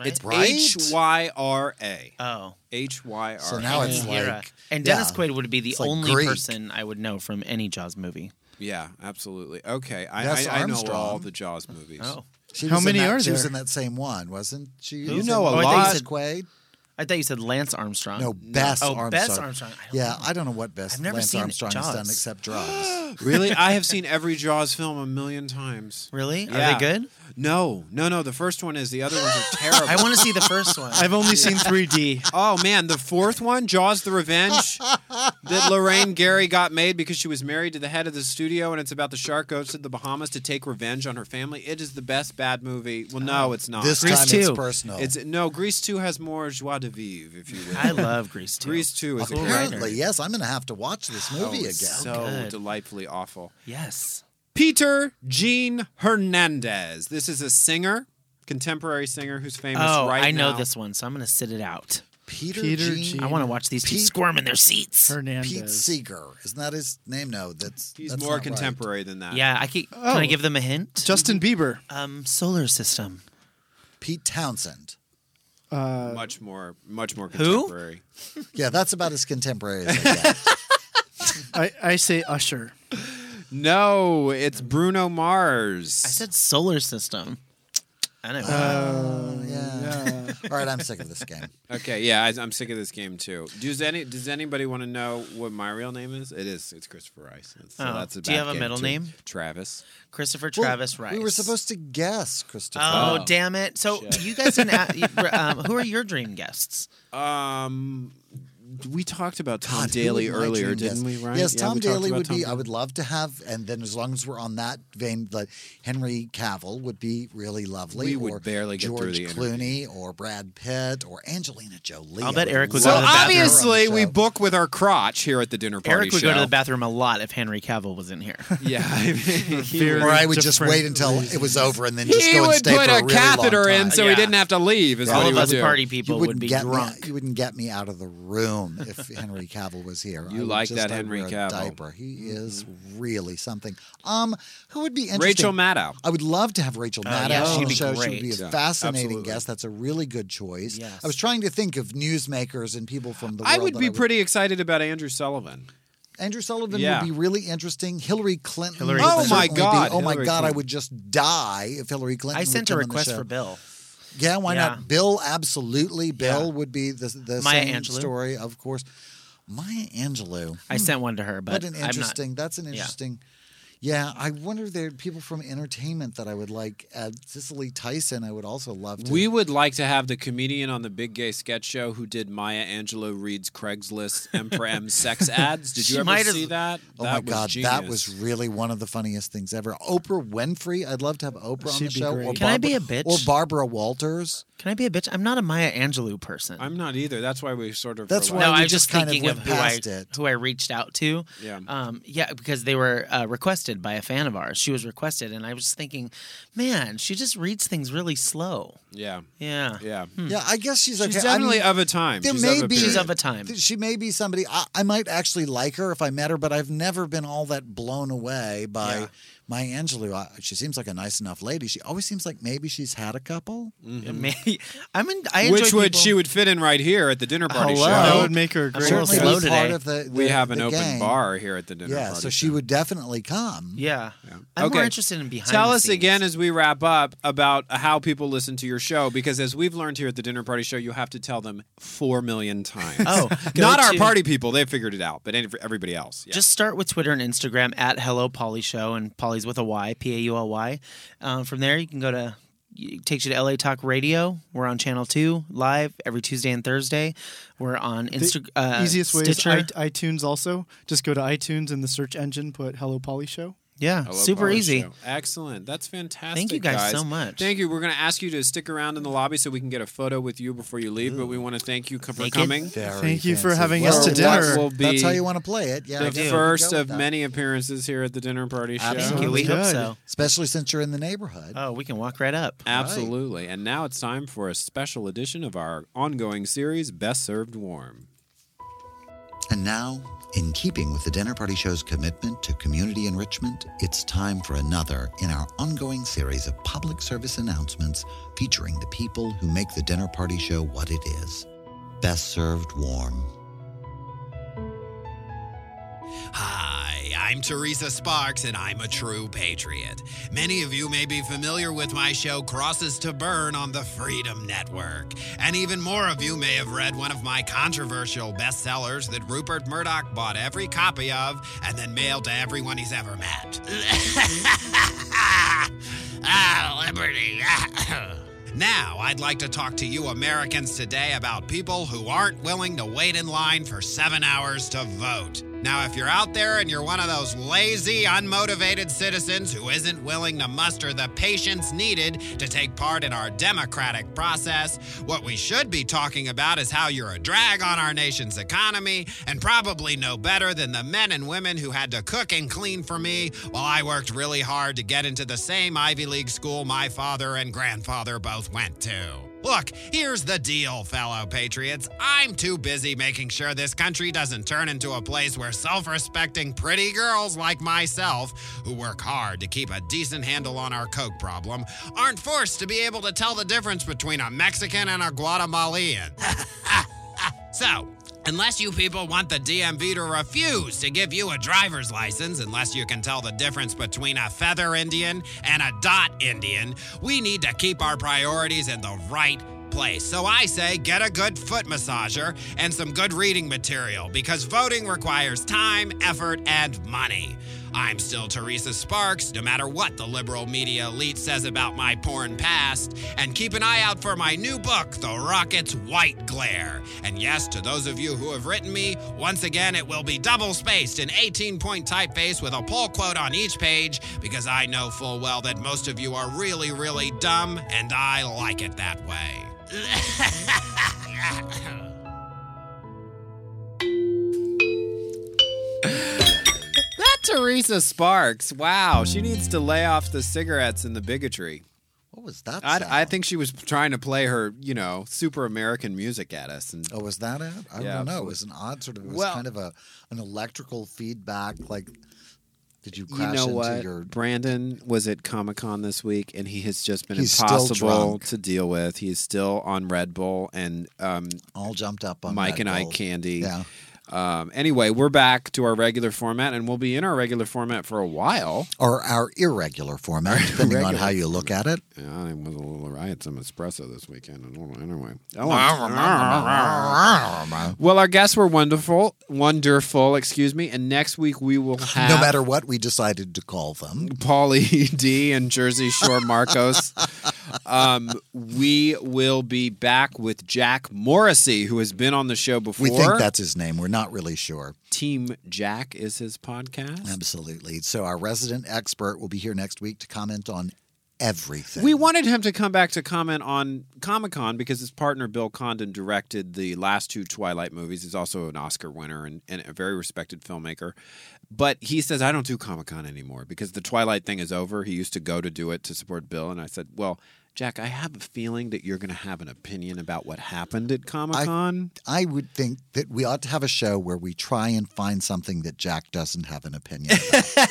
It's
Right?
H Y R A.
Oh,
H Y R A.
So now it's
Hira.
like
and Dennis
yeah.
Quaid would be the
It's like
only
Greek.
person I would know from any Jaws movie.
Yeah, absolutely. Okay, I,
That's
I, I know
Armstrong.
all the Jaws movies.
Oh,
She
How
was in
many
that-
are
She was
there?
in that same one, wasn't she?
You
Was
know
in
a
Dennis
lot.
Quaid.
I thought you said Lance Armstrong.
No, Bess
oh,
Armstrong.
Bess Armstrong. I don't
yeah,
know.
I don't know what Bess
I've never
Lance
seen
Armstrong has done
Jaws.
except drugs.
really? I have seen every Jaws film a million times.
Really?
Yeah.
Are they good?
No, no, no. The first one is the other ones are terrible.
[LAUGHS] I want to see the first one.
I've only seen 3D.
Oh man, the fourth one, Jaws: The Revenge,
[LAUGHS]
that Lorraine Gary got made because she was married to the head of the studio, and it's about the shark goes to the Bahamas to take revenge on her family. It is the best bad movie. Well,
Oh,
no, it's not.
this
Grease
time it's
too.
personal.
Uh, it's no. Grease Two has more joie de vivre, if you will.
I love Grease too.
Grease Two is a great
Apparently, yes, I'm going to have to watch this movie
Oh,
again.
it's So
Good.
delightfully awful.
Yes.
Peter Gene Hernandez. This is a singer, contemporary singer who's famous
Oh,
right
I know
now.
this one, so I'm gonna sit it out.
Peter,
Peter
Gene,
Gene-
I want to watch these people
Pete-
squirm in their seats.
Hernandez.
Pete Seeger. Isn't that his name? No, that's
He's
that's
more
not right.
contemporary than that.
Yeah, I can.
Oh.
Can I give them a hint?
Justin Bieber.
um, solar system.
Pete Townsend.
Uh,
Much more, much more
Who?
contemporary.
Yeah, that's about as contemporary as I
[LAUGHS]
get.
I, I say Usher.
No, it's
Um,
Bruno Mars.
I said solar system. I don't know.
yeah. All right, I'm sick of this game.
Okay, yeah, I, I'm sick of this game too. Does any Does anybody want to know what my real name is? It is. It's Christopher Rice. It's- So
Oh.
that's a
Do you
bad
have a
game,
middle
too.
name?
Travis.
Christopher
Well,
Travis Rice.
We were supposed to guess, Christopher.
Oh,
Oh.
damn it! So
Shit.
you guys didn't. a- um, who are your dream guests?
Um, we talked about Tom
God, who
Daly
would my
earlier,
dream guest-
didn't we? Ryan?
Yes,
Yeah,
Tom
we talked
Daly
about
would
Tom
be. I
Daly.
would love to have, and then as long as we're on that vein, like Henry Cavill would be really lovely.
We would
or
barely get
George
through the
Clooney or Brad Pitt or Angelina Jolie.
I'll bet
I
Eric would
So
go to the bathroom.
obviously, we
show.
book with our crotch here at the dinner party.
Eric would
show.
go to the bathroom a lot if Henry Cavill was in here.
Yeah, [LAUGHS] I mean,
[LAUGHS]
he
Very
would,
Or I would just
different
wait until it was over and then just
he
go and
would
stay
put
for
a,
a really long
catheter in
time.
so he
Yeah.
didn't have to leave. Is
All
what he
of
would
us
do.
party
You
people would
wouldn't
be
get
drunk.
Me, you wouldn't get me out of the room if Henry Cavill was here.
You
I would
like
just-
that
I'd
Henry
wear a
Cavill. Mm-hmm.
diaper. He is really something. Um, who would be interesting?
Rachel Maddow.
I would love to have Rachel Maddow
Oh, yeah,
on
she'd
the
be
show. She would be a
great.
Yeah,
fascinating
absolutely.
guest. That's a really good choice.
Yes.
I was trying to think of newsmakers and people from the
I
world
would
that
be pretty excited about Andrew Sullivan.
Andrew Sullivan
Yeah.
would be really interesting. Hillary Clinton.
Hillary
would
Clinton. Oh,
my
certainly be-
God,
oh my
Hillary
God! I
Clinton.
would just die if Hillary Clinton.
I
would
sent a
come on the
request
show.
for Bill.
Yeah, why
Yeah.
not? Bill, absolutely. Bill
Yeah.
would be the the
Maya
same
Angelou.
story, of course. Maya Angelou.
I sent one to her, but
what Hmm. an
I'm not-
interesting. That's an interesting. Yeah. I wonder if there are people from entertainment that I would like. Uh, Cicely Tyson, I would also love to.
We would like to have the comedian on the Big Gay Sketch Show who did Maya Angelou reads Craigslist M for
[LAUGHS]
M sex ads. Did you
She
ever
might have-
see that?
oh
that
my
was
God,
genius.
that was really one of the funniest things ever. Oprah Winfrey, I'd love to have Oprah on the
She'd be
show. Or
great.
Can I be
Barbara-
a bitch?
Or Barbara Walters.
Can I be a bitch? I'm not a Maya Angelou person.
I'm not either. That's why we sort of.
That's
were
why-
like-
no,
we
I was
just
just
kind of
thinking of,
went
who I
past it.
who I reached out to.
Yeah.
um, yeah, because they were uh, requested by a fan of ours. She was requested, and I was thinking, man, she just reads things really slow.
Yeah,
Yeah,
yeah.
Yeah, I guess she's okay.
She's
I mean,
definitely of a time.
there
She's
may
of a
be-
she's
period.
of a time.
Th- She may be somebody I, I might actually like her if I met her, but I've never been all that blown away by Maya Angelou, I, she seems like a nice enough lady. She always seems like maybe she's had a couple.
Maybe [LAUGHS] I'm in.
Mm-hmm. Which would she would fit in right here at the dinner party
Hello.
show?
That would make her a I'm great certainly slow
part
today. of the-
we
the-
have an
the
open
gang.
bar here at the dinner
yeah,
party.
so she would definitely come.
Yeah.
Okay. Tell us again as we wrap up about how people listen to your show because as we've learned here at the dinner party show, you have to tell them four million times. [LAUGHS]
Oh,
not
go
our
to-
party people; they figured it out, but any- everybody else. Yeah.
Just start with Twitter and Instagram at Hello Polly Show and Polly's with a Y, P A U L Y. Um, from there, you can go to it takes you to LA Talk Radio. We're on Channel Two live every Tuesday and Thursday. We're on Instagram. Uh,
Easiest way
Stitcher.
is i- iTunes. Also, just go to iTunes in the search engine, put "Hello Polly Show."
Yeah,
I love our show. Excellent. That's fantastic.
Thank you guys so much.
Thank you. We're going to ask you to stick around in the lobby so we can get a photo with you before you leave, but we want to thank you co- for
Naked?
coming.
Very
Thank you for fancy. having us to
Well,
dinner.
that will be
That's how you wanna play it. Yeah, I
the
do.
first
Go with
of
that.
many appearances here at the dinner party show.
Especially since you're in the neighborhood.
Uh,
Oh, we can walk right up.
Absolutely. And now it's time for a special edition of our ongoing series, Best Served Warm.
And now, in keeping with the Dinner Party Show's commitment to community enrichment, it's time for another in our ongoing series of public service announcements featuring the people who make the Dinner Party Show what it is best served warm.
Hi, I'm Teresa Sparks, and I'm a true patriot. Many of you may be familiar with my show Crosses to Burn on the Freedom Network. And even more of you may have read one of my controversial bestsellers that Rupert Murdoch bought every copy of and then mailed to everyone he's ever met. [LAUGHS] ah, liberty. [LAUGHS] now, I'd like to talk to you Americans today about people who aren't willing to wait in line for seven hours to vote. Now, if you're out there and you're one of those lazy, unmotivated citizens who isn't willing to muster the patience needed to take part in our democratic process, what we should be talking about is how you're a drag on our nation's economy and probably no better than the men and women who had to cook and clean for me while I worked really hard to get into the same Ivy League school my father and grandfather both went to. Look, here's the deal, fellow patriots. I'm too busy making sure this country doesn't turn into a place where self respecting pretty girls like myself, who work hard to keep a decent handle on our coke problem, aren't forced to be able to tell the difference between a Mexican and a Guatemalan. So, unless you people want the DMV to refuse to give you a driver's license, unless you can tell the difference between a feather Indian and a dot Indian, we need to keep our priorities in the right place. So I say get a good foot massager and some good reading material because voting requires time, effort, and money. I'm still Teresa Sparks, no matter what the liberal media elite says about my porn past. And keep an eye out for my new book, The Rocket's White Glare. And yes, to those of you who have written me, once again, it will be double spaced in 18 point typeface with a pull quote on each page because I know full well that most of you are really, really dumb, and I like it that way.
That Teresa Sparks. Wow, she needs to lay off the cigarettes and the bigotry.
What was that?
I, I think she was trying to play her, you know, super American music at us. And
oh, was that it? I
Yeah,
don't know. It
absolutely.
was an odd sort of, it was
Well-
kind of a an electrical feedback. Like, did you
you
crash
know
into
what?
your?
Brandon was at Comic Con this week, and he has just been
He's still
impossible
drunk.
to deal with. He's still on Red Bull and um,
all jumped up on
Mike
Red
and I
Bull.
candy.
Yeah.
Um, anyway, we're back to our regular format, and we'll be in our regular format for a while.
Or our irregular format, depending on how you look at it.
Yeah, I was a little. I had some espresso this weekend. I don't know. Anyway, [LAUGHS] well, our guests were wonderful, wonderful. Excuse me. And next week we will have
No matter what we decided to call them.
Paulie [LAUGHS] D and Jersey Shore Marcos. um, we will be back with Jack Morrissey, who has been on the show before.
We think that's his name. We're not really sure.
Team Jack is his podcast.
Absolutely. So our resident expert will be here next week to comment on everything.
We wanted him to come back to comment on Comic Con because his partner Bill Condon directed the last two Twilight movies. He's also an Oscar winner and, and a very respected filmmaker. But he says, I don't do Comic Con anymore because the Twilight thing is over. He used to go to do it to support Bill. And I said, Well, Jack, I have a feeling that you're going to have an opinion about what happened at Comic Con.
I would think
[LAUGHS]
that we ought to have a show where we try and find something that Jack doesn't have an opinion about.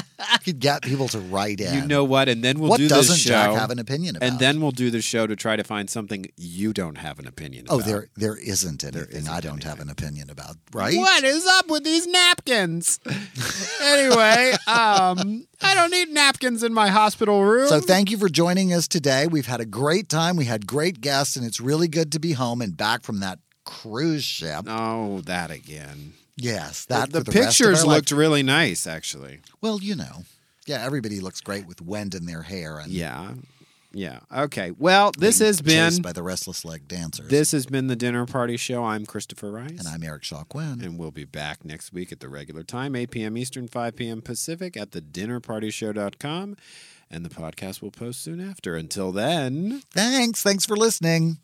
You could get people to write in.
You know what? And then we'll
What
do
doesn't
this show.
Jack have an opinion
And then we'll do the show to try to find something you don't have an opinion
Oh,
about.
there there isn't anything I don't have an opinion about, right?
What is up with these napkins?
[LAUGHS]
anyway, um, I don't need napkins in my hospital room.
So thank you for joining us today. We've had a great time. We had great guests, and it's really good to be home and back from that cruise ship.
Oh, that again.
Yes, that
the,
for rest of
pictures
our life.
looked really nice, actually.
Well, you know, yeah, everybody looks great with wind in their hair and
yeah, yeah. Okay. Well, this has
chased
been
by the restless leg dancers.
this has been the dinner party show. I'm Christopher Rice, and
I'm Eric Shaw Quinn,
and we'll be back next week at the regular time, 8 p.m. Eastern, 5 p.m. Pacific, at the dinnerpartyshow.com, and the podcast will post soon after. Until then,
thanks, thanks for listening.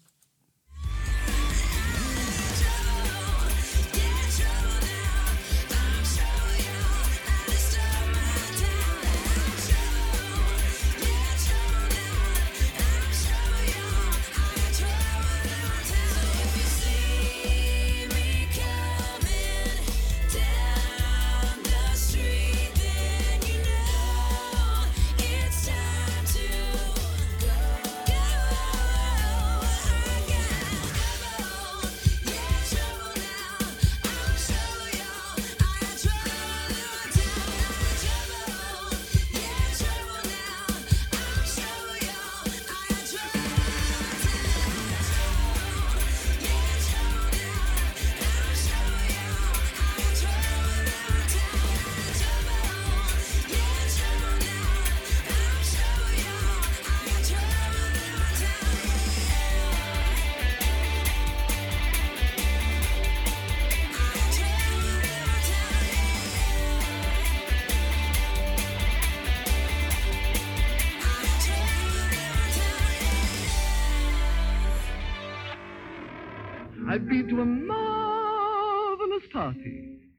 I've been to a marvelous party.